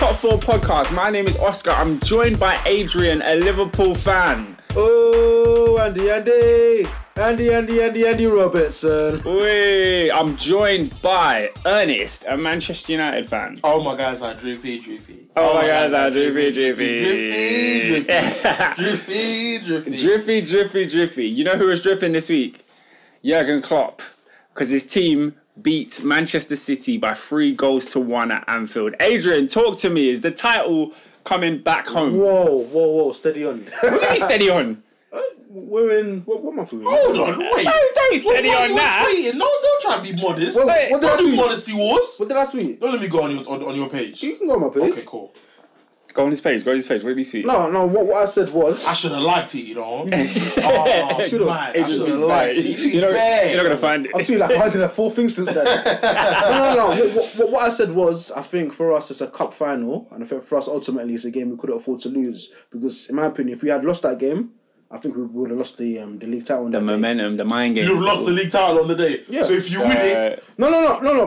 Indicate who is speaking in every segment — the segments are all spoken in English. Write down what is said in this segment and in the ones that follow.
Speaker 1: podcast. My name is Oscar. I'm joined by Adrian, a Liverpool fan.
Speaker 2: Oh, Andy, Andy, Andy, Andy, Andy, Andy Robertson.
Speaker 1: Wait, I'm joined by Ernest, a Manchester United fan.
Speaker 3: Oh my guys, I droopy, droopy.
Speaker 1: Oh my guys, I droopy, droopy.
Speaker 3: Droopy, droopy, droopy.
Speaker 1: Drippy, drippy, drippy. You know who was dripping this week? Jurgen Klopp, because his team beat Manchester City by three goals to one at Anfield. Adrian, talk to me. Is the title coming back home? What
Speaker 2: Whoa, whoa, whoa, steady on.
Speaker 1: do you mean steady on?
Speaker 2: We're in, what, what month are we in?
Speaker 3: Hold on, wait.
Speaker 1: No, don't steady
Speaker 3: Why
Speaker 1: on
Speaker 3: you
Speaker 1: that.
Speaker 3: tweeting? No, don't try to be modest.
Speaker 2: Well,
Speaker 1: Wait,
Speaker 2: what did I
Speaker 3: Don't do
Speaker 2: tweet?
Speaker 3: modesty wars.
Speaker 2: What did I tweet?
Speaker 3: Don't let me go on your on, on your page.
Speaker 2: You can go on my page.
Speaker 3: Okay, cool.
Speaker 1: Go on his page. Go on his page. What did he see?
Speaker 2: No, no, what, what I said was,
Speaker 3: I should have lied to you, you know. oh, man,
Speaker 2: Should've.
Speaker 3: I
Speaker 1: Adrian
Speaker 3: should have
Speaker 1: tweets
Speaker 3: lied
Speaker 1: back.
Speaker 3: to you. You
Speaker 1: You're
Speaker 3: tweet
Speaker 1: not,
Speaker 3: back.
Speaker 1: you're not gonna find
Speaker 2: I've
Speaker 1: it.
Speaker 2: tweeted like 104 things since then. no, no, no. What, what, what I said was, I think for us it's a cup final, and I think for us ultimately it's a game we couldn't afford to lose because, in my opinion, if we had lost that game, I think we would have lost the um, the league title. on
Speaker 1: The
Speaker 2: that day.
Speaker 1: momentum, the mind game.
Speaker 3: You've lost the league title on the day.
Speaker 2: Yeah.
Speaker 3: So if you win it,
Speaker 2: No, no, no, no, no.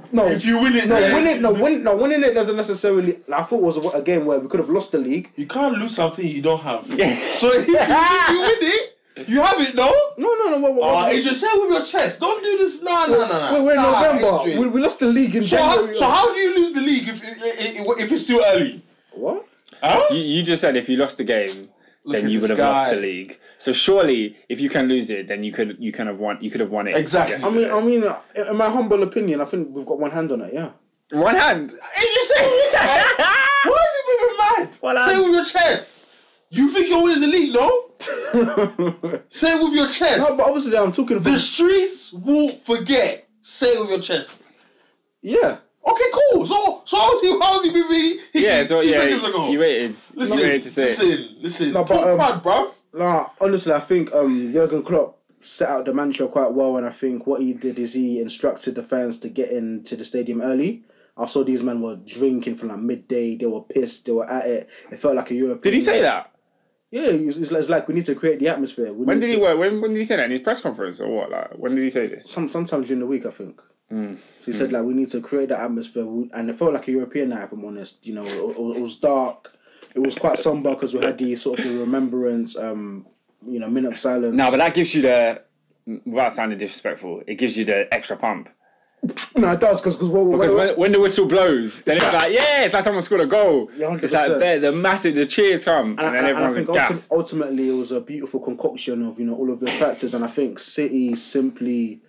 Speaker 2: but- No,
Speaker 3: if you win it,
Speaker 2: No,
Speaker 3: then
Speaker 2: winning, no, win, no, winning it doesn't necessarily. I thought it was a, a game where we could have lost the league.
Speaker 3: you can't lose something you don't have. so if you, if you win it, you have it, no?
Speaker 2: No, no, no. What, what,
Speaker 3: Oh,
Speaker 2: what-
Speaker 3: Adrian, say it with your chest. Don't do this. Nah, nah, nah, nah.
Speaker 2: we're, we're in
Speaker 3: Nah,
Speaker 2: November.
Speaker 3: Adrian.
Speaker 2: We, we lost the league in
Speaker 3: So how,
Speaker 2: January.
Speaker 3: so how do you lose the league if if, if it's too early?
Speaker 2: What?
Speaker 3: Huh?
Speaker 1: Uh, You, you just said if you lost the game, then
Speaker 3: at
Speaker 1: you would have
Speaker 3: this
Speaker 1: lost
Speaker 3: guy.
Speaker 1: the league. So surely, if you can lose it, then you could you kind of won. You could have won it.
Speaker 3: Exactly.
Speaker 2: I mean, I mean, uh, in my humble opinion, I think we've got one hand on it. Yeah.
Speaker 1: One hand.
Speaker 3: Adrian, say it with your chest. Why is it moving mad?
Speaker 1: Well,
Speaker 3: say
Speaker 1: I'm-
Speaker 3: it with your chest. You think you're winning the league, no? say it with your chest.
Speaker 2: No, but obviously I'm talking.
Speaker 3: the
Speaker 2: From,
Speaker 3: streets won't forget. Say it with your chest.
Speaker 2: yeah.
Speaker 3: Okay, cool. So, so how's he? How's he with me? He,
Speaker 1: Yeah. So
Speaker 3: two
Speaker 1: yeah,
Speaker 3: seconds ago.
Speaker 1: you waited.
Speaker 3: Listen,
Speaker 1: you waited to say. it.
Speaker 3: listen, listen.
Speaker 2: No, but,
Speaker 3: Talk
Speaker 2: um,
Speaker 3: mad, bruv.
Speaker 2: Nah, honestly, I think um, Jurgen Klopp set out the mantra quite well, and I think what he did is he instructed the fans to get into the stadium early. I saw these men were drinking from like midday. They were pissed. They were at it. It felt like a European.
Speaker 1: Did he say that?
Speaker 2: Yeah, it's, it's like- it's like we need to create the atmosphere. We
Speaker 1: When
Speaker 2: need
Speaker 1: did he
Speaker 2: to-
Speaker 1: work? When, when did he say that in his press conference or what? Like when did he say this?
Speaker 2: Some, sometimes during the week, I think.
Speaker 1: Mm.
Speaker 2: So he said like we need to create that atmosphere, We- and it felt like a European night. If I'm honest, you know, it, it- it was dark. It was quite somber because we had the sort of the remembrance, um, you know, minute of silence.
Speaker 1: No, but that gives you the without sounding disrespectful, it gives you the extra pump.
Speaker 2: no, it does because because
Speaker 1: Because when, when the whistle blows, then it's,
Speaker 2: like-
Speaker 1: like, yeah, it's like someone scored a goal.
Speaker 2: Yeah,
Speaker 1: It's like
Speaker 2: 100%.
Speaker 1: the, the massive, the cheers come, and, then
Speaker 2: And, I- and I
Speaker 1: everyone's
Speaker 2: think
Speaker 1: like,
Speaker 2: ulti-
Speaker 1: gassed.
Speaker 2: ultimately it was a beautiful concoction of you know all of the factors, and I think City simply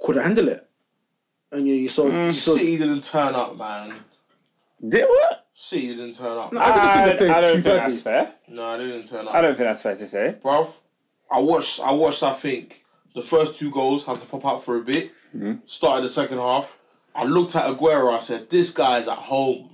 Speaker 2: could handle it. And you, you saw, you saw
Speaker 3: City didn't turn up, man.
Speaker 1: Did what?
Speaker 3: City didn't turn
Speaker 2: I
Speaker 3: up.
Speaker 2: didn't
Speaker 1: I,
Speaker 2: think they
Speaker 1: I
Speaker 2: played
Speaker 1: don't
Speaker 2: too
Speaker 1: think that's
Speaker 2: badly.
Speaker 1: fair.
Speaker 3: No, they didn't turn
Speaker 1: I
Speaker 3: up.
Speaker 1: don't think that's fair to say.
Speaker 3: Bruv, I watched, I watched, I think, the first two goals had to pop up for a bit.
Speaker 1: Mm-hmm.
Speaker 3: Started the second half. I looked at Aguero, I said, this guy's at home.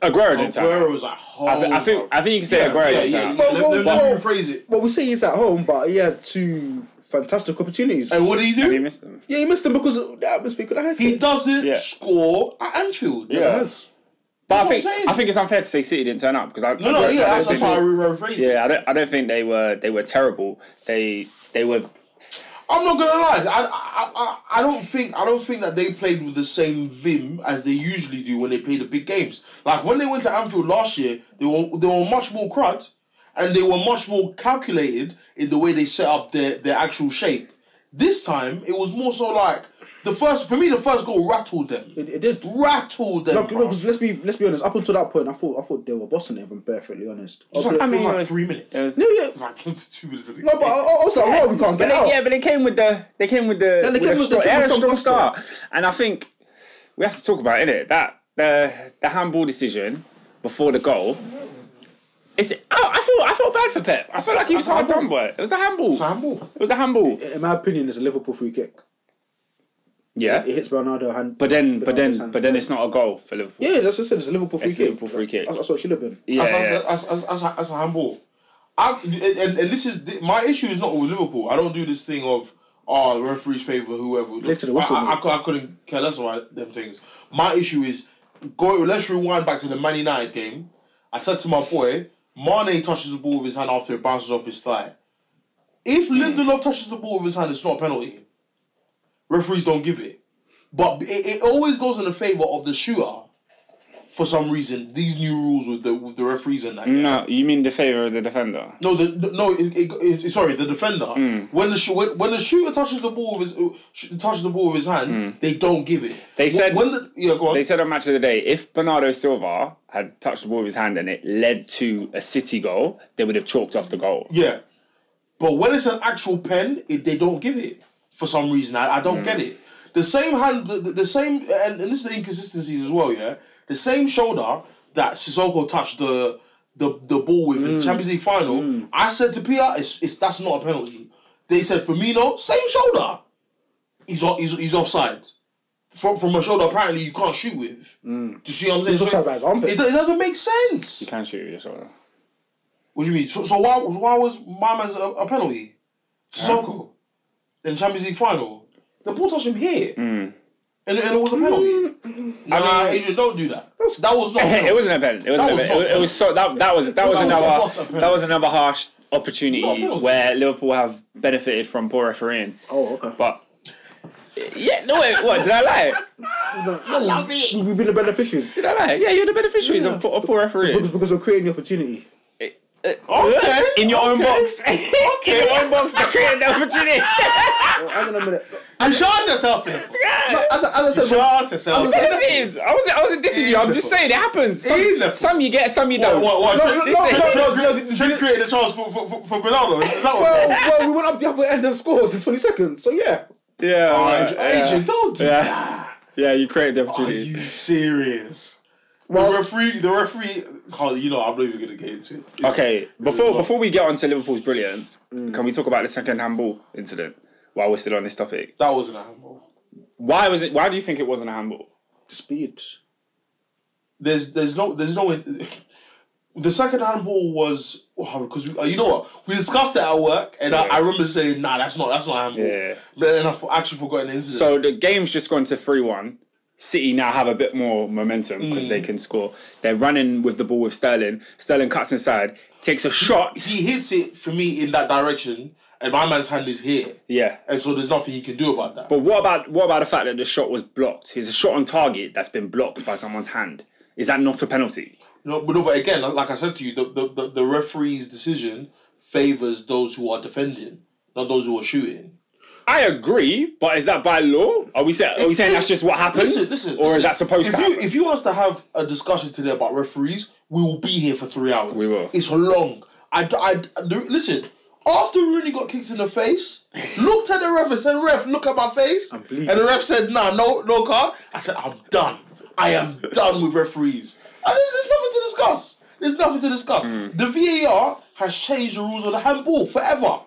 Speaker 1: Aguero didn't turn. up.
Speaker 3: Aguero's at home.
Speaker 1: I, thi- I think
Speaker 3: bruv.
Speaker 1: I think you can say Aguero
Speaker 3: yeah,
Speaker 1: didn't
Speaker 3: yeah,
Speaker 1: turn
Speaker 3: yeah.
Speaker 1: up.
Speaker 2: Whoa,
Speaker 3: Let,
Speaker 2: whoa,
Speaker 3: let- let
Speaker 2: whoa.
Speaker 3: me rephrase it.
Speaker 2: Well, we say he's at home, but he had two fantastic opportunities.
Speaker 3: And what did he do?
Speaker 1: He missed them.
Speaker 2: yeah, he missed them because the atmosphere could have had
Speaker 3: He doesn't
Speaker 1: Yeah.
Speaker 3: score at Anfield.
Speaker 1: Yeah. But I
Speaker 3: That's what I'm
Speaker 1: think
Speaker 3: saying.
Speaker 1: I think it's unfair to say City didn't turn up because I
Speaker 3: No, no,
Speaker 1: I don't- I
Speaker 3: yeah,
Speaker 1: don't
Speaker 3: that's, that's
Speaker 1: think-
Speaker 3: how I rephrase it.
Speaker 1: Yeah, I don't, I don't think they were they were terrible. They they were
Speaker 3: I'm not gonna lie. I, I, I, I don't think I don't think that they played with the same vim as they usually do when they play the big games. Like when they went to Anfield last year, they were they were much more crud, and they were much more calculated in the way they set up their their actual shape. This time it was more so like the first for me the first goal rattled them,
Speaker 2: It, it did. No,
Speaker 3: rattled them.
Speaker 2: no,
Speaker 3: bruv.
Speaker 2: 'cause let's be let's be honest. Up until that point, I thought I thought they were bossing it. If I'm perfectly honest.
Speaker 3: It was like,
Speaker 2: Up
Speaker 3: it
Speaker 2: to-
Speaker 3: was like
Speaker 1: it was-
Speaker 3: three minutes.
Speaker 1: it
Speaker 3: It
Speaker 1: was-
Speaker 2: yeah, yeah.
Speaker 3: was like two minutes.
Speaker 2: No, but I, I was like, why Oh, we
Speaker 1: But
Speaker 2: can't get
Speaker 1: they,
Speaker 2: out?
Speaker 1: yeah, but they came with the they came with the
Speaker 2: Yeah, they
Speaker 1: with
Speaker 2: came
Speaker 1: a
Speaker 2: with- they
Speaker 1: strong-
Speaker 2: came
Speaker 1: yeah,
Speaker 2: with
Speaker 1: a
Speaker 2: some
Speaker 1: strong start.
Speaker 2: gusto.
Speaker 1: And I think we have to talk about it. That the the handball decision before the goal. It's, oh, I feel I felt bad for Pep. I felt like he was
Speaker 3: That's a
Speaker 1: hard done
Speaker 3: handball.
Speaker 1: by. It was a handball. It
Speaker 3: Handball.
Speaker 1: was a handball.
Speaker 2: In my opinion, it's a Liverpool free kick.
Speaker 1: Yeah.
Speaker 2: It hits Bernardo hand.
Speaker 1: But then, but
Speaker 2: Bernardo's
Speaker 1: then,
Speaker 2: hand
Speaker 1: but then it's not a goal for Liverpool.
Speaker 2: Yeah, that's what I said. It's a Liverpool free
Speaker 1: It's a
Speaker 2: kick.
Speaker 1: Liverpool free kick.
Speaker 2: That's, that's what it should have been.
Speaker 1: Yeah,
Speaker 3: That's,
Speaker 1: yeah.
Speaker 3: that's, that's, that's, that's, that's a handball. I've, and, and and this is th- my issue is not with Liverpool. I don't do this thing of oh the referees favour whoever.
Speaker 2: to the whistle,
Speaker 3: I, I, I,
Speaker 2: mate.
Speaker 3: cou- I couldn't care less about them things. My issue is go. Let's rewind back to the Man United game. I said to my boy, Mane touches the ball with his hand after it bounces off his
Speaker 1: Hmm.
Speaker 3: thigh. If Lindelof touches the ball with his hand, it's not a penalty. Referees don't give it, but it, it always goes in the favour of the shooter for some reason these new rules with the with the referees and that. yeah.
Speaker 1: No, you mean the favor of the defender?
Speaker 3: No, the, the- no, it, it, it, sorry, the defender.
Speaker 1: Hmm.
Speaker 3: When the sh- when, when the shooter touches the ball with his uh, sh- touches the ball with his hand, they don't give it.
Speaker 1: Hmm. They
Speaker 3: Wh-
Speaker 1: said-
Speaker 3: when the yeah, go on.
Speaker 1: They said on match of the day, if Bernardo Silva had touched the ball with his hand and it led to a City goal, they would have chalked off the goal.
Speaker 3: yeah, but when it's an actual pen, it, they don't give it for some reason. I, I don't get
Speaker 2: Mm.
Speaker 3: it. The same hand, the, the, the same, and, and this is the inconsistencies as well. Yeah, the same shoulder that Sissoko touched the the, the ball with
Speaker 2: Mm.
Speaker 3: in the Champions League final. I said to Peter, it's, it's that's not a penalty. They said Firmino, same shoulder. He's off, he's, he's offside. From, from a shoulder, apparently you can't shoot with. Do you see what I'm saying?
Speaker 2: Mm. He's offside by his armpit.
Speaker 3: It, do- it doesn't make sense.
Speaker 1: You can shoot with your shoulder.
Speaker 3: What do you mean? So, so why why was my man's a, a penalty? Sissoko in Champions League final. The ball touched him here, and, and it was a penalty. Nah, Adrian, don't do that. That was not. a
Speaker 1: It
Speaker 3: penalty.
Speaker 1: wasn't a penalty. It wasn't
Speaker 3: was
Speaker 1: a penalty.
Speaker 3: not
Speaker 1: It, was- it was so that that was that was
Speaker 3: That was
Speaker 1: another
Speaker 3: not a penalty.
Speaker 1: that was another harsh
Speaker 3: Not a
Speaker 1: opportunity
Speaker 3: penalty.
Speaker 1: where Liverpool have benefited from poor refereeing.
Speaker 2: Oh, okay.
Speaker 1: But yeah, no wait, what did I lie?
Speaker 2: We've been the beneficiaries.
Speaker 1: Did I lie? Yeah, you're the beneficiaries of, poor- of poor
Speaker 2: Because,
Speaker 1: refereeing.
Speaker 2: because we're creating the opportunity.
Speaker 3: Okay.
Speaker 1: In your own
Speaker 3: okay.
Speaker 1: box. In your own box to create the opportunity.
Speaker 2: Well, hang on a minute.
Speaker 3: And shout yourself. Liverpool.
Speaker 2: As, I- as I said,
Speaker 3: Shout yourself.
Speaker 2: I was-
Speaker 1: It is. I wasn't. I wasn't dissing you. I'm just saying it happens. Some,
Speaker 3: Beautiful.
Speaker 1: some you get, some you don't.
Speaker 3: What? What?
Speaker 2: No,
Speaker 3: Trent-
Speaker 2: no, no,
Speaker 3: Trent-
Speaker 2: no,
Speaker 3: Trent- Trent- Trent created a chance for for for, for Bernardo. Is that what?
Speaker 2: well,
Speaker 3: it was?
Speaker 2: well, we went up the other end and scored in 20 seconds. So yeah.
Speaker 1: Yeah.
Speaker 3: Oh,
Speaker 1: right,
Speaker 3: Adrian,
Speaker 1: yeah.
Speaker 3: Adrian, don't do
Speaker 1: Yeah.
Speaker 3: that.
Speaker 1: Yeah, you created the
Speaker 3: Are
Speaker 1: opportunity.
Speaker 3: you serious?
Speaker 2: Well,
Speaker 3: The referee, the referee. Carl, you know I'm not even gonna get into it. It's-
Speaker 1: Okay,
Speaker 3: this is
Speaker 1: before
Speaker 3: not-
Speaker 1: before we get on to Liverpool's brilliance, can we talk about the second handball incident while we're still on this topic?
Speaker 3: That wasn't a handball.
Speaker 1: Why was it? Why do you think it wasn't a handball?
Speaker 2: speed.
Speaker 3: There's there's no there's no the second handball was because we uh, you know what we discussed it at work and I, I remember saying nah that's not that's not a handball
Speaker 1: Yeah.
Speaker 3: but then I f- actually forgot an incident.
Speaker 1: So the game's just gone to three one. City now have a bit more momentum because
Speaker 3: Mm.
Speaker 1: they can score. They're running with the ball with Sterling. Sterling cuts inside, takes a shot.
Speaker 3: he hits it for me in that direction and my man's hand is here
Speaker 1: Yeah.
Speaker 3: and so there's nothing he can do about that.
Speaker 1: But what about what about the fact that the shot was blocked? It's a shot on target that's been blocked by someone's hand. Is that not a penalty?
Speaker 3: No, but no, but again, like- like I said to you, the, the, the, the referee's decision favors those who are defending, not those who are shooting.
Speaker 1: I agree, but is that by law? Are we saying are we saying
Speaker 3: If-
Speaker 1: that's just what happens,
Speaker 3: Listen, listen,
Speaker 1: or
Speaker 3: listen.
Speaker 1: is that supposed
Speaker 3: if
Speaker 1: to
Speaker 3: you,
Speaker 1: happen?
Speaker 3: If you want us to have a discussion today about referees, we will be here for three hours. We
Speaker 1: will.
Speaker 3: It's long. I, d- I d- the- listen. After Rooney got kicked in the face, looked at the ref and said, "Ref, look at my face," and
Speaker 2: bleeding.
Speaker 3: the ref said, "Nah, no, no car." I said, "I'm done. I am done with referees." And there's, there's nothing to discuss. There's nothing to discuss.
Speaker 1: Hmm.
Speaker 3: The VAR has changed the rules of the handball forever.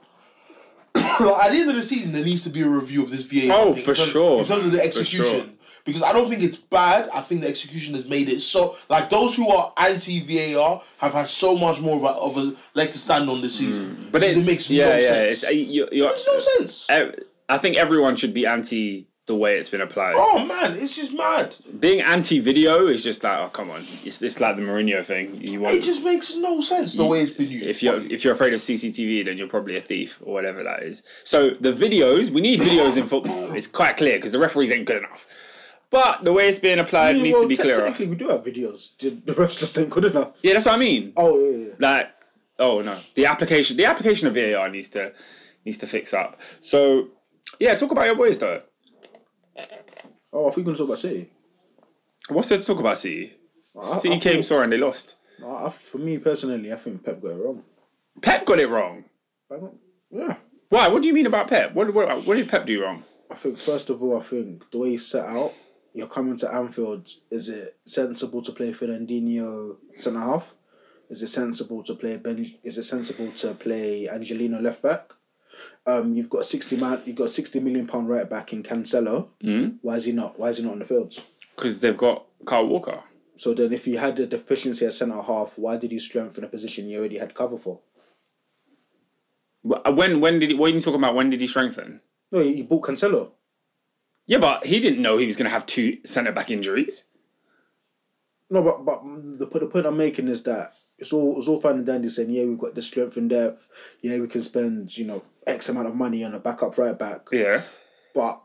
Speaker 3: Like, at the end of the season, there needs to be a review of this VAR.
Speaker 1: Oh,
Speaker 3: thing
Speaker 1: for
Speaker 3: in terms-
Speaker 1: sure.
Speaker 3: In terms of the
Speaker 1: sure.
Speaker 3: execution, because I don't think it's bad. I think the execution has made it so like those who are anti VAR have had so much more of a, of a leg to stand on this season.
Speaker 1: Mm. But
Speaker 3: Because
Speaker 1: it's,
Speaker 3: it makes
Speaker 1: yeah,
Speaker 3: no
Speaker 1: yeah,
Speaker 3: sense.
Speaker 1: It's, Eh. uh, you- you're-
Speaker 3: It makes no sense.
Speaker 1: ev- I think everyone should be anti the way it's been applied.
Speaker 3: Oh man, it's just mad.
Speaker 1: Being anti-video is just like, oh come on, it's, it's like the Mourinho thing. You want
Speaker 3: It just makes no sense the way it's been used.
Speaker 1: if you're if you're afraid of CCTV, then you're probably a thief or whatever that is. So the videos, we need videos in football. It's quite clear because the referees ain't good enough. But the way it's being applied needs
Speaker 2: Well,
Speaker 1: to be
Speaker 2: te-
Speaker 1: clearer.
Speaker 2: Technically, we do have videos. The the refs just ain't good enough.
Speaker 1: Yeah, that's what I mean.
Speaker 2: Oh, yeah, yeah, yeah.
Speaker 1: Like, oh no, the application the application of VAR needs to needs to fix up. So yeah, talk about your boys though.
Speaker 2: Oh, I think we're going to talk about City.
Speaker 1: What's there to talk about City?
Speaker 3: Uh,
Speaker 2: I-
Speaker 1: City
Speaker 2: I
Speaker 1: came
Speaker 2: thought-
Speaker 1: sore and they lost.
Speaker 2: I, I, for me personally, I think Pep got it wrong.
Speaker 1: Pep got it wrong.
Speaker 2: I don't- Yeah.
Speaker 1: Why? What do you mean about Pep? What, what, what did Pep do wrong?
Speaker 2: I think first of all, I think the way you set out, you're coming to Anfield. Is it sensible to play Fernandinho centre half? Is it sensible to play Ben? Is it sensible to play Angelino left back? Um, you've got a sixty man. You've got a sixty million pound right back in Cancelo. Mm. Why is he not? Why is he not on the field?
Speaker 1: Because they've got Carl Walker.
Speaker 2: So then, if you had a deficiency at centre half, why did you strengthen a position you already had cover for?
Speaker 1: Wh- uh, When when did he, what are you talking about? When did he strengthen?
Speaker 2: No, he he bought Cancelo.
Speaker 1: Yeah, but he didn't know he was going to have two centre back injuries.
Speaker 2: No, but but the, po- the point I'm making is that it's all it's all fine and dandy saying yeah we've got the strength and depth, yeah we can spend you know X amount of money on a backup right back,
Speaker 1: Yeah.
Speaker 2: but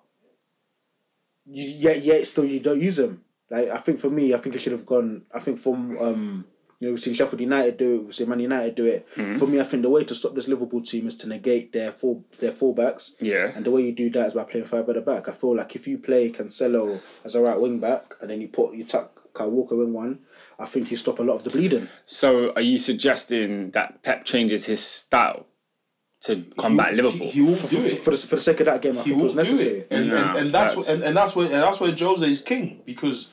Speaker 2: you, yeah yeah still you don't use him. Like I think for me, I think it should have gone. I think from um, you know, we've seen Sheffield United do it, we've seen Man United do it. For me, I think the way to stop this Liverpool team is to negate their four their full backs.
Speaker 1: Yeah.
Speaker 2: And the way you do that is by playing five at the back. I feel like if you play Cancelo as a right wing back and then you put you tuck Kyle Walker in one, I think you stop a lot of the bleeding.
Speaker 1: So are you suggesting that Pep changes his style to combat
Speaker 3: he,
Speaker 1: Liverpool?
Speaker 3: He, he will do it.
Speaker 2: For the, for the sake of that game, I
Speaker 3: He
Speaker 2: think it
Speaker 3: will
Speaker 2: was
Speaker 3: do
Speaker 2: necessary.
Speaker 3: it. And,
Speaker 1: Nah,
Speaker 3: and, and that's,
Speaker 1: that's-
Speaker 3: and, and that's where and that's where Jose is king because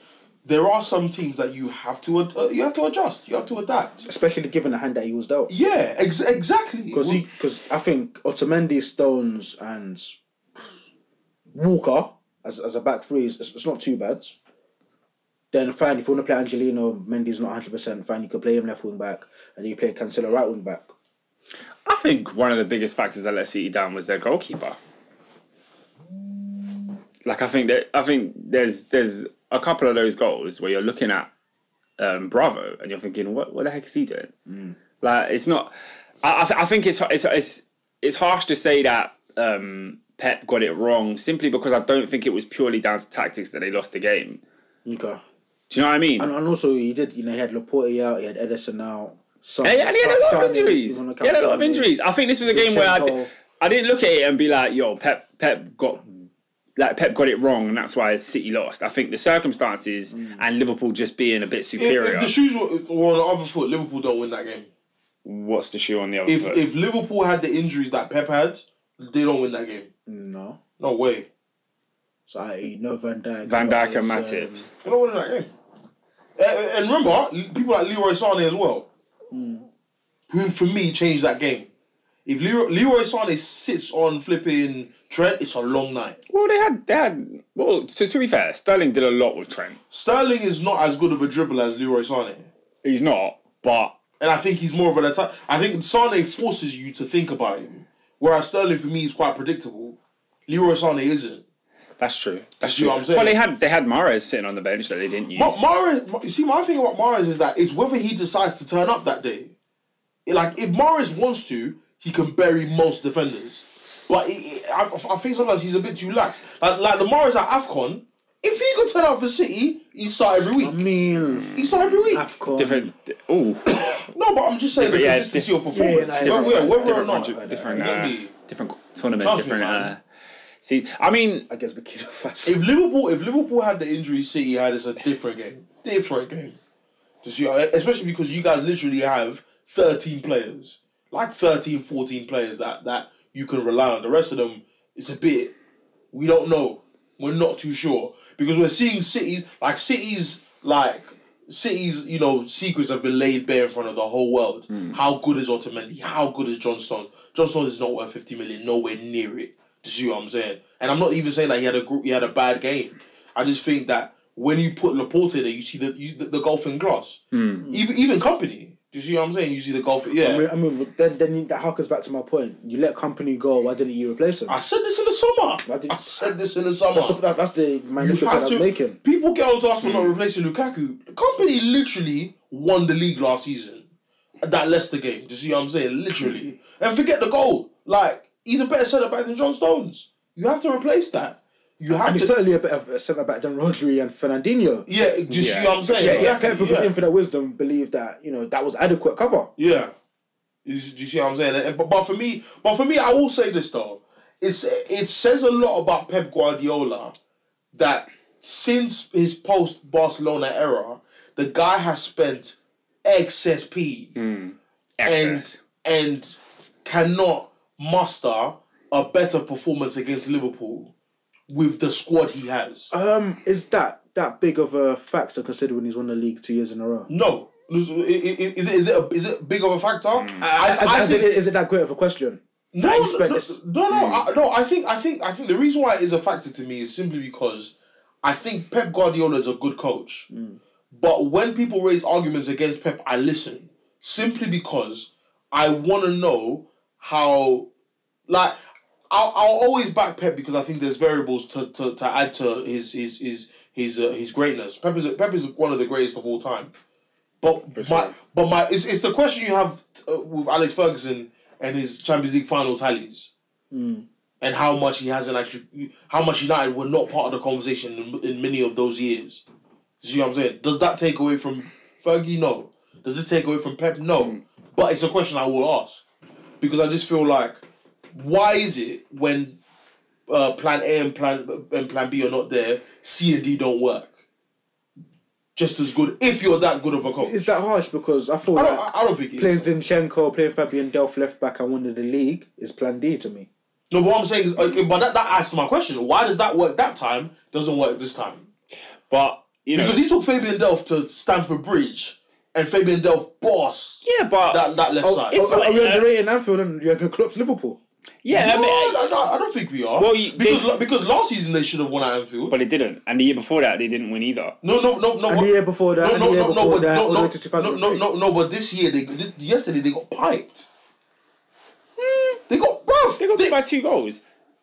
Speaker 3: there are some teams that you have to ad- uh, you have to adjust. You have to adapt.
Speaker 2: Especially given the hand that he was dealt.
Speaker 3: Yeah, ex- exactly.
Speaker 2: Because he, because I think Otamendi, Stones, and Walker as, as a back three is it's, it's not too bad. Then fine, if you want to play Angelino, Mendy's not hundred percent fine. You could play him left wing back, and you play Cancelo right wing back.
Speaker 1: I think one of the biggest factors that let City down was their goalkeeper. Like I think that I think there's there's a couple of those goals where you're looking at um, Bravo and you're thinking, what what the heck is he doing? Like it's not. I I, th- I think it's it's it's it's harsh to say that um, Pep got it wrong simply because I don't think it was purely down to tactics that they lost the game.
Speaker 2: Okay,
Speaker 1: Do you know what I mean?
Speaker 2: and, and also he did, you know, he had Laporte out, he had Edison out. Son,
Speaker 1: Yeah, and he had a lot of
Speaker 2: Son- Son-
Speaker 1: injuries.
Speaker 2: even on
Speaker 1: He had a lot of
Speaker 2: Sunday.
Speaker 1: injuries. I think this was a game where I,
Speaker 2: Zinchenko.
Speaker 1: di- I didn't look at it and be like, "Yo, Pep, Pep got." Like Pep got it wrong, and that's why City lost. I think the circumstances and Liverpool just being a bit
Speaker 3: Mm. if,
Speaker 1: superior.
Speaker 3: if the shoes were, were on the other foot, Liverpool don't win that game.
Speaker 1: What's the shoe on the other
Speaker 3: If
Speaker 1: foot?
Speaker 3: if Liverpool had the injuries that Pep had, they don't win that game.
Speaker 2: No,
Speaker 3: No way.
Speaker 2: so I no Van Dijk,
Speaker 1: Van Dijk and
Speaker 2: Mahrez,
Speaker 1: Matip.
Speaker 2: um,
Speaker 3: They don't win that game. And, and remember, people like Leroy Sane as well, Hmm. who for me changed that game. If Leroy, Leroy Sane sits on flipping Trent, it's a long night.
Speaker 1: well, they had they had. Well, to, to be fair, Sterling did a lot with Trent.
Speaker 3: Sterling is not as good of a dribbler as Leroy Sane.
Speaker 1: He's not, but
Speaker 3: And I think he's more of an attack. I think Sane forces you to think about him. Whereas Sterling for me is quite predictable. Leroy Sane isn't.
Speaker 1: that's true. That's
Speaker 3: See
Speaker 1: true.
Speaker 3: what I'm saying?
Speaker 1: Well, they had they had Mares sitting on the bench that they didn't use.
Speaker 3: Ma- Morris, Ma- you see, my thing about Morris is that it's whether he decides to turn up that day. Like, if Morris wants to, he can bury most defenders. But it, it- I, I think sometimes he's a bit too lax. Like, like the Morris at AFCON, if he could turn up for City, he'd start every
Speaker 2: I
Speaker 3: week.
Speaker 2: mean,
Speaker 3: He'd start every week.
Speaker 2: Afcon.
Speaker 1: different. Oh,
Speaker 3: No, but I'm just saying the
Speaker 1: Different- yeah,
Speaker 3: consistency
Speaker 1: it's
Speaker 3: of performance.
Speaker 2: yeah,
Speaker 3: whether,
Speaker 2: different-
Speaker 3: yeah, whether or
Speaker 1: different,
Speaker 3: not.
Speaker 1: country- different,
Speaker 3: You get
Speaker 1: uh,
Speaker 3: me?
Speaker 1: different tournament,
Speaker 3: Trust me,
Speaker 1: different.
Speaker 3: man.
Speaker 1: uh, see, I mean,
Speaker 2: I guess Burkina Faso.
Speaker 3: If Liverpool, if Liverpool had the injury City had, it's a different game. Different game. Just, you know, especially because you guys literally have 13 players. Like 13, 14 players that, that you can rely on. The rest of them, it's a bit, we don't know. We're not too sure. Because we're seeing cities, like cities, like, cities, you know, secrets have been laid bare in front of the whole world.
Speaker 2: Hmm.
Speaker 3: How good is Otamendi? How good is John Stones? John Stones is not worth 50 million, nowhere near it. Do you see what I'm saying? And I'm not even saying that he had a gr- he had a bad game. I just think that when you put Laporte there, you see the you, see the, the golfing glass. Even even company. Do you see what I'm saying? You see the golf.
Speaker 2: Hmm. I
Speaker 3: Yeah. I,
Speaker 2: mean, I mean, then then that harkens back to my point. You let company go. Why didn't you replace him?
Speaker 3: said this in the summer.
Speaker 2: Why did-
Speaker 3: I said this in the summer.
Speaker 2: That's the, that, that's the my
Speaker 3: You
Speaker 2: initial point I
Speaker 3: have
Speaker 2: was
Speaker 3: to-
Speaker 2: making. Hmm.
Speaker 3: People get on to us for not replacing Lukaku. The company literally won the league last season. That Leicester game. Do you see what I'm saying? Literally.
Speaker 2: Hmm.
Speaker 3: And forget the goal. Like, he's a better centre back than John Stones. You have to replace that. You have
Speaker 2: And he's
Speaker 3: to.
Speaker 2: certainly a better centre back than Rodri and Fernandinho.
Speaker 3: Yeah, do you see what I'm saying?
Speaker 2: Yeah, yeah.
Speaker 3: Exactly,
Speaker 2: Pep, with his
Speaker 3: yeah.
Speaker 2: infinite wisdom, believed that you know that was adequate cover.
Speaker 3: Yeah. Is- Do you see what I'm saying? And- But, but for me, but for me, I will say this though. It's it says a lot about Pep Guardiola that since his post Barcelona era, the guy has spent excess P
Speaker 1: excess.
Speaker 3: and and cannot muster a better performance against Liverpool with the squad he has.
Speaker 2: Um, is that that big of a factor considering he's won the league two years in a row?
Speaker 3: No. Is it is it, a, is it big of a factor? I,
Speaker 2: Mm. As,
Speaker 3: I
Speaker 2: as
Speaker 3: think-
Speaker 2: it, is it that great of a question?
Speaker 3: No,
Speaker 2: that he
Speaker 3: no,
Speaker 2: spent
Speaker 3: no,
Speaker 2: this- Mm.
Speaker 3: no, no, I, no. I think, I think, I think the reason why it is a factor to me is simply because I think Pep Guardiola is a good coach,
Speaker 2: Mm.
Speaker 3: but when people raise arguments against Pep, I listen simply because I want to know how, like, I'll, I'll always back Pep because I think there's variables to, to, to add to his his his his uh, his greatness. Pep is Pep is one of the greatest of all time. But my, but my, it's, it's the question you have uh, with Alex Ferguson and his Champions League final tallies, and how much he hasn't actually, how much United were not part of the conversation in, in many of those years. See what I'm saying? Does that take away from Fergie? No. Does this take away from Pep? No. But it's a question I will ask because I just feel like, why is it when uh, Plan A and Plan and Plan B are not there, C and D don't work? Just as good if you're that good of a coach.
Speaker 2: Is that harsh? Because I thought
Speaker 3: I
Speaker 2: like,
Speaker 3: don't. I don't think it
Speaker 2: playing
Speaker 3: is.
Speaker 2: Zinchenko, playing Fabian Delph left back and winning the league is Plan D to me.
Speaker 3: No, but what I'm saying is, okay, but that, that answers my question. Why does that work that time? Doesn't work this time.
Speaker 1: But you know,
Speaker 3: Because he took Fabian Delph to Stamford Bridge, and Fabian Delph bossed
Speaker 1: yeah, but
Speaker 3: that, that left side.
Speaker 1: it's-
Speaker 2: Are, are we
Speaker 1: Yeah.
Speaker 2: Oh, underrating Anfield and Jurgen Klopp's Liverpool?
Speaker 1: yeah, I
Speaker 3: no,
Speaker 1: mean, I-
Speaker 3: I, I- I don't think we are.
Speaker 1: Well, you-
Speaker 3: because
Speaker 1: they-
Speaker 3: la- because last season they should have won at Anfield.
Speaker 1: but it didn't. And the year before that, they didn't win either.
Speaker 3: no, no, no, no.
Speaker 2: And the
Speaker 3: what-
Speaker 2: year before that,
Speaker 3: no,
Speaker 2: and
Speaker 3: no,
Speaker 2: the year
Speaker 3: no,
Speaker 2: before
Speaker 3: no, but
Speaker 2: that,
Speaker 3: no,
Speaker 2: all the
Speaker 3: no,
Speaker 2: way to 2003.
Speaker 3: no, no, no, no, But this year, they this, yesterday they got piped. Hmm, They got bruv.
Speaker 1: They got beat
Speaker 3: they,
Speaker 1: by two goals.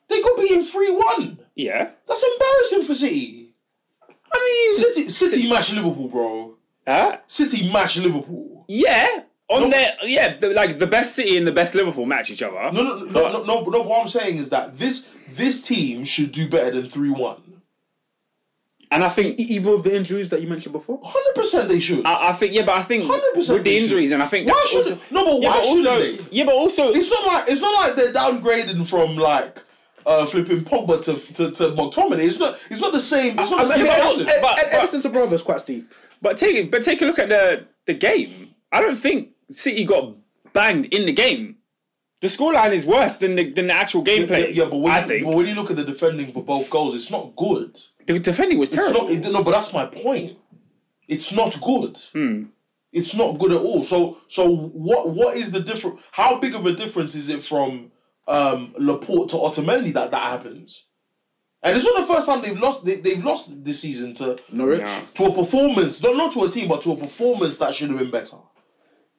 Speaker 3: they got beaten three one.
Speaker 1: Yeah,
Speaker 3: That's embarrassing for City.
Speaker 1: I mean,
Speaker 3: City City match Liverpool, bro.
Speaker 1: huh?
Speaker 3: City match Liverpool.
Speaker 1: yeah, on
Speaker 3: No.
Speaker 1: their yeah, the, like the best City and the best Liverpool match each other.
Speaker 3: No, no, no, no, no, no, no. What I'm saying is that this this team should do better than three one.
Speaker 1: And I think
Speaker 2: E- Even with the injuries that you mentioned before,
Speaker 3: Hundred percent, they should.
Speaker 1: I, I think yeah, but I think
Speaker 3: 100%
Speaker 1: with the
Speaker 3: they should.
Speaker 1: injuries, and I think
Speaker 3: Why
Speaker 1: that's
Speaker 3: should-
Speaker 1: also-
Speaker 3: no, but
Speaker 1: yeah,
Speaker 3: why
Speaker 1: but also,
Speaker 3: shouldn't
Speaker 1: yeah, but also
Speaker 3: it's not like it's not like they're downgrading from like uh, flipping Pogba to to, to McTominay. It's not it's not the same. It's not the
Speaker 1: I
Speaker 3: same.
Speaker 1: mean, but-
Speaker 3: person.
Speaker 1: but-
Speaker 2: and Edison to Bravo is quite steep.
Speaker 1: But take but take a look at the the game. I don't think City got banged in the game. The scoreline is worse than the than the actual
Speaker 3: yeah,
Speaker 1: gameplay.
Speaker 3: yeah, but when,
Speaker 1: I
Speaker 3: you,
Speaker 1: think
Speaker 3: but when you look at the defending for both goals, it's not good.
Speaker 1: the defending was
Speaker 3: It's
Speaker 1: terrible.
Speaker 3: not. It, no, but that's my point. It's not good. It's not good at all. So so what what is the difference? How big of a difference is it from um, Laporte to Otamendi that that happens? And it's not the first time they've lost. They, they've lost this season to
Speaker 2: Norwich.
Speaker 1: Yeah.
Speaker 3: to a performance, not not to a team, but to a performance that should have been better.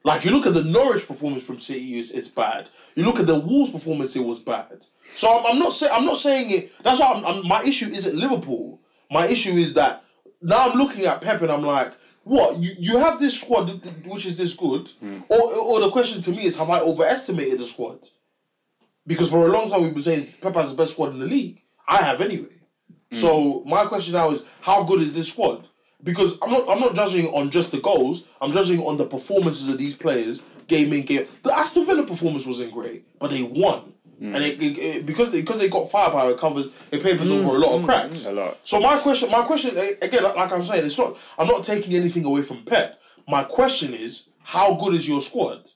Speaker 3: Like you look at the Norwich performance from City, it's, it's bad. You look at the Wolves performance, it was bad. So I'm, I'm not saying I'm not saying it. That's why I'm, I'm- my issue isn't Liverpool. My issue is that now I'm looking at Pep and I'm like, what you, you have this squad th- th- which is this good, or or the question to me is, have I overestimated the squad? Because for a long time we've been saying Pep has the best squad in the league. I have anyway.
Speaker 1: Hmm.
Speaker 3: So my question now is, how good is this squad? Because I'm not, I'm not judging on just the goals. I'm judging on the performances of these players, game in game. The Aston Villa performance wasn't great, but they won,
Speaker 1: Hmm.
Speaker 3: and it, it, it- because they, because they got firepower, it covers it papers over a lot of cracks.
Speaker 1: Hmm. A lot.
Speaker 3: So my question, my question a- again, like like I'm saying, it's not. I'm not taking anything away from Pep. My question is, how good is your squad?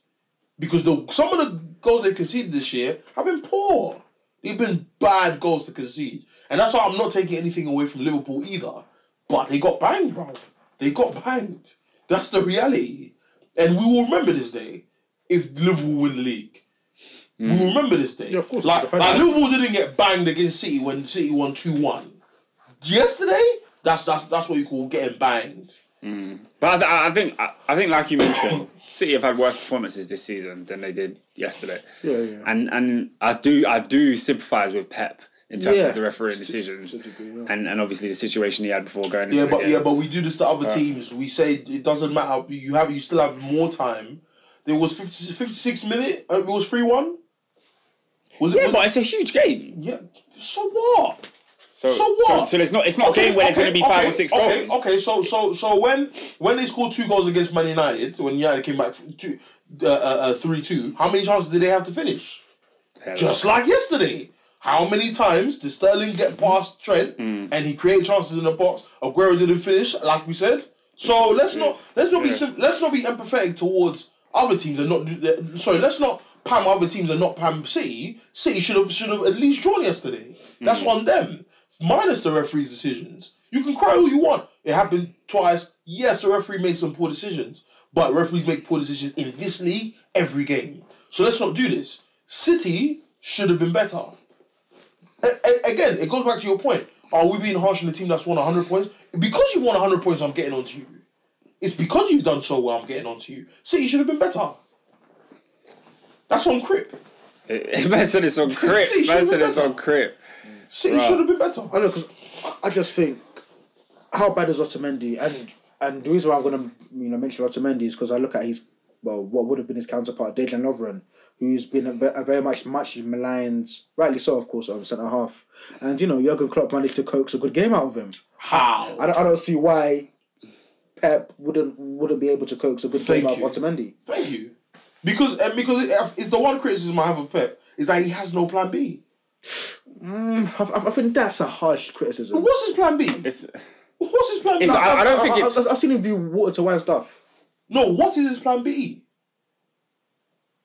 Speaker 3: Because the some of the goals they've conceded this year have been poor. They've been bad goals to concede, and that's why I'm not taking anything away from Liverpool either. But they got banged, bro. They got banged. That's the reality, and we will remember this day if Liverpool win the league. We will remember this day.
Speaker 2: Yeah, of course,
Speaker 3: Like,
Speaker 2: defend
Speaker 3: like
Speaker 2: that.
Speaker 3: Liverpool didn't get banged against City when City won two one yesterday. That's that's that's what you call getting banged.
Speaker 1: But I, I- I think I, I think like you mentioned, City have had worse performances this season than they did yesterday.
Speaker 2: Yeah, yeah.
Speaker 1: And and I do I do sympathise with Pep in terms
Speaker 2: Yeah.
Speaker 1: of the refereeing decisions
Speaker 2: to a degree, yeah.
Speaker 1: and and obviously the situation he had before going into
Speaker 3: Yeah,
Speaker 1: the
Speaker 3: but
Speaker 1: game.
Speaker 3: yeah, but we do this to other teams. We say it doesn't matter. You have you still have more time. There was 50, 56 minute. uh, It was three one. Was it?
Speaker 1: Yeah,
Speaker 3: was
Speaker 1: but
Speaker 3: it-
Speaker 1: it's a huge game.
Speaker 3: yeah. So what?
Speaker 1: So
Speaker 3: So
Speaker 1: So,
Speaker 3: what?
Speaker 1: so it's not it's not a game where there's going to be five
Speaker 3: okay,
Speaker 1: or six
Speaker 3: okay,
Speaker 1: goals.
Speaker 3: Okay, so so so when when they scored two goals against Man United, when United came back from two, uh, uh, uh, three two, how many chances did they have to finish?
Speaker 1: Yeah,
Speaker 3: Just like yesterday. How many times did Sterling get past Trent and he created chances in the box? Aguero didn't finish, like we said. So let's not let's not be
Speaker 1: Yeah.
Speaker 3: sim- let's not be empathetic towards other teams and not do- uh, sorry. Let's not pam other teams and not pam City. City should have should have at least drawn yesterday. That's on them. Minus the referee's decisions. You can cry all you want. It happened twice. Yes, the referee made some poor decisions, but referees make poor decisions in this league every game. So let's not do this. City should have been better. A- a- again, it goes back to your point. Are we being harsh on the team that's won 100 points? Because you've won 100 points, I'm getting onto you. It's because you've done so well, I'm getting onto you. City should have been better. That's on Crip.
Speaker 1: Man said it's on Crip.
Speaker 3: See,
Speaker 1: Man
Speaker 3: she
Speaker 1: said it's
Speaker 3: remember.
Speaker 1: on Crip.
Speaker 3: City should have been better.
Speaker 2: I know because I just think how bad is Otamendi, and and the reason why I'm gonna you know mention Otamendi is because I look at his well what would have been his counterpart Dejan Lovren, who's been a, ve- a very much much maligned, rightly so of course, on centre half, and you know Jurgen Klopp managed to coax a good game out of him.
Speaker 3: How?
Speaker 2: I don't, I don't see why Pep wouldn't wouldn't be able to coax a good
Speaker 3: Thank
Speaker 2: game out of
Speaker 3: you.
Speaker 2: Otamendi.
Speaker 3: Thank you. Because and because it, uh, it's the one criticism I have of Pep is that he has no plan B.
Speaker 2: I, I- I think that's a harsh criticism.
Speaker 3: What's his plan B?
Speaker 1: It's,
Speaker 3: What's his plan B?
Speaker 1: It's- I- I don't think
Speaker 2: I,
Speaker 1: it's-
Speaker 2: I, have seen him do water to wine stuff.
Speaker 3: no, what is his plan B?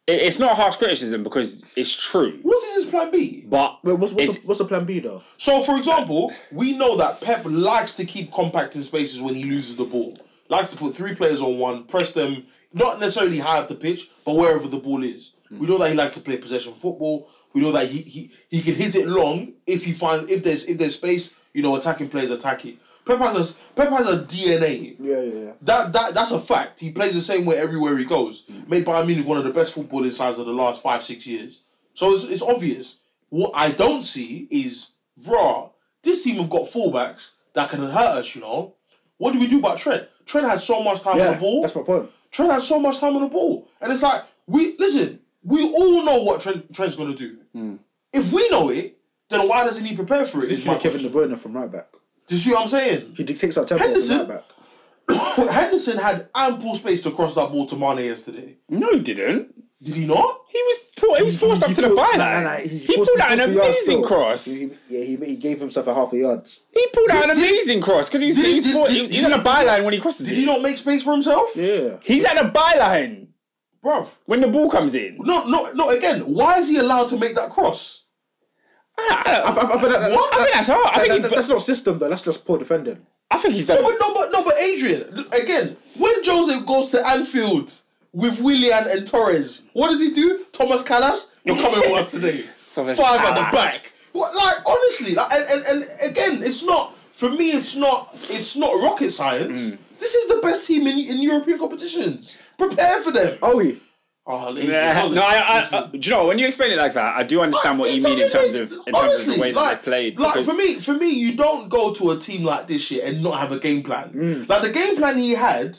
Speaker 1: it- it's not harsh criticism because it's true.
Speaker 3: What is his plan B?
Speaker 1: But
Speaker 2: Wait, what's what's,
Speaker 1: It's-
Speaker 2: a, what's a plan B though?
Speaker 3: So, for example, we know that Pep likes to keep compact in spaces when he loses the ball. Likes to put three players on one, press them, not necessarily high up the pitch, but wherever the ball is. We know that he likes to play possession football. We know that he, he, he can hit it long if he finds if there's if there's space. You know, attacking players attack it. Pep has a Pep has a DNA.
Speaker 2: Yeah, yeah, yeah.
Speaker 3: That, that that's a fact. He plays the same way everywhere he goes.
Speaker 2: Mm.
Speaker 3: Made Bayern Munich one of the best footballing sides of the last five six years. So it's, it's obvious. What I don't see is raw. This team have got fullbacks that can hurt us. You know, what do we do about Trent? Trent had so much time on the ball.
Speaker 2: that's my point.
Speaker 3: Trent has so much time on the ball, and it's like we listen. We all know what Trent, Trent's going to do.
Speaker 2: Mm.
Speaker 3: If we know it, then why doesn't he prepare for it? Is
Speaker 2: He's
Speaker 3: my
Speaker 2: Kevin
Speaker 3: question.
Speaker 2: De Bruyne from right back.
Speaker 3: Do you see what I'm saying?
Speaker 2: He dictates our tempo
Speaker 3: Henderson?
Speaker 2: from right back.
Speaker 3: Henderson had ample space to cross that ball to Mane yesterday.
Speaker 1: no, he didn't.
Speaker 3: Did he not?
Speaker 1: He was pulled, he was forced up
Speaker 2: He
Speaker 1: to the
Speaker 2: pulled-
Speaker 1: byline.
Speaker 2: nah, nah, nah,
Speaker 1: he,
Speaker 2: forced-
Speaker 1: pulled out an
Speaker 2: forced the yard
Speaker 1: amazing
Speaker 2: still.
Speaker 1: cross.
Speaker 2: He-
Speaker 1: He,
Speaker 2: he- yeah, he, he gave himself a half a yard.
Speaker 1: pulled out an amazing cross because he's,
Speaker 3: did he-
Speaker 1: he's,
Speaker 3: did-
Speaker 1: forced-
Speaker 3: did-
Speaker 1: he's
Speaker 3: did
Speaker 1: at
Speaker 3: he-
Speaker 1: the byline when he crosses
Speaker 3: Did
Speaker 1: it.
Speaker 3: he not make space for himself?
Speaker 2: Yeah.
Speaker 1: he's at the byline
Speaker 3: Bruv.
Speaker 1: when the ball comes in.
Speaker 3: No, no, no, again, why is he allowed to make that cross?
Speaker 1: I, I, I,
Speaker 2: I, I- I think that-
Speaker 1: I think that's hard. I
Speaker 2: that-
Speaker 1: think,
Speaker 2: that-
Speaker 1: he,
Speaker 2: that's not system though. That's just poor defending.
Speaker 1: I think he's done.
Speaker 3: But no, but no, but Adrian, l- again, when Jose goes to Anfield with Willian and Torres, what does he do? Thomas Callas, you're coming with us today.
Speaker 1: Thomas
Speaker 3: Five at the
Speaker 1: Callas.
Speaker 3: back. What, like honestly, like, and, and, and again, it's not for me. It's not. It's not rocket science.
Speaker 1: Mm.
Speaker 3: This is the best team in, in European competitions. Prepare for them.
Speaker 2: Oh, he.
Speaker 3: Oh, Adrian,
Speaker 1: Yeah,
Speaker 3: honestly,
Speaker 1: no, I, I,
Speaker 3: listen.
Speaker 1: I, do you know when you explain it like that? I do understand what
Speaker 3: It
Speaker 1: you mean in
Speaker 3: doesn't
Speaker 1: terms
Speaker 3: make-
Speaker 1: of in terms of the way
Speaker 3: honestly,
Speaker 1: that they played.
Speaker 3: Like
Speaker 1: because
Speaker 3: for me, for me, you don't go to a team like this year and not have a game plan.
Speaker 1: Mm.
Speaker 3: Like the game plan he had,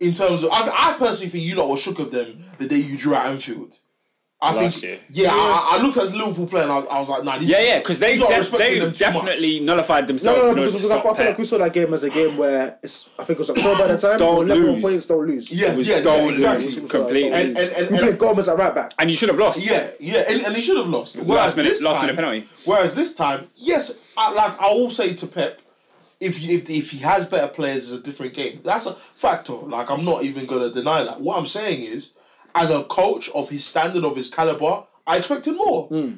Speaker 3: in terms of, I, I personally think you lot were shook of them the day you drew at Anfield. I
Speaker 1: Last
Speaker 3: think,
Speaker 1: year.
Speaker 3: yeah, I, I looked at Liverpool player and I, was- I was like, nah, these,
Speaker 1: yeah, yeah, because they
Speaker 3: these lot are
Speaker 1: def-
Speaker 3: respecting
Speaker 1: they
Speaker 3: them too much.
Speaker 1: definitely nullified
Speaker 2: No,
Speaker 1: themselves.
Speaker 2: no, no,
Speaker 1: in order
Speaker 2: because,
Speaker 1: to
Speaker 2: because I
Speaker 1: stop
Speaker 2: feel
Speaker 1: Pep.
Speaker 2: like we saw that game as a game where it's. I think it was October at the time.
Speaker 1: Don't
Speaker 2: we were level on
Speaker 1: lose.
Speaker 2: points, don't lose.
Speaker 3: Yeah,
Speaker 1: It was
Speaker 3: yeah, yeah,
Speaker 1: down
Speaker 3: exactly.
Speaker 1: lose.
Speaker 2: It was
Speaker 1: completely.
Speaker 2: like,
Speaker 3: And- and- and-
Speaker 2: we
Speaker 3: and-
Speaker 2: played Gomez at right back.
Speaker 1: and you should have lost.
Speaker 3: Yeah, yeah, and, and he should have lost.
Speaker 1: Last
Speaker 3: Whereas
Speaker 1: minute-
Speaker 3: this
Speaker 1: last
Speaker 3: time,
Speaker 1: minute penalty.
Speaker 3: Whereas this time, yes, I, like I will say to Pep, if you, if if he has better players, it's a different game. That's a factor. Like I'm not even gonna deny that. What I'm saying is, as a coach of his standard, of his caliber, I expected more.
Speaker 1: Hmm.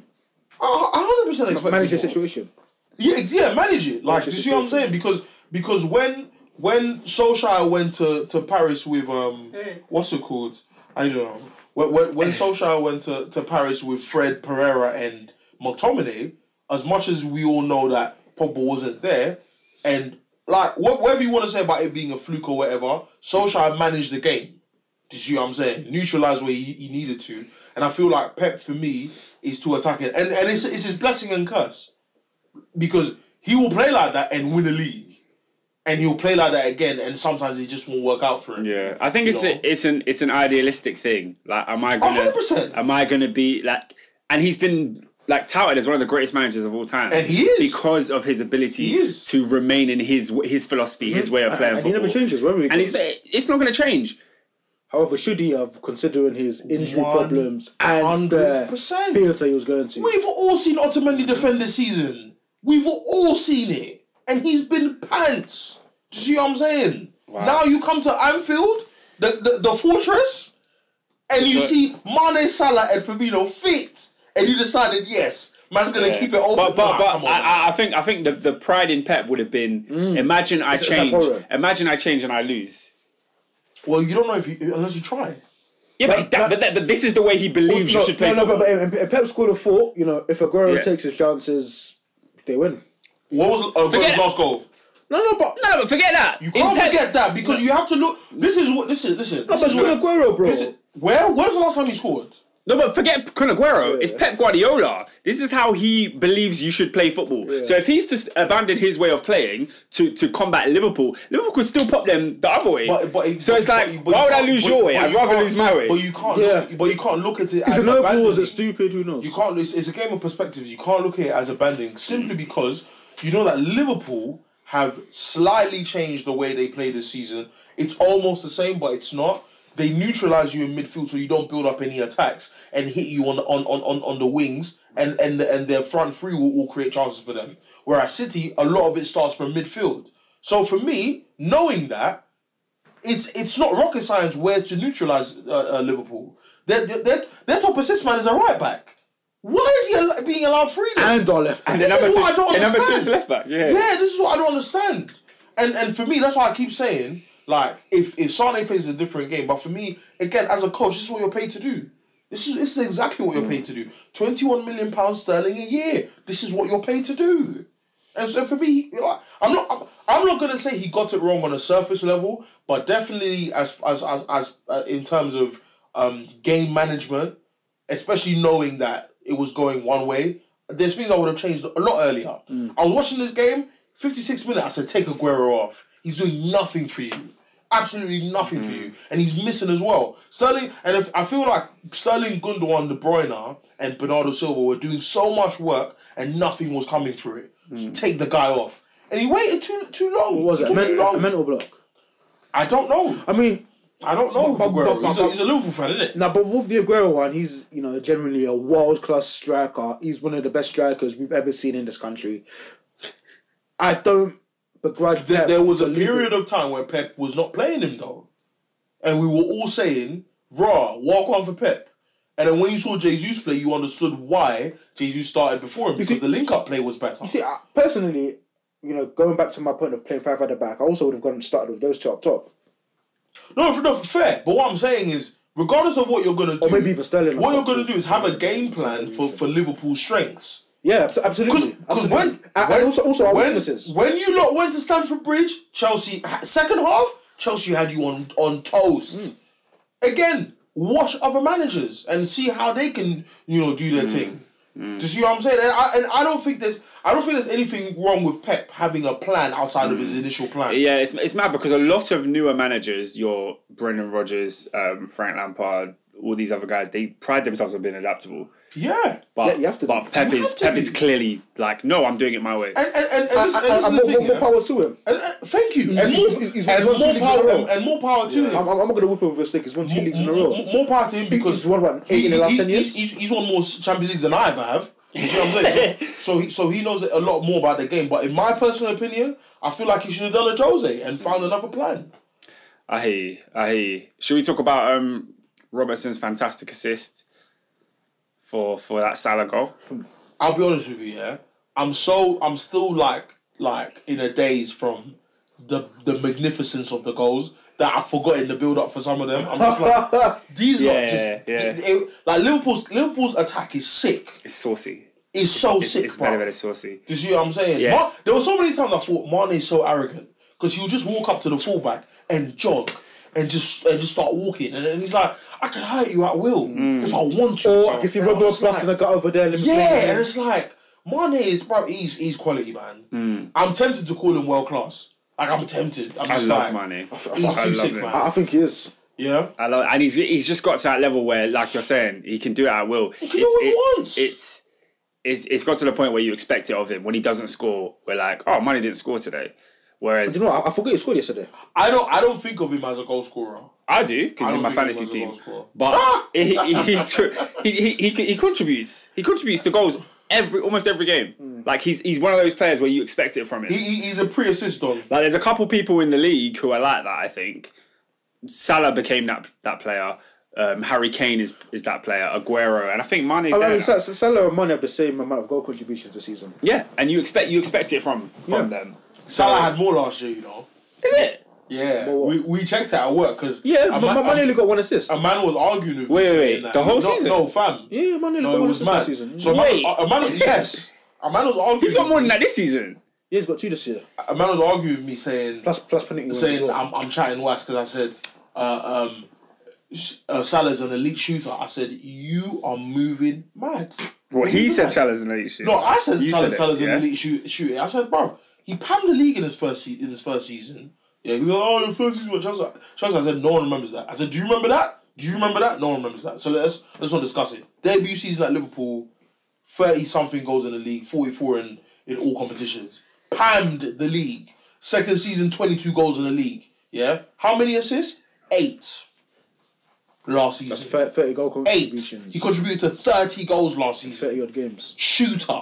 Speaker 3: I I 100 percent expected
Speaker 2: Manage the
Speaker 3: more.
Speaker 2: situation.
Speaker 3: Yeah, ex- yeah, manage it.
Speaker 2: Manage
Speaker 3: Like,
Speaker 2: the
Speaker 3: do you see what I'm saying?
Speaker 2: situation.
Speaker 3: Because because when when Solskjaer went to, to Paris with um what's it called? I don't know. When when, when Solskjaer went to, to Paris with Fred Pereira and McTominay, as much as we all know that Pogba wasn't there, and like wh- whatever you want to say about it being a fluke or whatever, Solskjaer managed the game. Do you see what I'm saying? Neutralize where he, he needed to, and I feel like Pep for me is to attack it, and and it's it's his blessing and curse because he will play like that and win a league, and he'll play like that again, and sometimes it just won't work out for him.
Speaker 1: Yeah, I think it's
Speaker 3: You know?
Speaker 1: a, it's an it's an idealistic thing. Like, am I gonna
Speaker 3: 100%.
Speaker 1: am I gonna be like? And he's been like touted as one of the greatest managers of all time,
Speaker 3: And he is.
Speaker 1: because of his ability
Speaker 3: He is.
Speaker 1: to
Speaker 3: Mm-hmm.
Speaker 1: remain in his his philosophy, his way of playing
Speaker 2: And he
Speaker 1: football.
Speaker 2: never changes. Wherever he
Speaker 1: And
Speaker 2: goes.
Speaker 1: it's it's not gonna change.
Speaker 2: However, should he have, considering his injury
Speaker 3: One
Speaker 2: problems and the
Speaker 3: percent.
Speaker 2: theatre he was going to?
Speaker 3: We've all seen Otamendi defend this season. We've all seen it, and he's been pants. Do you see what I'm saying? Now you come to Anfield, the the, the fortress, and you
Speaker 1: But-
Speaker 3: see Mane, Salah, and Firmino fit, and you decided yes, man's gonna keep it open.
Speaker 1: But but
Speaker 3: Nah,
Speaker 1: but
Speaker 3: come on,
Speaker 1: I,
Speaker 3: man. Mm.
Speaker 1: I- I think I think the, the pride in Pep would have been imagine I
Speaker 2: it's
Speaker 1: change
Speaker 2: abhorrent.
Speaker 1: imagine I change and I lose.
Speaker 3: well, you don't know if you unless you try.
Speaker 1: Yeah, but, that, but, that, but this is the way he believes
Speaker 2: no,
Speaker 1: you should play
Speaker 2: no, no,
Speaker 1: football.
Speaker 2: but, but, but Pep scored a four. You know, if Aguero
Speaker 1: Yeah.
Speaker 2: takes his chances, they win.
Speaker 3: What was uh,
Speaker 1: Forget-
Speaker 3: Aguero's last goal?
Speaker 2: No, no, but
Speaker 1: no, no, but forget that.
Speaker 3: You can't forget that because you have to look. This is what. This is listen. This
Speaker 2: That's
Speaker 3: is
Speaker 2: Kun
Speaker 3: what.
Speaker 2: Aguero, bro.
Speaker 3: This is, where? Where's the last time he scored?
Speaker 1: No, but forget Kun Aguero. It's
Speaker 2: Yeah.
Speaker 1: Pep Guardiola. This is how he believes you should play football. So if he's to s- abandon his way of playing to, to combat Liverpool, Liverpool could still pop them the other way.
Speaker 3: But, but
Speaker 1: so it's
Speaker 3: but-
Speaker 1: like,
Speaker 3: but you- but
Speaker 1: why
Speaker 3: you
Speaker 1: would I
Speaker 3: can't-
Speaker 1: lose
Speaker 3: but-
Speaker 1: your way?
Speaker 3: but
Speaker 1: I'd
Speaker 3: you
Speaker 1: rather
Speaker 3: can't-
Speaker 1: lose my way.
Speaker 3: But you can't.
Speaker 2: Yeah.
Speaker 3: Look, but you can't look at it.
Speaker 2: Is
Speaker 3: as
Speaker 2: it Liverpool or is it
Speaker 3: abandoning.
Speaker 2: stupid? Who knows?
Speaker 3: You can't. It's, it's a game of perspectives. You can't look at it as abandoning simply because you know that Liverpool have slightly changed the way they play this season. It's almost the same, but it's not. They neutralize you in midfield so you don't build up any attacks and hit you on the, on, on, on, on the wings and, and and their front three will all create chances for them. Whereas City, a lot of it starts from midfield. So for me, knowing that, it's it's not rocket science where to neutralize uh, uh, Liverpool. Their, their, their top assist man is a right back. Why is he al- being allowed freedom?
Speaker 2: And our left.
Speaker 1: And
Speaker 2: back.
Speaker 1: the
Speaker 3: This
Speaker 1: number
Speaker 3: is
Speaker 1: two,
Speaker 3: what I don't
Speaker 1: the number two is
Speaker 3: understand.
Speaker 1: left back. Yeah.
Speaker 3: Yeah, this is what I don't understand. And and for me, that's why I keep saying, like, if if Sane plays a different game, but for me, again, as a coach, this is what you're paid to do. This is this is exactly what you're paid to do. Twenty one million pounds sterling a year. This is what you're paid to do. And so for me, you know, I'm not I'm, I'm not gonna say he got it wrong on a surface level, but definitely as as as, as uh, in terms of um, game management, especially knowing that it was going one way. There's things I would have changed a lot earlier.
Speaker 2: Mm.
Speaker 3: I was watching this game, 56 minutes, I said, take Aguero off. He's doing nothing for you. Absolutely nothing
Speaker 2: Mm.
Speaker 3: for you. And he's missing as well. Sterling, and if, I feel like Sterling Gundogan, De Bruyne, and Bernardo Silva were doing so much work and nothing was coming through it. So take the guy off. And he waited too too long.
Speaker 2: Mm. What was
Speaker 3: He
Speaker 2: it?
Speaker 3: took
Speaker 2: Men-
Speaker 3: too long.
Speaker 2: a mental block.
Speaker 3: I don't know.
Speaker 2: I mean,
Speaker 3: I don't know.
Speaker 2: But- but-
Speaker 3: Aguero.
Speaker 2: but-
Speaker 3: he's, a, he's a Liverpool fan, isn't it?
Speaker 2: now, but with the Aguero one, he's you know generally a world class striker. He's one of the best strikers we've ever seen in this country. I don't begrudge.
Speaker 3: There,
Speaker 2: Pep
Speaker 3: there was a
Speaker 2: for leaving.
Speaker 3: period of time where Pep was not playing him though, and we were all saying, "Raw, walk on for Pep." And then when you saw Jesus play, you understood why Jesus started before him because
Speaker 2: see-
Speaker 3: the link-up play was better.
Speaker 2: You see, I, personally, you know, going back to my point of playing five at the back, I also would have gone and started with those two up top,
Speaker 3: no, for, no, fair. But what I'm saying is, regardless of what you're gonna do,
Speaker 2: or maybe even Sterling. up
Speaker 3: what you're
Speaker 2: top.
Speaker 3: gonna do is have a game plan for for Liverpool's strengths.
Speaker 2: Yeah, abso- absolutely.
Speaker 3: Because
Speaker 2: Absolutely.
Speaker 3: when,
Speaker 2: and,
Speaker 3: when
Speaker 2: and uh, also also our
Speaker 3: when,
Speaker 2: weaknesses.
Speaker 3: when you lot went to Stamford Bridge, Chelsea ha- second half, Chelsea had you on on toast.
Speaker 2: Hmm.
Speaker 3: Again, watch other managers and see how they can you know do their
Speaker 2: Hmm.
Speaker 3: thing. Do you see what I'm saying? And I, and I don't think there's I don't think there's anything wrong with Pep having a plan outside of his
Speaker 2: Hmm.
Speaker 3: initial plan.
Speaker 1: Yeah, it's, it's mad because a lot of newer managers, your Brendan Rodgers, um, Frank Lampard, all these other guys, they pride themselves on being adaptable.
Speaker 3: Yeah.
Speaker 1: But,
Speaker 2: Yeah, you have to
Speaker 1: but
Speaker 2: be.
Speaker 1: Pep
Speaker 3: You
Speaker 1: is
Speaker 3: have to
Speaker 1: Pep
Speaker 3: be.
Speaker 1: is clearly like, no, I'm doing it my way.
Speaker 3: And and, and, and,
Speaker 2: And-
Speaker 3: this, and
Speaker 2: and
Speaker 3: this is
Speaker 2: more,
Speaker 3: the thing.
Speaker 2: more
Speaker 3: yeah?
Speaker 2: power to him.
Speaker 3: And, uh, thank you. And
Speaker 2: he's-
Speaker 3: more,
Speaker 2: he's- he's
Speaker 3: and,
Speaker 2: won
Speaker 3: more
Speaker 2: two leagues in
Speaker 3: power,
Speaker 2: a row.
Speaker 3: and, and more power to him.
Speaker 2: I'm, I'm not going to whip him with a stick. He's won two leagues in a
Speaker 3: M-
Speaker 2: row.
Speaker 3: m- More power to him because
Speaker 2: he's won, what, eight in the last 10 years?
Speaker 3: He's, he's won more Champions Leagues than I ever have. You see what I'm saying? So, so he so he knows a lot more about the game. But in my personal opinion, I feel like he should have done a Jose and found another plan.
Speaker 1: I hear you. I hear you. Should we talk about um, Robertson's fantastic assist for for that Salah goal?
Speaker 3: I'll be honest with you, yeah. I'm so I'm still like like in a daze from the the magnificence of the goals that I've forgotten the build up for some of them. I'm just like these lot
Speaker 1: Yeah,
Speaker 3: just
Speaker 1: yeah.
Speaker 3: it- like Liverpool's Liverpool's attack is sick.
Speaker 1: It's saucy.
Speaker 3: It's so
Speaker 1: It's,
Speaker 3: sick.
Speaker 1: it's
Speaker 3: bro.
Speaker 1: very very saucy.
Speaker 3: Do you see what I'm saying?
Speaker 1: Yeah.
Speaker 3: Ma- there were so many times I thought Mane's so arrogant because he'll just walk up to the fullback and jog and just and just start walking, and then he's like, "I can hurt you at will
Speaker 1: Mm.
Speaker 3: if I want to."
Speaker 2: Or
Speaker 3: bro."
Speaker 2: I can see
Speaker 3: And I'm
Speaker 2: Robert
Speaker 3: just like,
Speaker 2: busting a gut over there. let me play
Speaker 3: Yeah, and
Speaker 2: him.
Speaker 3: it's like Mane is bro. He's he's quality, man. I'm tempted to call him world class. Like I'm tempted.
Speaker 1: Mm.
Speaker 3: I'm
Speaker 1: I
Speaker 3: just
Speaker 1: love
Speaker 3: like,
Speaker 1: money.
Speaker 3: He's
Speaker 1: I
Speaker 3: too
Speaker 1: love
Speaker 3: sick,
Speaker 1: it.
Speaker 3: man.
Speaker 2: I I think he is.
Speaker 3: Yeah.
Speaker 1: I love, and he's he's just got to that level where, like you're saying, he can do it at will. He
Speaker 3: can do what he wants.
Speaker 1: It's it's it's got to the point where you expect it of him. When he doesn't score, we're like, oh, money didn't score today. Whereas
Speaker 2: You know, I, I forgot he scored yesterday.
Speaker 3: I don't I don't think of him as a goal scorer.
Speaker 1: I do because
Speaker 3: I
Speaker 1: he's in
Speaker 3: don't
Speaker 1: my
Speaker 3: think he
Speaker 1: fantasy
Speaker 3: was a
Speaker 1: team.
Speaker 3: goal scorer. Ah!
Speaker 1: But he, he- he's, he, he, he he contributes. He contributes to goals every almost every game. Like he's he's one of those players where you expect it from him.
Speaker 3: Hmm. He, he- he's a pre-assist on.
Speaker 1: Like there's a couple people in the league who are like that. I think Salah became that that player. Um, Harry Kane is is that player. Aguero, and I think Mane's
Speaker 2: I
Speaker 3: Oh,
Speaker 1: there.
Speaker 2: mean,
Speaker 1: now.
Speaker 2: Sa- Sa- Salah and Mane have the same amount of goal contributions this season.
Speaker 1: Yeah, and you expect you expect it from from
Speaker 2: Yeah.
Speaker 1: them.
Speaker 3: Salah had more last year, you know.
Speaker 1: Is it?
Speaker 3: Yeah,
Speaker 2: what?
Speaker 3: we, we checked it at work because
Speaker 2: Yeah, Ma- Ma- Mane only got one assist.
Speaker 3: a man was arguing with
Speaker 1: Wait, wait,
Speaker 3: me saying
Speaker 1: wait,
Speaker 3: that.
Speaker 1: the whole
Speaker 3: no,
Speaker 1: season?
Speaker 3: No, fam.
Speaker 2: yeah, Mane only got
Speaker 3: no, it
Speaker 2: one
Speaker 3: was
Speaker 2: assist this
Speaker 3: mad.
Speaker 2: season.
Speaker 3: So a man,
Speaker 1: Wait.
Speaker 3: a, a man, yes, a man was arguing.
Speaker 1: He's got more than
Speaker 3: with me-
Speaker 1: that this season.
Speaker 2: yeah, he's got two this year.
Speaker 3: A man was arguing with me saying,
Speaker 2: Plus, plus penalty wins as
Speaker 3: saying
Speaker 2: well.
Speaker 3: I'm, I'm chatting west because I said, uh, um, sh- uh, Salah's an elite shooter. I said you are moving mad.
Speaker 1: Well, he said
Speaker 3: said
Speaker 1: Salah's an elite shooter.
Speaker 3: No, I said
Speaker 1: You
Speaker 3: Salah,
Speaker 1: said it,
Speaker 3: Salah's
Speaker 1: yeah?
Speaker 3: an elite shoot, shooter. I said, bruv, he panned the league in his first se- in his first season. Yeah, he was like, oh, your first season was Chelsea. Chelsea. I said, no one remembers that. I said, do you remember that? Do you remember that? No one remembers that. So let's let's not discuss it. Debut season at Liverpool, thirty something goals in the league, forty four in in all competitions. Pammed the league. Second season, 22 goals in the league. Yeah. How many assists? Eight. Last
Speaker 2: That's
Speaker 3: season.
Speaker 2: thir- 30 goal
Speaker 3: Eight.
Speaker 2: contributions.
Speaker 3: He contributed to 30 goals last season
Speaker 2: 30 odd games.
Speaker 3: shooter,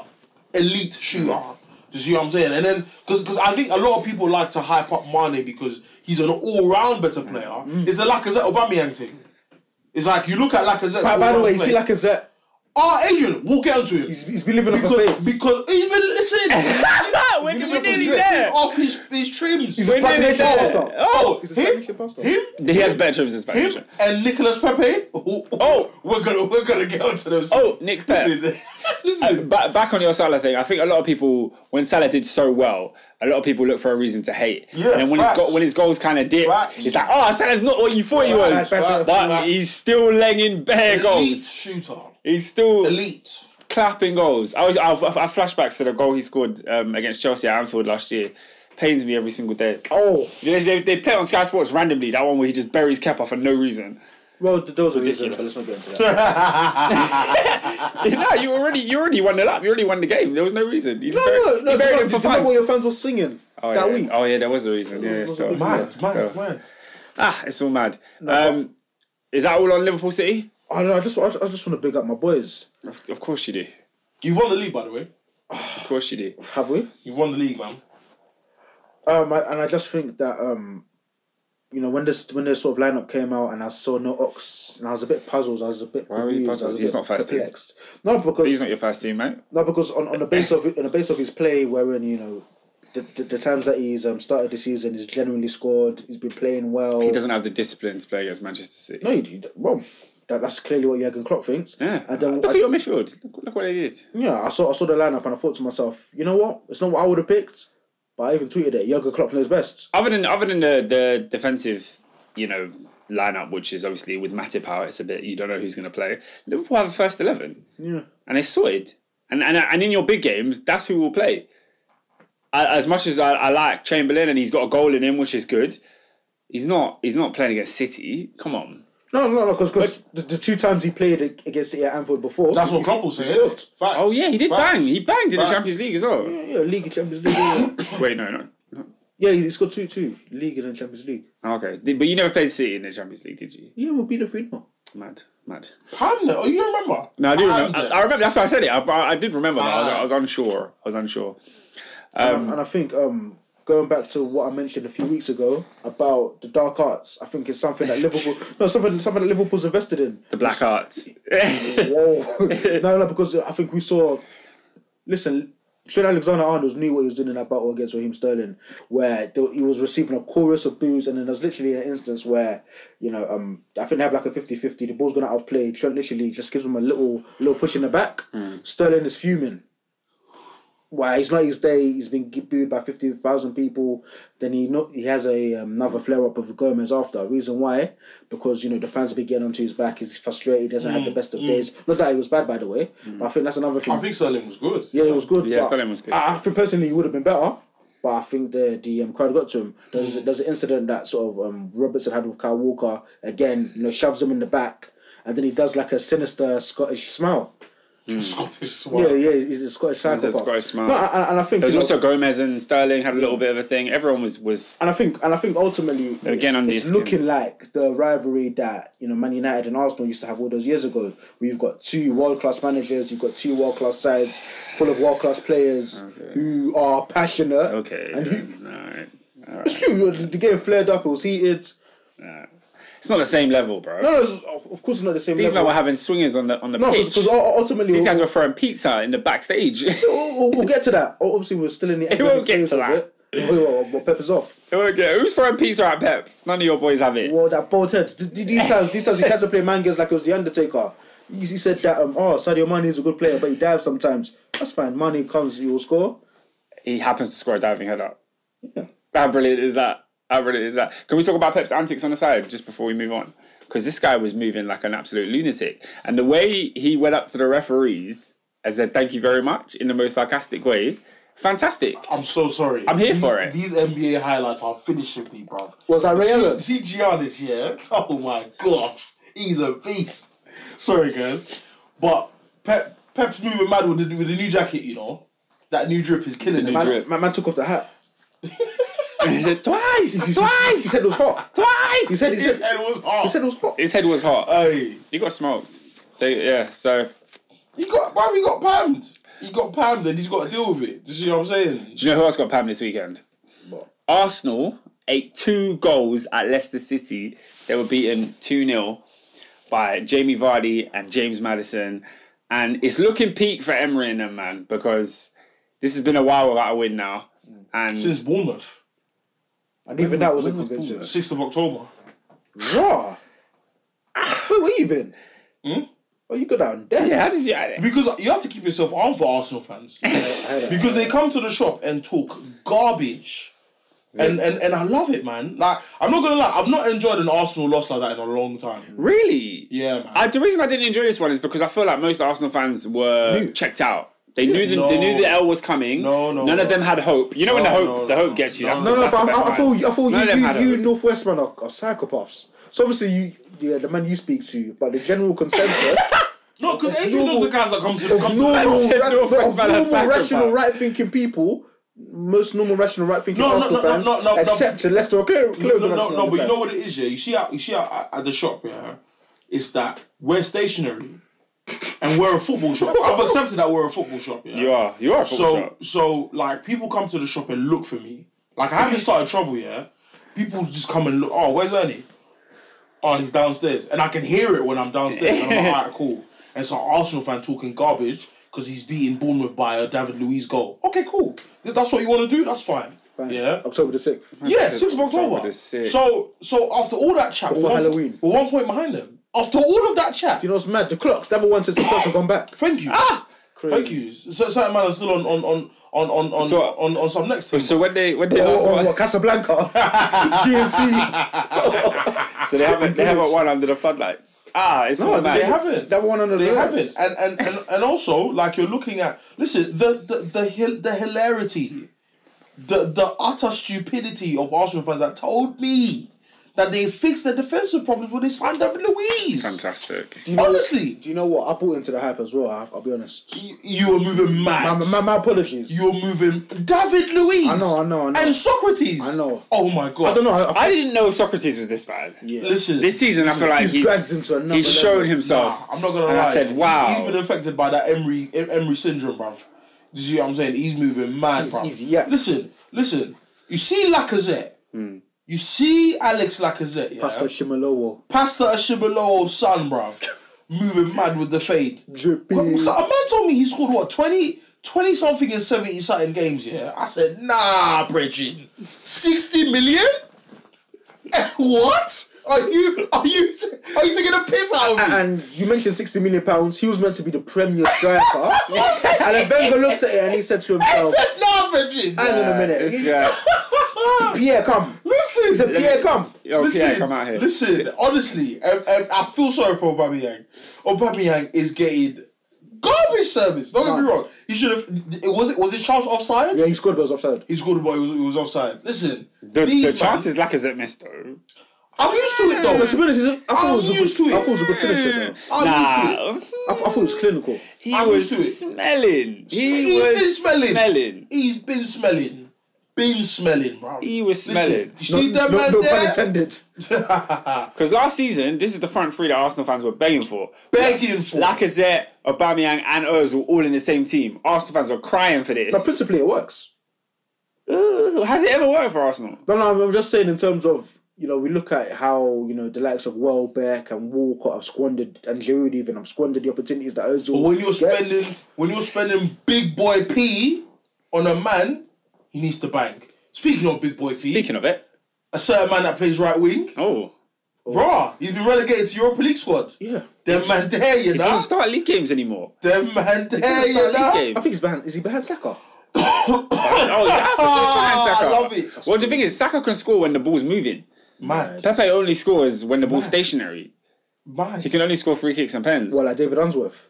Speaker 3: elite shooter. Do you see what I'm saying? And then, because I think a lot of people like to hype up Mane because he's an all round better player.
Speaker 2: Mm.
Speaker 3: It's a Lacazette Aubameyang thing. It's like you look at Lacazette.
Speaker 2: By, by the way, you see, like I said,
Speaker 3: oh, Adrian, we'll get onto him
Speaker 2: he's, he's been living off the
Speaker 3: because
Speaker 2: face.
Speaker 3: because he's been listening.
Speaker 1: we're,
Speaker 2: He's
Speaker 1: we're nearly
Speaker 2: off-
Speaker 1: there.
Speaker 3: He's off his his trims.
Speaker 2: He's a
Speaker 1: nearly
Speaker 2: Spanish
Speaker 1: there.
Speaker 2: superstar.
Speaker 1: Oh,
Speaker 2: He's a
Speaker 3: him,
Speaker 2: Spanish superstar.
Speaker 3: him,
Speaker 1: he has better trips than Spanish.
Speaker 3: him, and Nicolas Pepe. Oh,
Speaker 1: Oh.
Speaker 3: we're gonna we're gonna get onto them.
Speaker 1: Oh, Nick Pep.
Speaker 3: listen, listen.
Speaker 1: Uh,
Speaker 2: Uh,
Speaker 1: Ba- back on your Salah thing, I think a lot of people, when Salah did so well, a lot of people look for a reason to hate.
Speaker 3: Yeah,
Speaker 1: and then when his,
Speaker 3: facts.
Speaker 1: go- when his goals kind of dipped,
Speaker 3: Facts.
Speaker 1: it's like, oh, Salah's not what you thought he was.
Speaker 2: Facts, facts,
Speaker 1: But
Speaker 3: facts.
Speaker 1: he's still laying bare
Speaker 3: elite
Speaker 1: goals.
Speaker 3: shooter,
Speaker 1: He's still
Speaker 3: elite.
Speaker 1: clapping goals. I was, I, I, I flashbacks to the goal he scored um, against Chelsea at Anfield last year. Pains me every single day.
Speaker 2: Oh,
Speaker 1: They, they, they play on Sky Sports randomly. That one where he just buries Kepa for no reason.
Speaker 2: well, th- there was a reason,
Speaker 1: ridiculous.
Speaker 2: but let's not get into that.
Speaker 1: no, you already you already won it up. You already won the game. There was no reason. He just
Speaker 2: no,
Speaker 1: buried,
Speaker 2: no, no,
Speaker 1: he
Speaker 2: no.
Speaker 1: buried
Speaker 2: Do
Speaker 1: him
Speaker 2: you
Speaker 1: for
Speaker 2: remember
Speaker 1: fun.
Speaker 2: what your fans were singing
Speaker 1: Oh,
Speaker 2: that
Speaker 1: yeah.
Speaker 2: week?
Speaker 1: Oh yeah, there was a reason. Yeah,
Speaker 2: was
Speaker 1: still,
Speaker 2: a-
Speaker 1: still,
Speaker 3: Mad,
Speaker 1: still.
Speaker 3: mad, mad.
Speaker 1: Ah, it's all mad. um, is that all on Liverpool City?
Speaker 2: I don't know. I just, I just, I just want to big up my boys.
Speaker 1: Of of course you do.
Speaker 3: You've won the league, by the way.
Speaker 1: Of course you do.
Speaker 2: Have we?
Speaker 3: You've won the league, man.
Speaker 2: Um, I, and I just think that um, you know, when this when this sort of lineup came out and I saw no Ox and I was a bit puzzled. I was a bit. Why
Speaker 1: were you puzzled? He's not fast, dude.
Speaker 2: perplexed. No, because
Speaker 1: He's not your first team, mate.
Speaker 2: No, because on, on the base of on the base of his play, wherein you know the, the, the times that he's um, started the season, he's generally scored. He's been playing well.
Speaker 1: He doesn't have the discipline to play against Manchester City.
Speaker 2: No, he, he, well, that, that's clearly what Jurgen Klopp thinks.
Speaker 1: Yeah.
Speaker 2: And then
Speaker 1: look
Speaker 2: I,
Speaker 1: at your midfield. Look, look what they did.
Speaker 2: yeah, I saw I saw the lineup and I thought to myself, you know what? It's not what I would have picked. But I even tweeted it. Jurgen Klopp knows best.
Speaker 1: Other than other than the the defensive, you know, lineup, which is obviously with Matip out, it's a bit you don't know who's going to play. Liverpool have a first eleven.
Speaker 2: Yeah.
Speaker 1: and it's sorted. And, and and in your big games, that's who will play. I, as much as I, I like Chamberlain and he's got a goal in him, which is good, he's not he's not playing against City. Come on,
Speaker 2: No, no, no, because the, the two times he played ag- against City at Anfield before,
Speaker 3: That's what
Speaker 2: he's-
Speaker 3: Klopp was
Speaker 2: he's
Speaker 3: saying.
Speaker 2: good.
Speaker 3: Facts.
Speaker 1: oh yeah, he did
Speaker 3: Facts.
Speaker 1: bang. He banged in
Speaker 3: Facts.
Speaker 1: the Champions League as well.
Speaker 2: Yeah, yeah, League and Champions League. Yeah,
Speaker 1: Wait, no, no.
Speaker 2: yeah he scored two two League and then Champions League.
Speaker 1: oh, Okay, Did- but you never played City in the Champions League, did you?
Speaker 2: Yeah, we'll beat the three now.
Speaker 1: Mad, mad.
Speaker 3: Pamna. Oh, you don't remember?
Speaker 1: No, I do
Speaker 3: Pamna.
Speaker 1: remember. I, I remember. That's why I said it. I, I I did remember. that. I, was,
Speaker 3: Ah.
Speaker 1: I was unsure. I was unsure.
Speaker 2: and, I, and I think um, going back to what I mentioned a few weeks ago about the dark arts, I think it's something that Liverpool, no, something something that Liverpool's invested in.
Speaker 1: The black arts.
Speaker 2: Whoa, no, no, because I think we saw. Listen, Trent Alexander-Arnold knew what he was doing in that battle against Raheem Sterling, where th- he was receiving a chorus of boos, and then there's literally an instance where, you know, um, I think they have like a 50-50, the ball's gonna outplay. Trent literally just gives him a little little push in the back. Sterling is fuming. Why he's not his day. He's been g- booed by fifty thousand people. Then he not he has a um, another flare up of Gomez after. Reason why? Because you know the fans have been getting onto his back. He's frustrated. He doesn't have the best of days. Not that he was bad, by the way. But I think that's another thing.
Speaker 3: Mm, I think Sterling was good.
Speaker 2: yeah, it was good.
Speaker 1: Yeah,
Speaker 2: but
Speaker 1: Sterling was good.
Speaker 2: I, I think personally he would have been better. But I think the the um, crowd got to him. There's
Speaker 3: Mm.
Speaker 2: there's an incident that sort of um, Robertson had with Kyle Walker again. You know, shoves him in the back, and then he does like a sinister Scottish smile.
Speaker 3: Scottish
Speaker 2: Yeah,
Speaker 3: swag.
Speaker 2: yeah, he's a Scottish psychopath.
Speaker 1: Scottish smile.
Speaker 2: No, and, and I think
Speaker 1: There was
Speaker 2: you know,
Speaker 1: also Gomez and Sterling had a little bit of a thing. Everyone was was
Speaker 2: and I think and I think ultimately it's,
Speaker 1: again, under
Speaker 2: it's
Speaker 1: your skin.
Speaker 2: looking like the rivalry that you know Man United and Arsenal used to have all those years ago. Where you've got two world class managers, you've got two world class sides full of world class players who are passionate.
Speaker 1: okay.
Speaker 2: and who,
Speaker 1: All right.
Speaker 2: it's true. The the game flared up. It was heated.
Speaker 1: It's not the same level, bro.
Speaker 2: No, no, it's- of course it's not the same.
Speaker 1: These men
Speaker 2: level.
Speaker 1: were having swingers on the on the
Speaker 2: no,
Speaker 1: pitch.
Speaker 2: because ultimately
Speaker 1: These guys
Speaker 2: we'll,
Speaker 1: were throwing pizza in the backstage. it
Speaker 2: we'll, we'll- we'll get to that. Obviously, we're still in the.
Speaker 1: won't
Speaker 2: academic
Speaker 1: get
Speaker 2: phase
Speaker 1: to
Speaker 2: of
Speaker 1: that.
Speaker 2: it. Well, well, well, peppers off.
Speaker 1: won't get- Who's throwing pizza at Pep? None of your boys have it.
Speaker 2: Well, that bald head. Th- th- These times, these times, he had to play mangas like it was the Undertaker. He, he said that, um, oh, Sadio Mane is a good player, but he dives sometimes. That's fine. Mane comes, he will score.
Speaker 1: He happens to score a diving header. How brilliant is that? How brilliant is that? Can we talk about Pep's antics on the side just before we move on? Because this guy was moving like an absolute lunatic, and the way he went up to the referees and said "Thank you very much" in the most sarcastic way, fantastic.
Speaker 3: I'm so sorry.
Speaker 1: I'm here
Speaker 3: these,
Speaker 1: for it.
Speaker 3: These NBA highlights are finishing me, bruv.
Speaker 2: Was that Ray Allen?
Speaker 3: See Giannis, yeah? Oh my gosh. He's a beast. Sorry, guys. But Pep, Pep's moving mad with the, with the new jacket, you know? That new drip is killing him.
Speaker 1: new
Speaker 2: Man,
Speaker 1: drip.
Speaker 2: my man took off the hat.
Speaker 1: He said, twice,
Speaker 2: He
Speaker 1: twice,
Speaker 2: said it was hot.
Speaker 1: twice.
Speaker 2: He said he
Speaker 3: His
Speaker 2: said,
Speaker 3: head was hot.
Speaker 2: he said it was hot.
Speaker 1: his head was hot.
Speaker 3: Hey,
Speaker 1: he got smoked. They, yeah, so
Speaker 3: he got, bro, he got pammed. He got pammed and he's got to deal with it. Do you see what I'm saying?
Speaker 1: do you know who else got pammed this weekend?
Speaker 2: What?
Speaker 1: Arsenal ate two goals at Leicester City. They were beaten 2 0 by Jamie Vardy and James Madison. And it's looking peak for Emery and them, man, because this has been a while without a win now. And
Speaker 3: Since Bournemouth,
Speaker 2: And even that was a
Speaker 1: when was
Speaker 2: convincing.
Speaker 1: Bournemouth?
Speaker 3: 6th of October.
Speaker 2: Raw. Wait, where you been?
Speaker 3: Hmm?
Speaker 2: Oh, you go down there.
Speaker 1: yeah, how did you.
Speaker 3: Because you have to keep yourself armed for Arsenal fans. because they come to the shop and talk garbage. And, and and I love it, man. Like I'm not gonna lie, I've not enjoyed an Arsenal loss like that in a long time.
Speaker 1: Really?
Speaker 3: Yeah, man.
Speaker 1: I, the reason I didn't enjoy this one is because I feel like most Arsenal fans were
Speaker 2: Knew.
Speaker 1: checked out. They knew the,
Speaker 3: No.
Speaker 1: they knew the L was coming.
Speaker 3: No, no,
Speaker 1: None
Speaker 3: no.
Speaker 1: of them had hope. You know when the
Speaker 3: No,
Speaker 1: hope
Speaker 3: no,
Speaker 1: the
Speaker 3: no,
Speaker 1: hope
Speaker 3: no.
Speaker 1: gets you.
Speaker 3: No,
Speaker 1: that's the,
Speaker 3: no,
Speaker 2: No, no,
Speaker 1: that's
Speaker 2: but
Speaker 1: the
Speaker 2: I,
Speaker 1: best
Speaker 2: I
Speaker 1: time.
Speaker 2: thought I thought
Speaker 1: None of
Speaker 2: you
Speaker 1: them
Speaker 2: you,
Speaker 1: had
Speaker 2: you
Speaker 1: hope.
Speaker 2: Northwestmen are, are psychopaths. So obviously you yeah the man you speak to, but the general consensus
Speaker 3: no, because Adrian knows the guys that come to
Speaker 2: of
Speaker 3: come to
Speaker 2: normal,
Speaker 1: said
Speaker 2: ra- of
Speaker 1: Northwestmen are
Speaker 2: normal rational
Speaker 1: psychopaths.
Speaker 2: right thinking people, most normal rational right thinking
Speaker 3: No, no,
Speaker 2: Arsenal
Speaker 3: no, no,
Speaker 2: fans,
Speaker 3: no, no, no.
Speaker 2: except to Leicester or Clear,
Speaker 3: No, no, no, no, but you know what it is, yeah. You see, how, you see, how, at- at the shop, yeah, it's that we're stationary, and we're a football shop. I've accepted that we're a football shop. Yeah.
Speaker 1: You are. You are a football
Speaker 3: So,
Speaker 1: shop.
Speaker 3: so like people come to the shop and look for me. Like I haven't started trouble yet. People just come and look. Oh, where's Ernie? Oh, he's downstairs, and I can hear it when I'm downstairs. and I'm like, alright, cool. And so Arsenal fan talking garbage because he's beating Bournemouth by a David Luiz goal. Okay, cool. If that's what you want to do. That's fine. Yeah.
Speaker 2: October the sixth.
Speaker 3: Yeah,
Speaker 1: Because
Speaker 3: sixth of
Speaker 1: October
Speaker 3: October.
Speaker 1: the sixth.
Speaker 3: So, so after all that chat,
Speaker 2: Before
Speaker 3: we're one,
Speaker 2: Halloween.
Speaker 3: we're one point behind them. After all of that chat,
Speaker 2: You Ah! know what's mad? The clocks. The other one since the clocks have gone back.
Speaker 3: thank you,
Speaker 2: Crazy.
Speaker 3: thank you. So, certain man are still on on on on on on
Speaker 1: So-
Speaker 3: on, on some next thing.
Speaker 1: So when they when they
Speaker 3: Oh,
Speaker 2: Or,
Speaker 1: asked
Speaker 2: or,
Speaker 1: what-
Speaker 2: what, Casablanca, GMT.
Speaker 1: so they haven't they haven't won under the floodlights. Ah, it's all
Speaker 2: No,
Speaker 1: about
Speaker 3: they haven't.
Speaker 2: That one on the
Speaker 3: They
Speaker 2: reverse.
Speaker 3: haven't, and and, and and also like you're looking at. Listen, the the the hil- the hilarity, the the utter stupidity of Arsenal fans that told me that they fixed their defensive problems when they signed David Luiz.
Speaker 1: fantastic.
Speaker 2: Do you know-
Speaker 3: Honestly,
Speaker 2: Do you know what? I bought into the hype as well. I- I'll be honest.
Speaker 3: you, you were moving
Speaker 2: My,
Speaker 3: mad.
Speaker 2: my, my apologies.
Speaker 3: you're moving David Luiz.
Speaker 2: I know, I know, I know.
Speaker 3: And Socrates.
Speaker 2: I know.
Speaker 3: Oh my god.
Speaker 2: I don't know. I, I,
Speaker 1: I didn't know Socrates was this bad.
Speaker 2: yeah.
Speaker 3: Listen,
Speaker 1: This season, I feel like
Speaker 2: he's,
Speaker 1: he's
Speaker 2: dragged into another.
Speaker 1: he's shown
Speaker 2: level.
Speaker 1: himself.
Speaker 3: I'm not gonna
Speaker 1: And
Speaker 3: lie.
Speaker 1: I said,
Speaker 3: He's-
Speaker 1: "Wow."
Speaker 3: he's been affected by that Emery Em- Emery syndrome, bruv. Do you see what I'm saying? He's moving mad,
Speaker 2: He's-
Speaker 3: bruv.
Speaker 2: he's yaps.
Speaker 3: Listen, listen. You see Lacazette. You see Alex Lacazette. Yeah?
Speaker 2: Hmm. Pastor Shimolowo.
Speaker 3: Pastor Ashibalo's son, bruv. moving mad with the fade.
Speaker 1: Mm.
Speaker 2: Drippy.
Speaker 3: So a man told me he scored what 20, 20 something in 70 something games, yeah? I said, nah, Bridging. 60 million? Eh, what? Are you are you are you taking a piss out of me?
Speaker 1: Uh-uh.
Speaker 2: And you mentioned sixty million pounds. He was meant to be the premier striker. and then Wenger looked at it and he said to
Speaker 1: Oh.
Speaker 3: I
Speaker 2: himself,
Speaker 3: said, nah, Bridging.
Speaker 1: Uh.
Speaker 2: "Hang on a minute,
Speaker 1: This guy.
Speaker 2: Pierre, come."
Speaker 3: listen,
Speaker 2: He said, "Pierre, come."
Speaker 1: Yo,
Speaker 3: listen,
Speaker 1: Pierre, come out here.
Speaker 3: listen, honestly, um, um, I feel sorry for Aubameyang. Aubameyang is getting garbage service. Don't get me wrong. He should have. It was it was it Charles offside?
Speaker 2: Yeah, he scored, but it was offside.
Speaker 3: He's good, but he was, he was offside. Listen,
Speaker 1: The,
Speaker 3: these
Speaker 1: the
Speaker 3: man-
Speaker 1: chances Lacazette missed though.
Speaker 3: I'm used to it though.
Speaker 2: But to be honest, he's a- I thought
Speaker 3: I'm
Speaker 2: it was a
Speaker 3: used
Speaker 2: good,
Speaker 3: to it.
Speaker 2: I thought it was a good finisher. Though.
Speaker 3: I'm used to it.
Speaker 1: Nah,
Speaker 2: I, th- I thought it was clinical.
Speaker 1: he
Speaker 3: I'm used to it.
Speaker 1: was smelling. He, was
Speaker 3: He's been
Speaker 1: smelling.
Speaker 3: smelling. He's been smelling, been smelling, bro.
Speaker 1: He was smelling.
Speaker 3: Listen, you see
Speaker 2: no,
Speaker 3: that
Speaker 2: no,
Speaker 3: man
Speaker 2: no pun
Speaker 3: there?
Speaker 2: intended.
Speaker 1: Because last season, this is the front three that Arsenal fans were begging for.
Speaker 3: Begging for.
Speaker 1: Lacazette, Aubameyang, and Özil all in the same team. Arsenal fans were crying for
Speaker 2: But
Speaker 1: this.
Speaker 2: principally, it works.
Speaker 1: Ooh, has it ever worked for Arsenal?
Speaker 2: No, no, I'm just saying in terms of you know we look at how you know the likes of Welbeck and Walcott have squandered and Giroud even have squandered the opportunities that Ozil.
Speaker 3: But when you're
Speaker 2: gets.
Speaker 3: spending when you're spending big boy P on a man, he needs to bank. Speaking of big boy P,
Speaker 1: Speaking of it,
Speaker 3: a certain man that plays right wing,
Speaker 1: oh,
Speaker 3: rah, he's been relegated to Europa League squad.
Speaker 2: yeah,
Speaker 3: Them man there, you
Speaker 1: doesn't
Speaker 3: know.
Speaker 1: start league games anymore.
Speaker 3: Them man there,
Speaker 2: doesn't
Speaker 3: you
Speaker 1: League
Speaker 3: know.
Speaker 2: I
Speaker 1: games.
Speaker 2: think he's behind. Is he behind Saka?
Speaker 1: Oh, yeah, that's
Speaker 3: Ah,
Speaker 1: Saka.
Speaker 3: I love it.
Speaker 1: Well, the thing is, Saka can score when the ball's moving.
Speaker 3: Mad,
Speaker 1: Pepe only scores when the ball's stationary.
Speaker 3: mad.
Speaker 1: He can only score free kicks and pens.
Speaker 2: Well, like David Unsworth.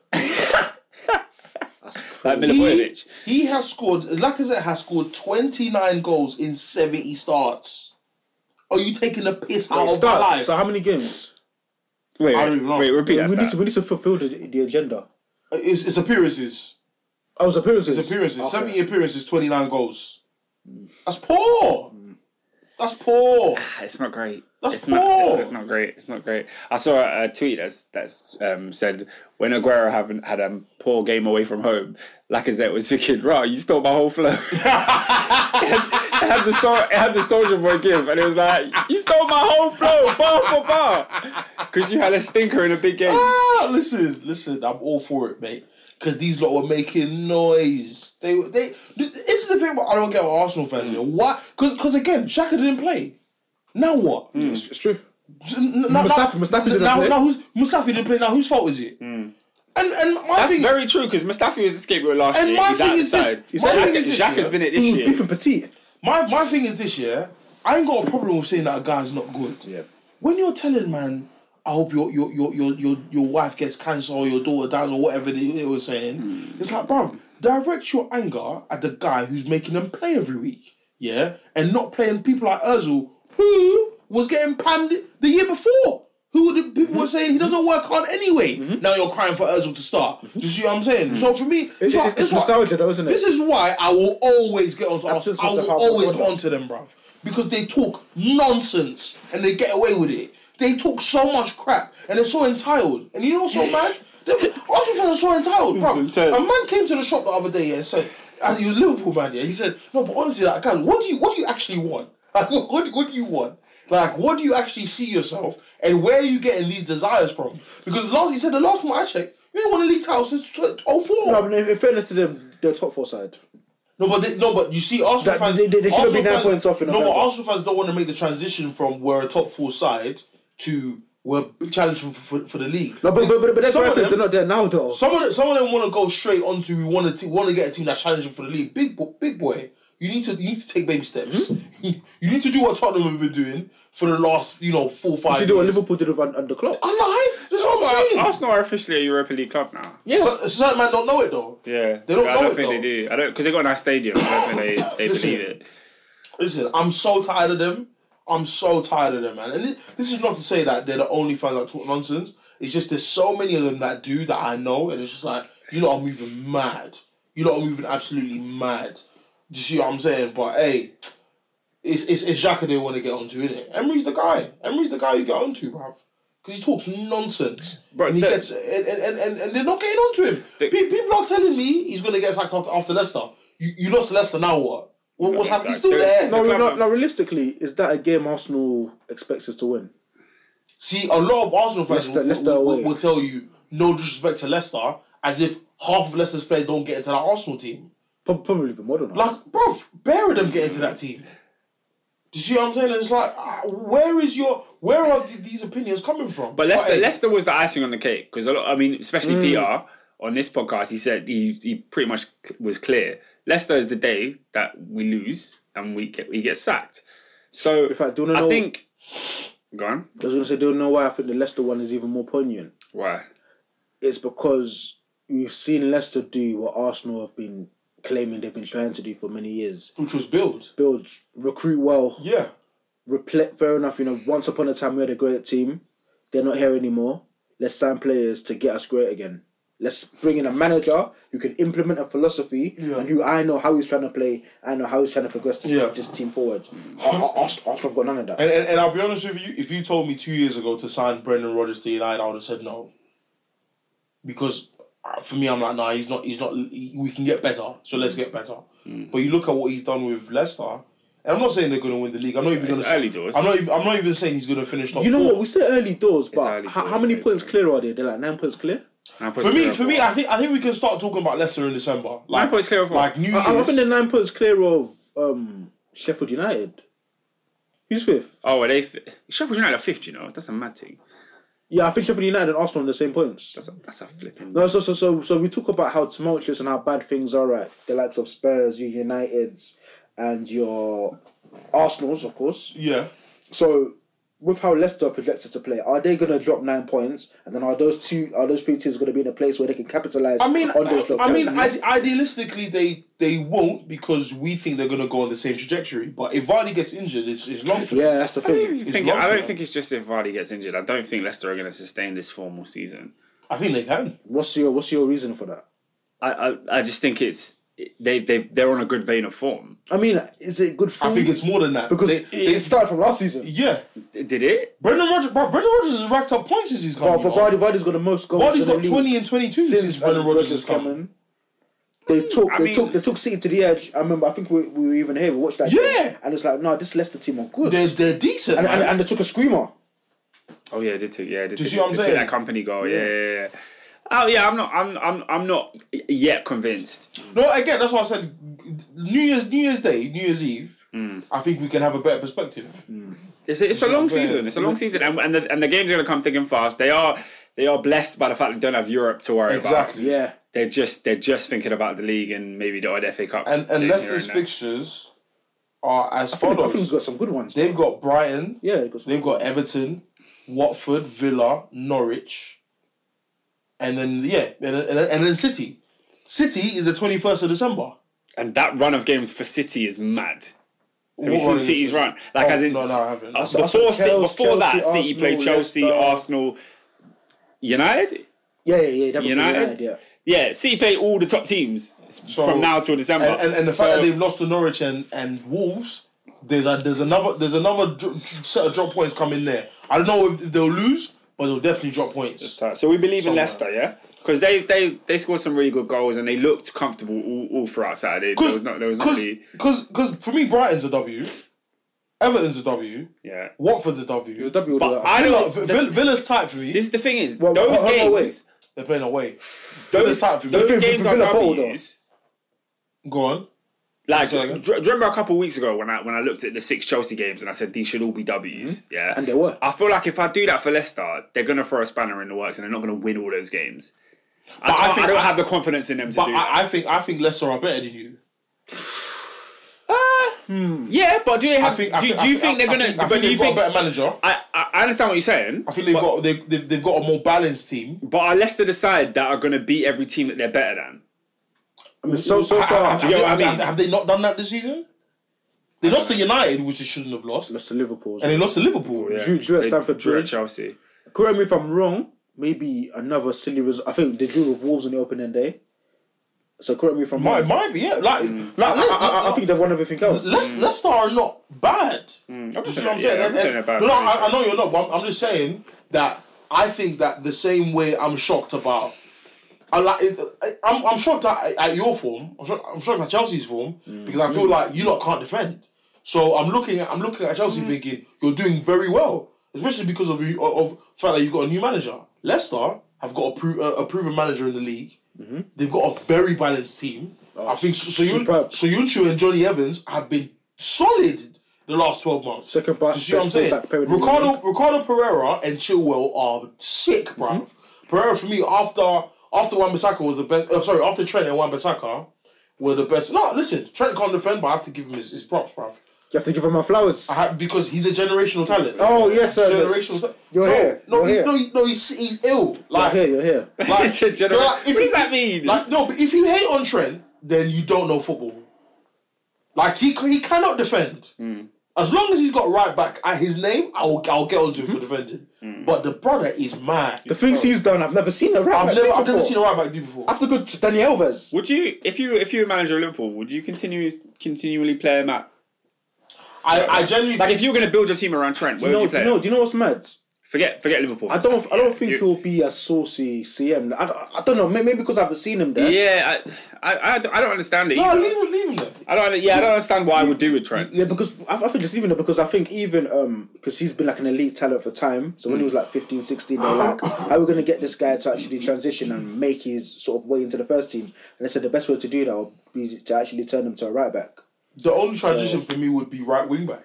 Speaker 1: like
Speaker 3: he,
Speaker 1: Milivojevic.
Speaker 3: he has scored. Lacazette has scored twenty nine goals in seventy starts. Are you taking a piss out of my
Speaker 2: Starts.
Speaker 3: life?
Speaker 2: So how many games?
Speaker 1: Wait,
Speaker 3: I don't even know.
Speaker 1: wait, repeat
Speaker 2: we,
Speaker 1: that.
Speaker 2: need
Speaker 1: stat.
Speaker 2: to, we need to fulfill the, the agenda.
Speaker 3: Uh, It's, it's appearances.
Speaker 2: Oh, it's appearances.
Speaker 3: It's appearances.
Speaker 2: Okay.
Speaker 3: Seventy appearances, twenty nine goals. That's poor. That's poor.
Speaker 1: Ah, It's not great.
Speaker 3: That's
Speaker 1: it's Not,
Speaker 3: poor.
Speaker 1: it's, it's not great. It's not great. I saw a, a tweet that's that's um, said when Aguero haven't had a poor game away from home, Lacazette was thinking, "Right, you stole my whole flow." it had the sol- it had the soldier boy give, and it was like, "You stole my whole flow, bar for bar," because you had a stinker in a big game.
Speaker 3: Ah, listen, listen, I'm all for it, mate. Because these lot were making noise. They, they. This is the thing. But I don't get with Arsenal fans. You know why? Because, because again, Xhaka didn't play. Now what?
Speaker 2: It's, it's true.
Speaker 3: Now,
Speaker 2: Mustafi- Mustafi didn't
Speaker 3: now,
Speaker 2: play.
Speaker 3: Now who's Mustafi didn't play? Now whose fault is it? And and my
Speaker 1: Hmm. That's
Speaker 3: thing
Speaker 1: very true because Mustafi was the scapegoat last
Speaker 3: And
Speaker 1: year.
Speaker 3: my
Speaker 1: He's
Speaker 3: thing
Speaker 1: out
Speaker 3: is
Speaker 1: the
Speaker 3: this-
Speaker 1: side.
Speaker 3: my
Speaker 1: Xhaka-
Speaker 3: thing is this,
Speaker 1: Xhaka's
Speaker 3: yeah.
Speaker 1: been it this
Speaker 2: He was
Speaker 1: year.
Speaker 2: beefing petite.
Speaker 3: My my thing is this, yeah. I ain't got a problem with saying that a guy's not good.
Speaker 2: Yeah.
Speaker 3: When you're telling man, I hope your your your your your, your wife gets cancer or your daughter dies or whatever they, they were saying,
Speaker 2: Hmm.
Speaker 3: it's like, bruv, direct your anger at the guy who's making them play every week, yeah, and not playing people like Özil who was getting pammed the year before. Who the people
Speaker 2: Hmm.
Speaker 3: were saying he doesn't work hard anyway? Now you're crying for Özil to start. You see what I'm saying? So for me,
Speaker 2: Hmm. It's,
Speaker 3: so
Speaker 2: it's,
Speaker 3: it's like-
Speaker 2: nostalgia, though, isn't it?
Speaker 3: this is why I will always get onto
Speaker 2: Absence
Speaker 3: Arsenal. I
Speaker 2: must
Speaker 3: will
Speaker 2: have helped
Speaker 3: always
Speaker 2: the
Speaker 3: get
Speaker 2: order.
Speaker 3: onto them, bruv. Because they talk nonsense and they get away with it. They talk so much crap and they're so entitled. And you know what's so mad? They- Arsenal fans are so entitled,
Speaker 1: is
Speaker 3: bruv.
Speaker 1: intense.
Speaker 3: A man came to the shop the other day yeah, and said, as he was a Liverpool man, yeah, he said, no, but honestly, like, guys, what do you, what do you actually want? Like, what, what, what do you want? Like, what do you actually see yourself and where are you getting these desires from? Because last, he said, the last one I checked, you ain't won a league title since 20- 04.
Speaker 2: No, I mean, in fairness to them, the top four side.
Speaker 3: No, but they, no, but you see,
Speaker 2: That-
Speaker 3: Arsenal fans.
Speaker 2: they- they- they should have
Speaker 3: Arsenal
Speaker 2: been nine
Speaker 3: fans-
Speaker 2: points off in
Speaker 3: No, but
Speaker 2: November.
Speaker 3: Arsenal fans don't want to make the transition from we're a top four side to we're challenging for, for, for the league.
Speaker 2: No, but but but, but that's
Speaker 3: Some
Speaker 2: right
Speaker 3: of
Speaker 2: because
Speaker 3: them-
Speaker 2: they're not there now, though.
Speaker 3: Some of them, some of them want to go straight onto we want to want to get a team that's challenging for the league. Big bo- big boy, you need to you need to take baby steps.
Speaker 2: Hmm?
Speaker 3: you need to do what Tottenham have been doing for the last you know four five.
Speaker 2: you do what
Speaker 3: years.
Speaker 2: Liverpool did with under Klopp.
Speaker 3: I'm not hype. That's what I'm
Speaker 1: But
Speaker 3: saying.
Speaker 1: Arsenal are officially a Europa League club now.
Speaker 2: Yeah,
Speaker 3: So, certain man don't know it though.
Speaker 1: Yeah,
Speaker 3: They don't
Speaker 1: I
Speaker 3: know
Speaker 1: don't
Speaker 3: it,
Speaker 1: think
Speaker 3: though.
Speaker 1: they do. I don't because they got a nice stadium. I don't think they, they
Speaker 3: Listen.
Speaker 1: believe it.
Speaker 3: Listen, I'm so tired of them. I'm so tired of them, man. And thi- this is not to say that they're the only fans that talk nonsense. It's just there's so many of them that do that I know, and it's just like you lot are moving mad. You lot are moving absolutely mad. Do you see what I'm saying? But hey, it's it's, it's Xhaka they want to get onto, isn't it? Emery's the guy. Emery's the guy you get onto, bruv. Because he talks nonsense.
Speaker 1: Bro,
Speaker 3: and he
Speaker 1: that-
Speaker 3: gets and, and, and, and, and they're not getting onto him.
Speaker 1: They-
Speaker 3: Pe- People are telling me he's gonna get sacked after, after Leicester. You, you lost to Leicester now what? What- What's happening? He's still
Speaker 1: Exactly.
Speaker 3: there.
Speaker 2: No,
Speaker 1: The
Speaker 2: no,
Speaker 1: club
Speaker 2: no,
Speaker 1: have-
Speaker 2: no, realistically, is that a game Arsenal expects us to win?
Speaker 3: See, a lot of Arsenal fans
Speaker 2: Leicester-
Speaker 3: will,
Speaker 2: Leicester
Speaker 3: will-
Speaker 2: away.
Speaker 3: will tell you, no disrespect to Leicester, as if half of Leicester's players don't get into that Arsenal team.
Speaker 2: Prob- Probably even more than us.
Speaker 3: Like, bruv, bury them get into that team. Do you see what I'm saying? It's like, ah, where is your, where are th- these opinions coming from?
Speaker 1: But Leicester,
Speaker 3: hey,
Speaker 1: Leicester was the icing on the cake because I mean,
Speaker 3: Mm.
Speaker 1: especially PR on this podcast, he said he he pretty much c- was clear. Leicester is the day that we lose and we get we get sacked. So
Speaker 2: In fact, do you wanna
Speaker 1: I
Speaker 2: know-
Speaker 1: think. Go on.
Speaker 2: I was gonna say, do you know why I think the Leicester one is even more poignant?
Speaker 1: Why?
Speaker 2: It's because we've seen Leicester do what Arsenal have been claiming they've been trying to do for many years:
Speaker 3: which was build.
Speaker 2: build, recruit well,
Speaker 3: Yeah.
Speaker 2: reflect. Fair enough, you know. Once upon a time, we had a great team. They're not here anymore. Let's sign players to get us great again. Let's bring in a manager who can implement a philosophy
Speaker 3: Yeah.
Speaker 2: and who I know how he's trying to play. I know how he's trying to progress this,
Speaker 3: Yeah.
Speaker 2: this team forward. Ar- Ar- Ars- Arsenal have got none of that.
Speaker 3: And, and, and I'll be honest with you, if you told me two years ago to sign Brendan Rodgers to United, I would have said no. Because uh, for me, I'm like, nah, he's not, he's not, he- we can get better, so let's get better.
Speaker 1: Hmm.
Speaker 3: But you look at what he's done with Leicester, and I'm not saying they're going to win the league. I'm not even going
Speaker 1: It's
Speaker 3: to.
Speaker 1: early doors.
Speaker 3: I'm not. Even, I'm not even saying he's going to finish top
Speaker 2: You know
Speaker 3: four.
Speaker 2: what? We say early doors, but
Speaker 1: early
Speaker 2: ho- how
Speaker 1: doors,
Speaker 2: many
Speaker 1: yeah,
Speaker 2: points
Speaker 1: yeah.
Speaker 2: clear are they? They're like nine points clear.
Speaker 1: Nine points
Speaker 3: for me,
Speaker 1: clear
Speaker 3: for
Speaker 1: of
Speaker 3: me,
Speaker 1: what?
Speaker 3: I think I think we can start talking about Leicester in December. Like,
Speaker 1: Nine points clear of what?
Speaker 3: Like New
Speaker 2: I, I
Speaker 3: Year's.
Speaker 2: think they're nine points clear of um, Sheffield United. Who's fifth?
Speaker 1: oh, are they f- Sheffield United are fifth. You know, that's a mad thing.
Speaker 2: Yeah, I think Sheffield United and Arsenal on the same points.
Speaker 1: That's a, that's a flipping.
Speaker 2: No, so so so so we talk about how tumultuous and how bad things are at the likes of Spurs, your Uniteds, and your Arsenals, of course.
Speaker 3: yeah.
Speaker 2: So with how Leicester are projected to play, are they going to drop nine points? And then are those two, are those three teams going to be in a place where they can capitalize?
Speaker 3: I mean,
Speaker 2: on those
Speaker 3: I,
Speaker 2: drop
Speaker 3: I mean,
Speaker 2: points?
Speaker 3: ide- idealistically, they they won't because we think they're going to go on the same trajectory. But if Vardy gets injured, it's, it's long for them.
Speaker 2: yeah, that's the
Speaker 1: I don't,
Speaker 2: thing.
Speaker 1: even
Speaker 3: It's
Speaker 1: think,
Speaker 3: long
Speaker 1: I
Speaker 3: for
Speaker 1: don't
Speaker 3: them.
Speaker 1: think it's just if Vardy gets injured. I don't think Leicester are going to sustain this formal season.
Speaker 3: I think they can.
Speaker 2: What's your what's your reason for that?
Speaker 1: I, I, I just think it's they they they're on a good vein of form.
Speaker 2: I mean, is it good for
Speaker 3: I think it's more than that
Speaker 2: Mm-hmm. because
Speaker 3: They-
Speaker 2: it,
Speaker 3: they-
Speaker 2: it started from last season.
Speaker 3: yeah.
Speaker 1: Did it?
Speaker 3: Brendan Rodgers, bro, Brendan Rodgers has racked up points since he's come.
Speaker 2: But
Speaker 3: you
Speaker 2: for Vardy,
Speaker 3: know.
Speaker 2: Vardy's got the most goals.
Speaker 3: Vardy's
Speaker 2: in the
Speaker 3: got
Speaker 2: league
Speaker 3: twenty and twenty-two since, Brendan Rodgers has come.
Speaker 2: in. They took,
Speaker 1: Hmm. I
Speaker 2: they
Speaker 1: mean-
Speaker 2: took, they took City to the edge. I remember. I think we, we were even here. We watched that. game.
Speaker 3: Yeah.
Speaker 2: and it's like, no, this Leicester team are good.
Speaker 3: They're they're decent.
Speaker 2: and,
Speaker 3: man.
Speaker 2: and, and they took a screamer.
Speaker 1: Oh yeah, did take yeah. Did,
Speaker 3: you
Speaker 1: take-
Speaker 3: see what I'm
Speaker 1: did take
Speaker 3: saying?
Speaker 1: That company goal. Yeah. yeah, yeah. Oh yeah, I'm not. I'm. I'm. I'm not yet convinced.
Speaker 3: No, again, that's why I said New Year's New Year's Day, New Year's Eve. I think we can have a better perspective.
Speaker 1: It's a, it's a long
Speaker 3: Yeah.
Speaker 1: season. It's a long season, and and the, and the game's gonna come thick and fast. They are they are blessed by the fact they don't have Europe to worry about.
Speaker 3: Exactly.
Speaker 2: Yeah,
Speaker 1: They're just they're just thinking about the league and maybe the odd FA Cup.
Speaker 3: And
Speaker 1: thing
Speaker 3: and Leicester's
Speaker 1: here and there.
Speaker 3: fixtures are as
Speaker 2: I think, I think
Speaker 3: follows:
Speaker 2: we've got some good ones.
Speaker 3: they've got Brighton,
Speaker 2: yeah, they've got some
Speaker 3: they've got Everton, Watford, Villa, Norwich, and then yeah, and then, and then- and then City. City is the twenty first of December.
Speaker 1: and that run of games for City is mad. Have
Speaker 3: What
Speaker 1: you seen
Speaker 3: run is
Speaker 1: City's
Speaker 3: this?
Speaker 1: run? Like
Speaker 3: Oh,
Speaker 1: as in
Speaker 3: no, no, I haven't.
Speaker 1: uh,
Speaker 3: That's-
Speaker 1: before
Speaker 2: that's what
Speaker 1: City,
Speaker 2: Chelsea-
Speaker 1: before that,
Speaker 2: Chelsea,
Speaker 1: City played
Speaker 2: Arsenal,
Speaker 1: Chelsea,
Speaker 2: Leicester.
Speaker 1: Arsenal, United.
Speaker 2: Yeah, yeah, yeah. definitely
Speaker 1: United?
Speaker 2: United, yeah.
Speaker 1: Yeah, City play all the top teams s-
Speaker 3: So-
Speaker 1: from now till December.
Speaker 3: And, and, and the fact
Speaker 1: So-
Speaker 3: that they've lost to Norwich and, and Wolves, there's a, there's another there's another dr- set of drop points coming there. I don't know if, if they'll lose, but they'll definitely drop points.
Speaker 1: Alright, So we believe in
Speaker 3: Somewhere.
Speaker 1: Leicester, yeah, because they, they they scored some really good goals and they looked comfortable all, all throughout Saturday. There was not there was not really
Speaker 3: Because for me, Brighton's a W, Everton's a W,
Speaker 1: yeah.
Speaker 3: Watford's a W.
Speaker 2: It was W. E,
Speaker 1: But
Speaker 2: all
Speaker 1: I
Speaker 2: the way.
Speaker 3: Villa,
Speaker 1: don't.
Speaker 3: V- Vill- Villa's tight for me.
Speaker 1: This is the thing is
Speaker 2: Well,
Speaker 1: those
Speaker 2: hold- hold on, wait.
Speaker 1: games
Speaker 3: They're playing away.
Speaker 1: those,
Speaker 3: Villa's tight for me.
Speaker 1: those
Speaker 2: Villa-
Speaker 1: games are
Speaker 2: Villa bowl, though.
Speaker 1: W's.
Speaker 3: Go on.
Speaker 1: Like,
Speaker 3: Say that again.
Speaker 1: do you remember a couple of weeks ago when I when I looked at the six Chelsea games and I said these should all be W's, yeah,
Speaker 2: And they were.
Speaker 1: I feel like if I do that for Leicester, they're gonna throw a spanner in the works and they're not gonna win all those games. I,
Speaker 3: I
Speaker 1: can't- I
Speaker 3: think-
Speaker 1: don't
Speaker 3: I-
Speaker 1: have the confidence in them to
Speaker 3: But
Speaker 1: do. that.
Speaker 3: I, I think I think Leicester are better than you.
Speaker 1: uh, yeah, but do they have?
Speaker 3: I think.
Speaker 1: do,
Speaker 3: I think
Speaker 1: do you
Speaker 3: I
Speaker 1: think they're
Speaker 3: I
Speaker 1: gonna?
Speaker 3: think- I
Speaker 1: but
Speaker 3: think
Speaker 1: do you
Speaker 3: they've got a
Speaker 1: think?
Speaker 3: better manager.
Speaker 1: I, I I understand what you're saying.
Speaker 3: I think they've
Speaker 1: but,
Speaker 3: got they, they've they've got a more balanced team.
Speaker 1: But are Leicester the side that are going to beat every team that they're better than?
Speaker 2: I mean, so so
Speaker 3: Ha- ha-
Speaker 2: far,
Speaker 3: have,
Speaker 1: you get
Speaker 3: they-
Speaker 1: what I
Speaker 3: have they-
Speaker 1: mean?
Speaker 3: have they- have they not done that this season? They lost to United, which they shouldn't have lost,
Speaker 2: lost to Liverpool.
Speaker 3: and they lost to Liverpool.
Speaker 2: Drew- drew at
Speaker 1: They
Speaker 2: Stamford
Speaker 1: drew at
Speaker 2: Bridge.
Speaker 1: Chelsea.
Speaker 2: Correct me if I'm wrong. Maybe another silly result. I think they drew with Wolves on the opening day. So correct me if I'm
Speaker 3: Might
Speaker 2: wrong.
Speaker 3: might be yeah. Like like
Speaker 2: Mm. I, I, I, I think they've won everything else.
Speaker 3: Leic- Leicester are not bad.
Speaker 1: Mm, I'm
Speaker 3: Do you
Speaker 1: just
Speaker 3: see what
Speaker 1: saying.
Speaker 3: I'm saying?
Speaker 1: Yeah, I'm
Speaker 3: And-
Speaker 1: saying
Speaker 3: and-
Speaker 1: about
Speaker 3: no, no, I, I know you're not. But I'm, I'm just saying that I think that the same way I'm shocked about. I like. it- I- I'm, I'm shocked at, at your form. I'm shocked, I'm shocked at Chelsea's form
Speaker 1: Mm.
Speaker 3: because I feel like you lot can't defend. So I'm looking at I'm looking at
Speaker 1: Mm.
Speaker 3: Chelsea thinking you're doing very well, especially because of you of of the fact that you've got a new manager. Leicester have got a, pro- a, a proven manager in the league.
Speaker 1: Mm-hmm.
Speaker 3: They've got a very balanced team.
Speaker 1: Oh,
Speaker 3: I think so.
Speaker 2: superb.
Speaker 3: So Soyuncu and Johnny Evans have been solid the last twelve months.
Speaker 2: Second part,
Speaker 3: Do you see what I'm
Speaker 2: best
Speaker 3: saying?
Speaker 2: fullback pairing in the
Speaker 3: Ricardo, Ricardo Pereira and Chilwell are sick, bruv.
Speaker 2: Mm-hmm.
Speaker 3: Pereira for me after after Wan Bissaka was the best. Oh, sorry, after Trent and Wan Bissaka were the best. No, listen, Trent can't defend, but I have to give him his, his props, bruv.
Speaker 2: You have to give them my flowers.
Speaker 3: I have- because he's a generational talent.
Speaker 2: Oh, yes, sir.
Speaker 3: generational. ta-
Speaker 2: You're
Speaker 3: no,
Speaker 2: here.
Speaker 3: No,
Speaker 2: You're
Speaker 3: he's,
Speaker 2: here.
Speaker 3: no, he- no, he's he's ill.
Speaker 2: You're
Speaker 3: Like,
Speaker 2: here, you're here.
Speaker 3: like,
Speaker 1: It's a genera-
Speaker 3: like, if
Speaker 1: what
Speaker 3: you-
Speaker 1: does that mean?
Speaker 3: Like, no, but if you hate on Trent, then you don't know football. Like he c- he cannot defend.
Speaker 1: Hmm.
Speaker 3: As long as he's got right back at his name, I'll I'll get onto him
Speaker 1: Hmm.
Speaker 3: for defending. But the brother is mad.
Speaker 2: The things he's done, I've never seen a right
Speaker 3: I've
Speaker 2: back
Speaker 3: never
Speaker 2: do
Speaker 3: I've never
Speaker 2: before.
Speaker 3: seen a right back do before.
Speaker 2: After good to Danny Alves.
Speaker 1: Would you, if you, if you were manager of Liverpool, would you continue continually play him at?
Speaker 3: I I genuinely
Speaker 1: Like,
Speaker 3: think
Speaker 1: if you were going to build your team around Trent, where
Speaker 2: No,
Speaker 1: would you
Speaker 2: do
Speaker 1: play?
Speaker 2: you know? Do you know what's mad?
Speaker 1: Forget, forget Liverpool.
Speaker 2: I don't. I
Speaker 1: Yeah,
Speaker 2: don't think
Speaker 1: you-
Speaker 2: he'll be a saucy CM. I, don't- I don't know. may- Maybe because I haven't seen him there.
Speaker 1: Yeah, I, I, I, don't- I don't understand it.
Speaker 3: no,
Speaker 1: either.
Speaker 3: leave him leave him there.
Speaker 1: I don't. Yeah, I don't understand what I would do with Trent.
Speaker 2: Yeah, because I, I think just leaving it because I think even um because he's been like an elite talent for time. So when
Speaker 3: Mm.
Speaker 2: he was like 15, 16, they're like, how are we going to get this guy to actually transition and make his sort of way into the first team? And they said the best way to do that would be to actually turn him to a right back.
Speaker 3: The only transition for me would be right wing back.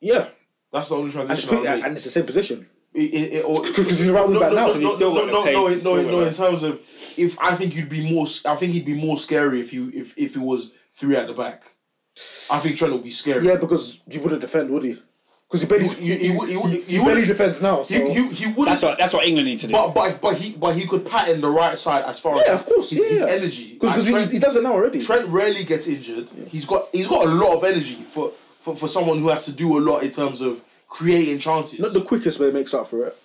Speaker 2: Yeah,
Speaker 3: That's the only
Speaker 2: and it's,
Speaker 3: transition.
Speaker 2: pretty,
Speaker 3: I'll make.
Speaker 2: and it's the same position.
Speaker 3: It- it- it- or-
Speaker 2: 'Cause he's around with that now, 'cause
Speaker 1: he's still
Speaker 3: no,
Speaker 1: got the
Speaker 3: no,
Speaker 1: pace,
Speaker 3: no,
Speaker 1: he's still
Speaker 3: no,
Speaker 1: got
Speaker 3: no,
Speaker 1: that.
Speaker 3: in terms of if I think you'd be more, s- I think he'd be more scary if you if if it was three at the back. I think Trent would be scary.
Speaker 2: Yeah, because he wouldn't defend, would he? Because he barely
Speaker 3: he, he, would- he, would- he,
Speaker 2: he barely
Speaker 3: would-
Speaker 2: defends now. So.
Speaker 3: he, he, he would.
Speaker 1: That's what. That's what England need to do.
Speaker 3: But but but he but he could pattern the right side as far
Speaker 2: yeah,
Speaker 3: as
Speaker 2: of course,
Speaker 3: his,
Speaker 2: yeah,
Speaker 3: his
Speaker 2: yeah.
Speaker 3: energy. Like,
Speaker 2: because he,
Speaker 3: Trent,
Speaker 2: he doesn't know already.
Speaker 3: Trent rarely gets injured. He's got he's got a lot of energy for, for for someone who has to do a lot in terms of creating chances.
Speaker 2: Not the quickest, but he makes up for it.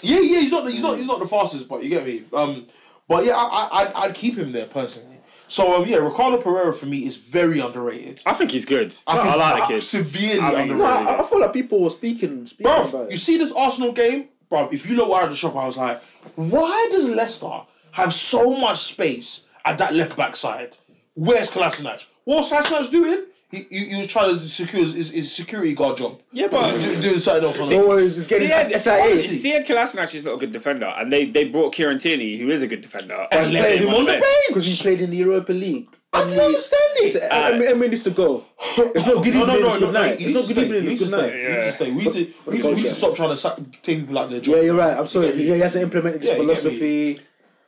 Speaker 3: Yeah,
Speaker 1: Mm.
Speaker 3: yeah, he's not, he's not, he's not the fastest, but you get me. Um, but yeah, I, I, I'd, I'd keep him there personally. So um, yeah, Ricardo Pereira for me is very underrated.
Speaker 1: I think he's good.
Speaker 3: I,
Speaker 1: I,
Speaker 3: think
Speaker 1: like the kid.
Speaker 3: Severely
Speaker 1: I think
Speaker 3: underrated.
Speaker 1: he's
Speaker 2: No, I, I feel like people were speaking, speaking
Speaker 3: Bruv,
Speaker 2: about
Speaker 3: you
Speaker 2: it.
Speaker 3: see this Arsenal game, bruv. If you look out of the shop, I was like, why does Leicester have so much space at that left back side? Where's Kolasinac? What's Kolasinac doing? He, he, he was trying to secure his, his, his security guard job.
Speaker 1: Yeah, but-
Speaker 3: He was do- doing something else. on the-
Speaker 2: Always, it's getting
Speaker 1: Ziad,
Speaker 2: it's like,
Speaker 1: honestly,
Speaker 2: hey,
Speaker 1: Ziad Kolasinac is not a good defender, and they, they brought Kieran Tierney, who is a good defender,
Speaker 3: And
Speaker 1: left
Speaker 3: left him on the
Speaker 1: bench.
Speaker 3: bench.
Speaker 2: because he played in the Europa League.
Speaker 3: I didn't understand it.
Speaker 2: It's- I mean, I mean, it's to go. It's not good
Speaker 3: No, no,
Speaker 2: evening.
Speaker 3: no,
Speaker 2: It's good
Speaker 3: no, no.
Speaker 2: night.
Speaker 3: He
Speaker 2: It's
Speaker 3: needs
Speaker 2: not
Speaker 3: to
Speaker 2: good
Speaker 3: stay.
Speaker 2: evening. It's
Speaker 3: He needs to
Speaker 2: good
Speaker 3: stay.
Speaker 2: night.
Speaker 3: He needs to stay. We need to, we need to, we need to stop trying to sack, take people out their job.
Speaker 2: Yeah, you're right. I'm sorry. He he hasn't implemented his
Speaker 3: Yeah, you get me.
Speaker 2: philosophy.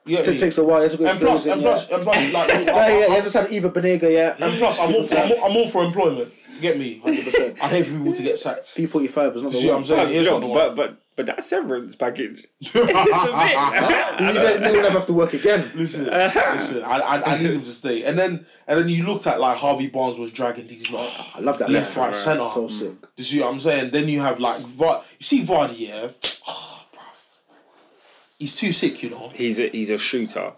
Speaker 3: You get
Speaker 2: It
Speaker 3: me?
Speaker 2: takes a while. He hasn't got his
Speaker 3: And plus,
Speaker 2: brains
Speaker 3: and
Speaker 2: in
Speaker 3: plus,
Speaker 2: yet.
Speaker 3: and plus, like, I-
Speaker 2: Yeah,
Speaker 3: I-
Speaker 2: yeah,
Speaker 3: I-
Speaker 2: he hasn't signed Eva Benega yet.
Speaker 3: And plus, I'm all, for, I'm, all, I'm all for employment. You get me? 100%. I hate for people to get sacked. You
Speaker 2: P45 is not
Speaker 3: see
Speaker 2: the
Speaker 3: what I'm
Speaker 2: one.
Speaker 1: But,
Speaker 3: saying? Here's
Speaker 1: you know,
Speaker 3: another
Speaker 1: but
Speaker 3: one.
Speaker 1: but but that severance package. it's a bit.
Speaker 2: You don't- you will never have to work again.
Speaker 3: Listen, listen. I, I, I need him to stay. And then, and then you looked at like Harvey Barnes was dragging these lot.
Speaker 2: I love that.
Speaker 3: Left,
Speaker 2: man.
Speaker 3: right, centre.
Speaker 2: So sick.
Speaker 3: You see what I'm saying? Then you have like Vard. You see Vardy, yeah. Ah, bruv. He's too sick, you know.
Speaker 1: He's a he's a shooter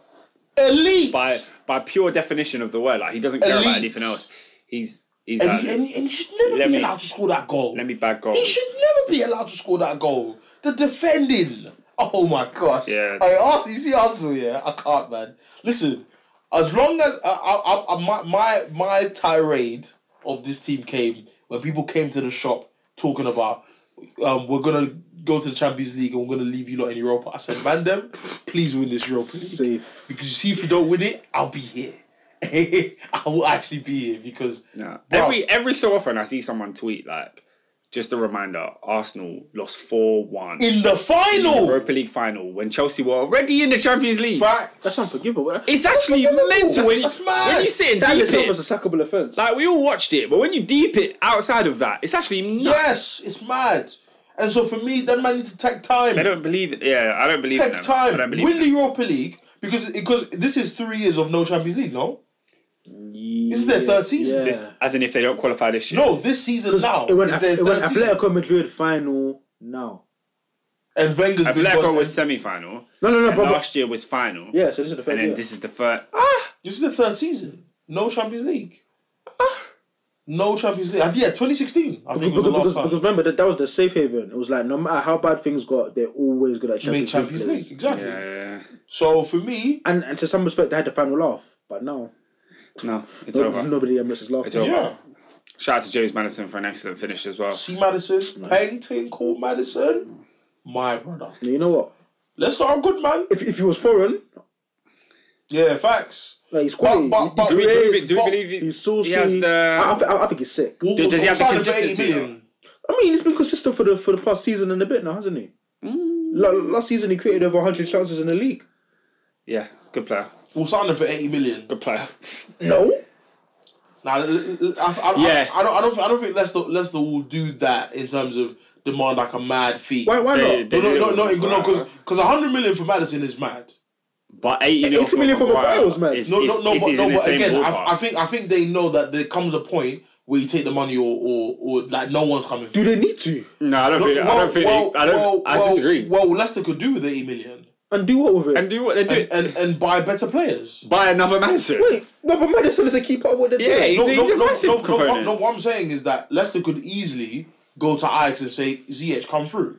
Speaker 3: Elite.
Speaker 1: by by pure definition of the word. Like he doesn't care about
Speaker 3: Elite.
Speaker 1: anything else. He's he's
Speaker 3: and,
Speaker 1: like,
Speaker 3: he, and, he, and he should never
Speaker 1: Let
Speaker 3: be
Speaker 1: me-
Speaker 3: allowed to score that goal.
Speaker 1: let me back goals.
Speaker 3: He should never be allowed to score that goal. The defending. Oh my gosh.
Speaker 1: Yeah.
Speaker 3: I asked, you see Arsenal, yeah. I can't, man. Listen, as long as uh, I, I, I, I- my, my my tirade of this team came when people came to the shop talking about um, we're gonna go to the Champions League and we're gonna leave you lot in Europa. I said, man, them, please win this Europa League.
Speaker 2: Safe.
Speaker 3: Because you see, if you don't win it, I'll be here. I will actually be here because
Speaker 1: Nah.
Speaker 3: Bruv.
Speaker 1: Every every so often I see someone tweet like, just a reminder: Arsenal lost four one
Speaker 3: in the final.
Speaker 1: Europa League final when Chelsea were already in the Champions League.
Speaker 3: Fact.
Speaker 2: That's unforgivable.
Speaker 1: It's actually mental when you,
Speaker 3: That's mad.
Speaker 1: when you sit and
Speaker 2: That in
Speaker 1: deep
Speaker 2: itself
Speaker 1: it.
Speaker 2: is a sackable offence.
Speaker 1: Like we all watched it, but when you deep it outside of that, it's actually nuts.
Speaker 3: Yes, it's mad. And so for me, that man needs to take time.
Speaker 1: I don't believe it. Yeah, I don't believe in
Speaker 3: take
Speaker 1: them. I
Speaker 3: time.
Speaker 1: don't believe
Speaker 3: Win
Speaker 1: in
Speaker 3: the Europa League because because this is three years of no Champions League. No, this is their third season.
Speaker 2: Yeah.
Speaker 1: this, as in if they don't qualify this year.
Speaker 3: No, this season now
Speaker 2: It went,
Speaker 3: is their
Speaker 2: it went
Speaker 3: third season.
Speaker 2: Atletico Madrid final now.
Speaker 3: And Wenger's been
Speaker 1: Atletico
Speaker 3: gone.
Speaker 1: was semi-final.
Speaker 2: No, no, no,
Speaker 1: and
Speaker 2: bro. but-
Speaker 1: last year was final.
Speaker 2: Yeah, so this is the third
Speaker 1: And then
Speaker 2: year.
Speaker 1: this is the first.
Speaker 3: This is the third season. No Champions League. Ah. No Champions League. I think- Yeah, 2016. I think
Speaker 2: because,
Speaker 3: was the last
Speaker 2: because,
Speaker 3: time.
Speaker 2: because remember that, that was the safe haven. It was like no matter how bad things got, they're always good at
Speaker 3: Made
Speaker 2: Champions,
Speaker 3: Champions League.
Speaker 2: place.
Speaker 3: Exactly.
Speaker 1: Yeah,
Speaker 3: So for me,
Speaker 2: And and to some respect, they had the final laugh. But now
Speaker 1: no, it's
Speaker 2: no,
Speaker 1: over.
Speaker 2: nobody in is laughing.
Speaker 1: It's over.
Speaker 3: yeah.
Speaker 1: Shout out to James Madison for an excellent finish as well.
Speaker 3: See Madison, painting called Madison. My brother.
Speaker 2: You know what?
Speaker 3: Let's start a good man.
Speaker 2: If if he was foreign,
Speaker 3: Yeah, facts.
Speaker 2: like he's quality.
Speaker 3: but-
Speaker 2: he-
Speaker 3: but-
Speaker 1: Do
Speaker 2: he
Speaker 1: we, do we,
Speaker 2: grades,
Speaker 1: do we
Speaker 3: Fuck.
Speaker 1: believe he,
Speaker 2: he's saucy.
Speaker 1: he has
Speaker 2: I, I,
Speaker 1: the?
Speaker 2: thi- I think he's sick.
Speaker 3: What,
Speaker 1: Does- does he have the
Speaker 3: outside of
Speaker 1: consistency,
Speaker 3: 80 million?
Speaker 2: I mean, he's been consistent for the for the past season and a bit now, hasn't he?
Speaker 3: Mm.
Speaker 2: La- last season, he created over 100 chances in the league.
Speaker 1: Yeah, good player,
Speaker 3: We'll sign him for 80 million.
Speaker 1: good player.
Speaker 2: No,
Speaker 3: Nah, l- l- I, I,
Speaker 1: Yeah.
Speaker 3: I, I don't, I don't, I don't think Leicester, Leicester will do that in terms of demand like a mad fee.
Speaker 2: why? Why
Speaker 1: They-
Speaker 2: not?
Speaker 1: they-
Speaker 3: No, no, no, no,
Speaker 1: did it with
Speaker 3: no, because
Speaker 1: Maguire.
Speaker 3: because 100 million for Madison is mad.
Speaker 1: But 80 million
Speaker 2: 80 million for Maguire was mad.
Speaker 1: Is,
Speaker 3: No,
Speaker 1: is,
Speaker 3: no, no,
Speaker 1: is,
Speaker 3: but,
Speaker 1: is
Speaker 3: no,
Speaker 1: in the
Speaker 3: but
Speaker 1: same
Speaker 3: again,
Speaker 1: ballpark.
Speaker 3: I, I think I think they know that there comes a point where you take the money or or, or like no one's coming.
Speaker 2: Do they need to?
Speaker 1: no, I don't think. I don't think. they- I don't. I disagree.
Speaker 3: Well, Leicester could do with 80 million
Speaker 2: And do what with it?
Speaker 1: And do what they do.
Speaker 3: and, and, and buy better players.
Speaker 1: Buy another Madison.
Speaker 2: Wait, no, but Madison is a key part of what they're
Speaker 1: Yeah,
Speaker 2: doing.
Speaker 1: he's- a- a massive
Speaker 3: no, no,
Speaker 1: component.
Speaker 3: what- no, what I'm saying is that Leicester could easily go to Ajax and say, ZH, come through.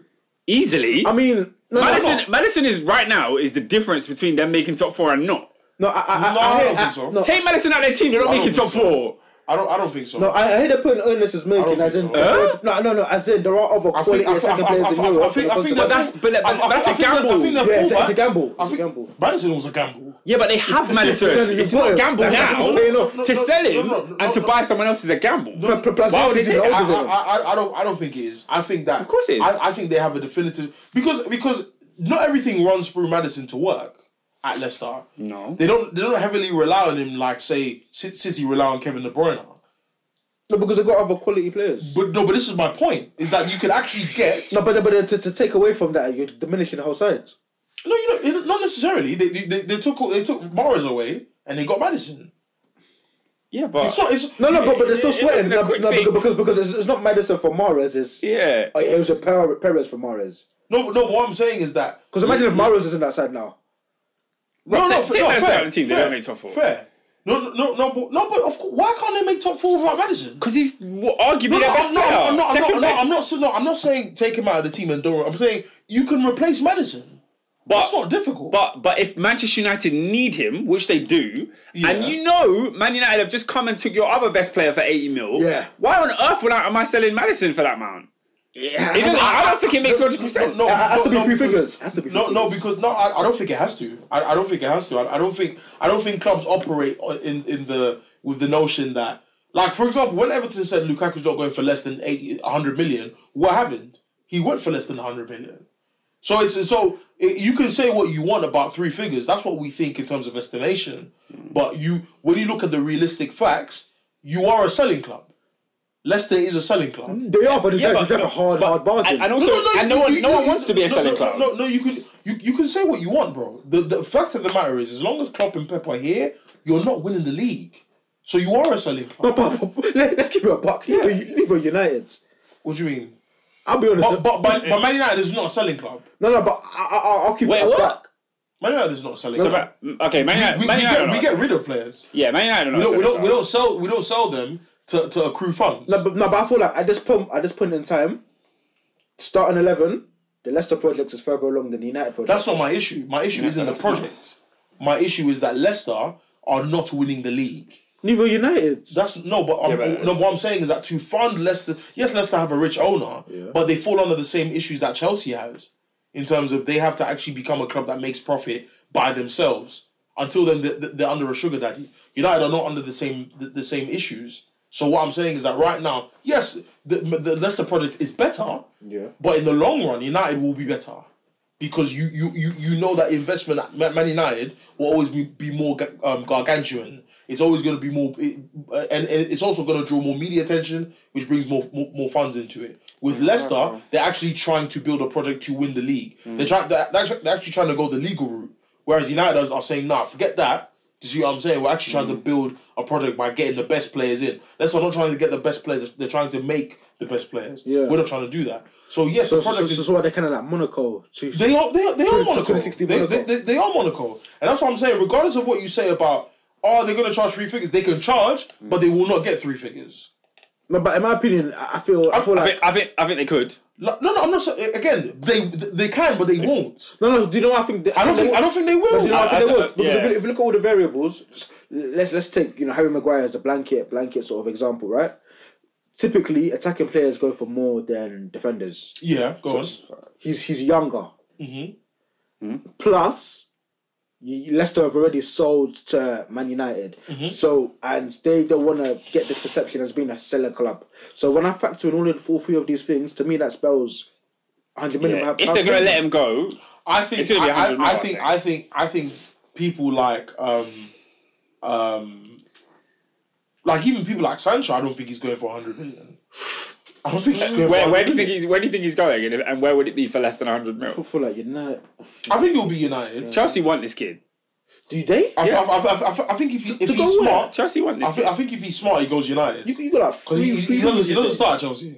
Speaker 1: Easily.
Speaker 2: I mean, no, no,
Speaker 1: Madison,
Speaker 2: no,
Speaker 1: Madison is right now is the difference between them making top four and not.
Speaker 2: no, I, I, I,
Speaker 3: No,
Speaker 2: I,
Speaker 3: I
Speaker 2: hear-
Speaker 3: don't think so.
Speaker 2: no,
Speaker 1: Take Madison out of their team, they're not
Speaker 3: I don't
Speaker 1: making top
Speaker 3: think
Speaker 1: four.
Speaker 3: I don't I don't think so.
Speaker 2: no, I I hear they're putting Ernest is making
Speaker 3: don't
Speaker 2: as in
Speaker 3: think so.
Speaker 1: Huh?
Speaker 2: no, no, no, as in there are other
Speaker 3: I think
Speaker 2: quality
Speaker 3: I think- I
Speaker 2: second
Speaker 3: think- I
Speaker 2: players in
Speaker 3: think- I think- I
Speaker 2: Europe.
Speaker 3: think- I think
Speaker 1: But
Speaker 3: they're-
Speaker 1: that's- but- but
Speaker 3: I- I
Speaker 1: that's
Speaker 3: think
Speaker 1: a
Speaker 3: they're- I
Speaker 1: gamble.
Speaker 3: think they're
Speaker 2: Yeah, it's a- it's a
Speaker 3: fullbacks.
Speaker 2: gamble.
Speaker 3: I
Speaker 2: It's a
Speaker 3: think
Speaker 2: gamble.
Speaker 3: Madison was a gamble.
Speaker 1: Yeah, but they have
Speaker 2: no, no,
Speaker 1: Madison.
Speaker 2: you
Speaker 1: It's not a
Speaker 2: got it.
Speaker 1: gamble
Speaker 2: Like,
Speaker 1: now.
Speaker 2: it's paying off.
Speaker 1: to
Speaker 3: No, no,
Speaker 1: sell him
Speaker 3: no, no,
Speaker 1: and to
Speaker 3: no,
Speaker 1: buy someone else is a gamble.
Speaker 2: Pl- pl- plus
Speaker 1: Why would they
Speaker 2: he's
Speaker 1: do
Speaker 2: even
Speaker 1: that?
Speaker 3: I,
Speaker 2: older than him.
Speaker 3: I, I, I don't I don't think it is. I think that
Speaker 1: Of course it is.
Speaker 3: I, I think they have a definitive because because not everything runs through Madison to work at Leicester.
Speaker 1: No.
Speaker 3: They don't they don't heavily rely on him like say Ci- City rely on Kevin De Bruyne.
Speaker 2: No, because they've got other quality players.
Speaker 3: But no, but this is my point is that you could actually get
Speaker 2: No, but, but to, to take away from that, you're diminishing the whole side.
Speaker 3: No, you know, it- not necessarily. They, they, they took they took Morris away and they got Madison.
Speaker 1: Yeah, but
Speaker 3: It's not. It's
Speaker 2: No, no, but, but they're
Speaker 1: It-
Speaker 2: still
Speaker 1: it
Speaker 2: sweating.
Speaker 1: wasn't a
Speaker 2: No,
Speaker 1: quick
Speaker 2: no,
Speaker 1: fix.
Speaker 2: because, because, because it's, it's not Madison for Mares, it's
Speaker 1: yeah.
Speaker 2: oh, it was a Per- Perez for Mares.
Speaker 3: no, no. What I'm saying is that
Speaker 2: Because imagine if Mares isn't that side now.
Speaker 3: no, no,
Speaker 1: take-
Speaker 3: fair-
Speaker 1: take
Speaker 3: no,
Speaker 1: Madison
Speaker 3: fair,
Speaker 1: out of the team, they
Speaker 3: fair,
Speaker 1: don't make top four.
Speaker 3: Fair, No, no, no, no, but, no, but of course, why can't they make top four without Madison?
Speaker 1: Because he's well, arguably
Speaker 3: No,
Speaker 1: their
Speaker 3: no,
Speaker 1: best
Speaker 3: I'm not,
Speaker 1: player.
Speaker 3: I'm not, I'm
Speaker 1: second
Speaker 3: not, no,
Speaker 1: best.
Speaker 3: I'm not, so- no, I'm not saying take him out of the team and don't. I'm saying you can replace Madison.
Speaker 1: but,
Speaker 3: That's not difficult.
Speaker 1: But but if Manchester United need him, which they do, and
Speaker 3: Yeah.
Speaker 1: you know Man United have just come and took your other best player for 80 mil,
Speaker 2: Yeah.
Speaker 1: why on earth would I, am I selling Madison for that amount?
Speaker 2: Yeah,
Speaker 1: It doesn't- I, don't think it makes logical
Speaker 3: no,
Speaker 1: sense.
Speaker 3: no,
Speaker 2: It has
Speaker 3: no,
Speaker 2: to be
Speaker 3: no,
Speaker 2: three
Speaker 3: because-
Speaker 2: figures. It has to be three
Speaker 3: No, no,
Speaker 2: figures.
Speaker 3: because no, I, I don't think it has to. I, I don't think it has to. I, I don't think I don't think clubs operate on- in in the with the notion that, like for example, when Everton said Lukaku's not going for less than 80, 100 million, what happened? He went for less than 100 million. So it's so it, you can say what you want about three figures. That's what we think in terms of estimation. But you, when you look at the realistic facts, you are a selling club. Leicester is a selling club.
Speaker 2: They are, but it's
Speaker 1: Yeah,
Speaker 2: yeah,
Speaker 1: but-
Speaker 2: a hard,
Speaker 1: but-
Speaker 2: hard bargain.
Speaker 1: and- and also- and no one- no one wants to be a
Speaker 3: no,
Speaker 1: selling
Speaker 3: no,
Speaker 1: club.
Speaker 3: No, no, you can you, you can say what you want, bro. The the fact of the matter is, as long as Klopp and Pep are here, you're not winning the league. So you are a selling club.
Speaker 2: But- but- but let- let's give it a buck. Yeah. Leave United.
Speaker 3: What do you mean?
Speaker 2: I'll be honest.
Speaker 3: But but but, but Man United is not a selling club.
Speaker 2: no, no, but I, I, I'll- I'll keep
Speaker 1: Wait,
Speaker 2: it a
Speaker 1: what?
Speaker 2: buck.
Speaker 3: Man United is not a selling
Speaker 1: So,
Speaker 3: club.
Speaker 1: but- mm, okay, Man United.
Speaker 3: We,
Speaker 1: Man
Speaker 3: we,
Speaker 1: United
Speaker 3: get,
Speaker 1: are
Speaker 3: we
Speaker 1: not-
Speaker 3: get rid of players.
Speaker 1: yeah, Man United. are not
Speaker 3: We don't,
Speaker 1: selling
Speaker 3: we don't we
Speaker 1: club.
Speaker 3: don't sell we don't sell them to, to accrue funds.
Speaker 2: No, but, no, but I feel like at this point, at this point in time, starting eleven, the Leicester project is further along than the United project.
Speaker 3: That's not my issue. My issue isn't the
Speaker 1: that's not.
Speaker 3: project. My issue is that Leicester are not winning the league.
Speaker 2: neither United.
Speaker 3: That's no, but, I'm,
Speaker 1: Yeah, but-
Speaker 3: no, what I'm saying is that to fund Leicester, yes, Leicester have a rich owner, but they fall under the same issues that Chelsea has in terms of they have to actually become a club that makes profit by themselves. Until then, they- they're under a sugar daddy. United are not under the same the, the same issues. So what I'm saying is that right now, yes, the, the Leicester project is better,
Speaker 2: Yeah.
Speaker 3: but in the long run, United will be better because you you you, you know that investment at Ma- Man United will always be, be more ga- um, gargantuan. It's always going to be more, it, uh, and and it's also going to draw more media attention, which brings more more, more funds into it. With Leicester, they're actually trying to build a project to win the league.
Speaker 2: Mm.
Speaker 3: They're trying they're, act- they're actually trying to go the legal route, whereas United are saying, "Nah, forget that." You see what I'm saying? We're actually trying
Speaker 2: Mm.
Speaker 3: to build a project by getting the best players in. Leicester are not trying to get the best players; they're trying to make the best players.
Speaker 2: Yeah.
Speaker 3: We're not trying to do that. So yes,
Speaker 2: So,
Speaker 3: the
Speaker 2: so,
Speaker 3: project is
Speaker 2: so, so what, they're kind of like Monaco. To,
Speaker 3: they are, they are, they are Monaco.
Speaker 2: 2016
Speaker 3: They,
Speaker 2: Monaco.
Speaker 3: they, they, they are Monaco. And that's what I'm saying. Regardless of what you say about, oh, they're going to charge three figures, they can charge,
Speaker 2: Mm.
Speaker 3: but they will not get three figures.
Speaker 2: no, but in my opinion, I I feel, I feel
Speaker 1: I
Speaker 2: like
Speaker 1: think, I think I think they could.
Speaker 3: Like, no, no, I'm not saying, again, they they can, but they won't.
Speaker 2: no, no. Do you know what I think? They,
Speaker 3: I don't think, I don't think they will.
Speaker 2: Do you know what I,
Speaker 1: I-
Speaker 2: think
Speaker 1: I-
Speaker 2: they would? Because if,
Speaker 1: yeah.
Speaker 2: you, if you look at all the variables, s- let's let's take you know Harry Maguire as the blanket blanket sort of example, right? Typically, attacking players go for more than defenders.
Speaker 3: yeah, go on.
Speaker 2: He's he's younger.
Speaker 3: Mm-hmm.
Speaker 1: Hmm?
Speaker 2: Plus, you- Leicester have already sold to Man United,
Speaker 3: Mm-hmm.
Speaker 2: so and they don't want to get this perception as being a seller club. So when I factor in all of all three of these things, to me that spells hundred million.
Speaker 1: Yeah.
Speaker 2: pound-
Speaker 1: If they're gonna let him go,
Speaker 3: I think
Speaker 1: It's gonna be
Speaker 3: I,
Speaker 1: 100
Speaker 3: I, I
Speaker 1: now, I
Speaker 3: think I think I think people like um um like even people like Sancho, I don't think he's going for 100 million. I don't think he's going for
Speaker 1: where,
Speaker 3: 100
Speaker 1: where do you
Speaker 3: million.
Speaker 1: think he's where do you think he's going, and, if- and where would it be for less than 100
Speaker 2: I
Speaker 1: mil?
Speaker 2: feel like you're not.
Speaker 3: I think he'll be United.
Speaker 1: Chelsea want this kid.
Speaker 2: Do they?
Speaker 3: I,
Speaker 1: Yeah.
Speaker 3: I, I, I, I think if, he, if
Speaker 2: to
Speaker 3: he's
Speaker 2: go where?
Speaker 3: smart,
Speaker 1: Chelsea want
Speaker 3: I
Speaker 1: this
Speaker 3: think,
Speaker 1: kid.
Speaker 3: I think if he's smart, he goes United.
Speaker 2: You, you got like
Speaker 3: Because
Speaker 2: three.
Speaker 3: he, he,
Speaker 2: three
Speaker 3: he doesn't, he
Speaker 2: reasons.
Speaker 3: doesn't start at Chelsea.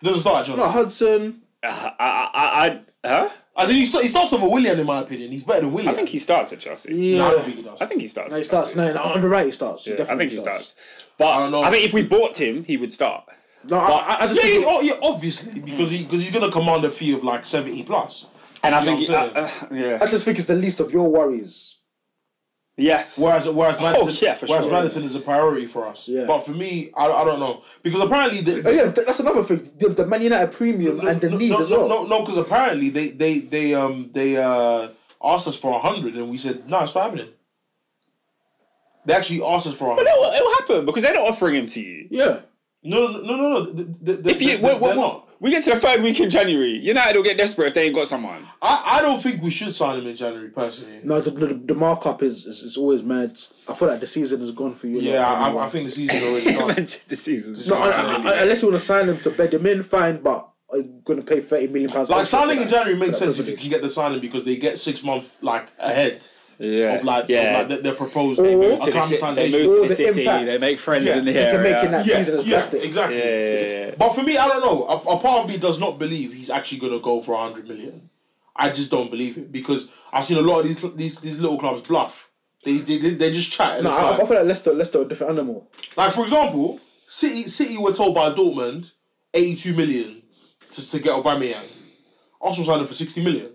Speaker 3: He doesn't start at Chelsea.
Speaker 2: Not Hudson.
Speaker 1: Uh, I, I, I, huh?
Speaker 3: As in, he, sta- he starts over Willian, in my opinion. He's better than Willian.
Speaker 1: I think he starts at Chelsea.
Speaker 3: No, I
Speaker 2: Yeah.
Speaker 3: don't think he does.
Speaker 1: I think he starts.
Speaker 2: No,
Speaker 1: at
Speaker 2: he starts.
Speaker 1: Chelsea.
Speaker 2: No, no, on the right he starts.
Speaker 1: Yeah, I
Speaker 2: definitely
Speaker 1: think he starts. But I,
Speaker 3: don't know.
Speaker 1: think if we bought him, he would start.
Speaker 2: No, I, I- I just
Speaker 3: yeah,
Speaker 2: think
Speaker 3: yeah, oh, yeah, obviously, because he because he's gonna command a fee of like seventy plus.
Speaker 1: And I
Speaker 3: You know
Speaker 1: think, he,
Speaker 3: what
Speaker 1: uh,
Speaker 3: I'm
Speaker 1: uh, yeah,
Speaker 2: I just think it's the least of your worries.
Speaker 1: yes.
Speaker 3: Whereas
Speaker 2: Oh,
Speaker 3: whereas Madison,
Speaker 1: yeah, for
Speaker 3: whereas
Speaker 1: sure.
Speaker 3: Madison is a priority for us.
Speaker 2: Yeah.
Speaker 3: But for me, I, I don't know because apparently the,
Speaker 2: Oh, yeah, th- that's another thing. The, the Man United premium and the
Speaker 3: no,
Speaker 2: need
Speaker 3: no,
Speaker 2: as
Speaker 3: no,
Speaker 2: well.
Speaker 3: No, no, because apparently they they they um they uh asked us for hundred and we said no, it's not happening. They actually asked us for hundred.
Speaker 1: It'll, it'll happen because they're not offering him to you.
Speaker 2: Yeah.
Speaker 3: No, no, no, no, no. th- th- th-
Speaker 1: If you,
Speaker 3: th-
Speaker 1: we-
Speaker 3: they're
Speaker 1: we-
Speaker 3: not.
Speaker 1: we get to the third week in January, United will get desperate if they ain't got someone.
Speaker 3: I, I don't think we should sign him in January personally.
Speaker 2: No, the, the, the markup is, is is always mad. I feel like the season is gone for you.
Speaker 3: Yeah, I, I- I think the season's already
Speaker 1: Man
Speaker 3: gone.
Speaker 1: said the season's
Speaker 2: No, I,
Speaker 1: gone.
Speaker 2: I, I, unless you want to sign him to bed him in, fine. But are you going to pay thirty million pounds?
Speaker 3: Like signing in January makes
Speaker 2: that
Speaker 3: sense if you
Speaker 2: privilege.
Speaker 3: can get the signing because they get six months like ahead
Speaker 1: yeah,
Speaker 3: of like
Speaker 1: yeah.
Speaker 3: of like their, their proposed
Speaker 2: They move
Speaker 1: to the ci- they move
Speaker 3: acclimatization.
Speaker 1: to
Speaker 2: All
Speaker 1: the
Speaker 2: the
Speaker 1: city.
Speaker 2: impact.
Speaker 1: They make friends
Speaker 3: Yeah,
Speaker 1: in the
Speaker 2: you can
Speaker 1: area.
Speaker 2: make it that
Speaker 3: Yeah,
Speaker 2: season is
Speaker 3: yeah,
Speaker 2: drastic.
Speaker 3: exactly.
Speaker 1: Yeah, yeah, yeah.
Speaker 3: But for me, I don't know. A, a part of me does not believe he's actually going to go for 100 million. I just don't believe it because I've seen a lot of these these, these little clubs bluff. They they they, they just chat. and
Speaker 2: No,
Speaker 3: it's
Speaker 2: I, I
Speaker 3: like,
Speaker 2: feel like Leicester, Leicester are a different animal.
Speaker 3: like for example, City City were told by Dortmund eighty two million to to get Aubameyang. Arsenal signed him for sixty million.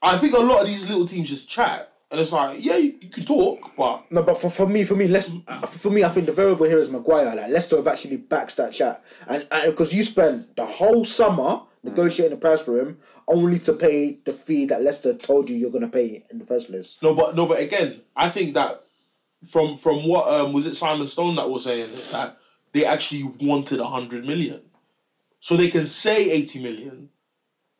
Speaker 3: I think a lot of these little teams just chat, and it's like, yeah, you, you can talk, but
Speaker 2: No, but for, for me, for me, Leic- uh
Speaker 3: Mm.
Speaker 2: for me, I think the variable here is Maguire. Like Leicester have actually backed that chat, and because you spent the whole
Speaker 3: Mm.
Speaker 2: summer negotiating the price for him, only to pay the fee that Leicester told you you're going to pay in the first place.
Speaker 3: No, but no, but again, I think that from from what um was it Simon Stone that was saying that they actually wanted hundred million, so they can say eighty million,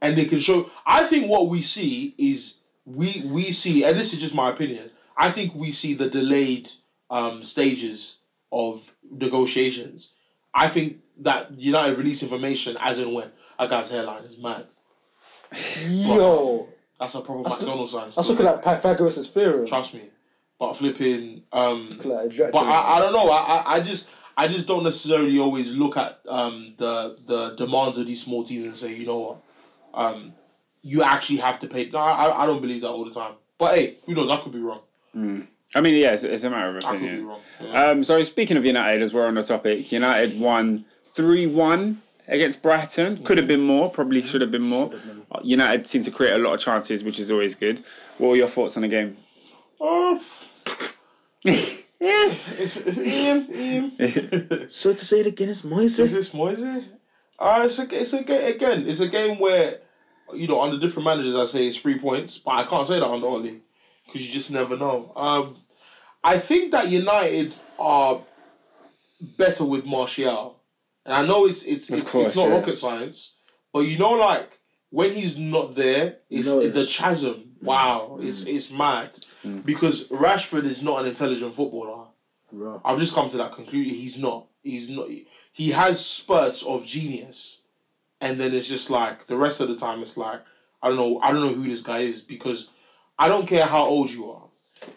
Speaker 3: and they can show. I think what we see is we we see, and this is just my opinion. I think we see the delayed um stages of negotiations. I think that United release information as and when a guy's hairline is mad.
Speaker 2: Yo,
Speaker 3: That's a proper McDonald's sign.
Speaker 2: that's looking like Pythagoras' theorem.
Speaker 3: Trust me. But flipping um
Speaker 2: Like a Dracula.
Speaker 3: but I, I don't know. I, I, I just I just don't necessarily always look at um the the demands of these small teams and say, you know what, um you actually have to pay. No, I I don't believe that all the time. But hey, who knows? I could be wrong.
Speaker 1: I mean, yeah, it's, it's a matter of
Speaker 3: I could be
Speaker 1: opinion.
Speaker 3: wrong. Yeah.
Speaker 1: Um, so speaking of United, as we're on the topic, United won three one against Brighton. Could have been more. Probably should have been more. Uh, United seem to create a lot of chances, which is always good. What were your thoughts on the game?
Speaker 3: Oh,
Speaker 1: Yeah.
Speaker 3: it's, it's Ian. Ian.
Speaker 2: So to say it again, it's
Speaker 3: Is
Speaker 2: Moises.
Speaker 3: this Moise? Uh, it's a, it's a game again. It's a game where, you know, under different managers, I say it's three points, but I can't say that under Oli because you just never know. Um, I think that United are better with Martial, and I know it's it's it's,
Speaker 1: course,
Speaker 3: it's not
Speaker 1: yeah.
Speaker 3: rocket science, but you know, like when he's not there, it's
Speaker 2: Notice.
Speaker 3: the chasm. Wow, it's it's mad because Rashford is not an intelligent footballer.
Speaker 2: Bro.
Speaker 3: I've just come to that conclusion. He's not. He's not. He has spurts of genius, and then it's just like the rest of the time. It's like I don't know. I don't know who this guy is because I don't care how old you are.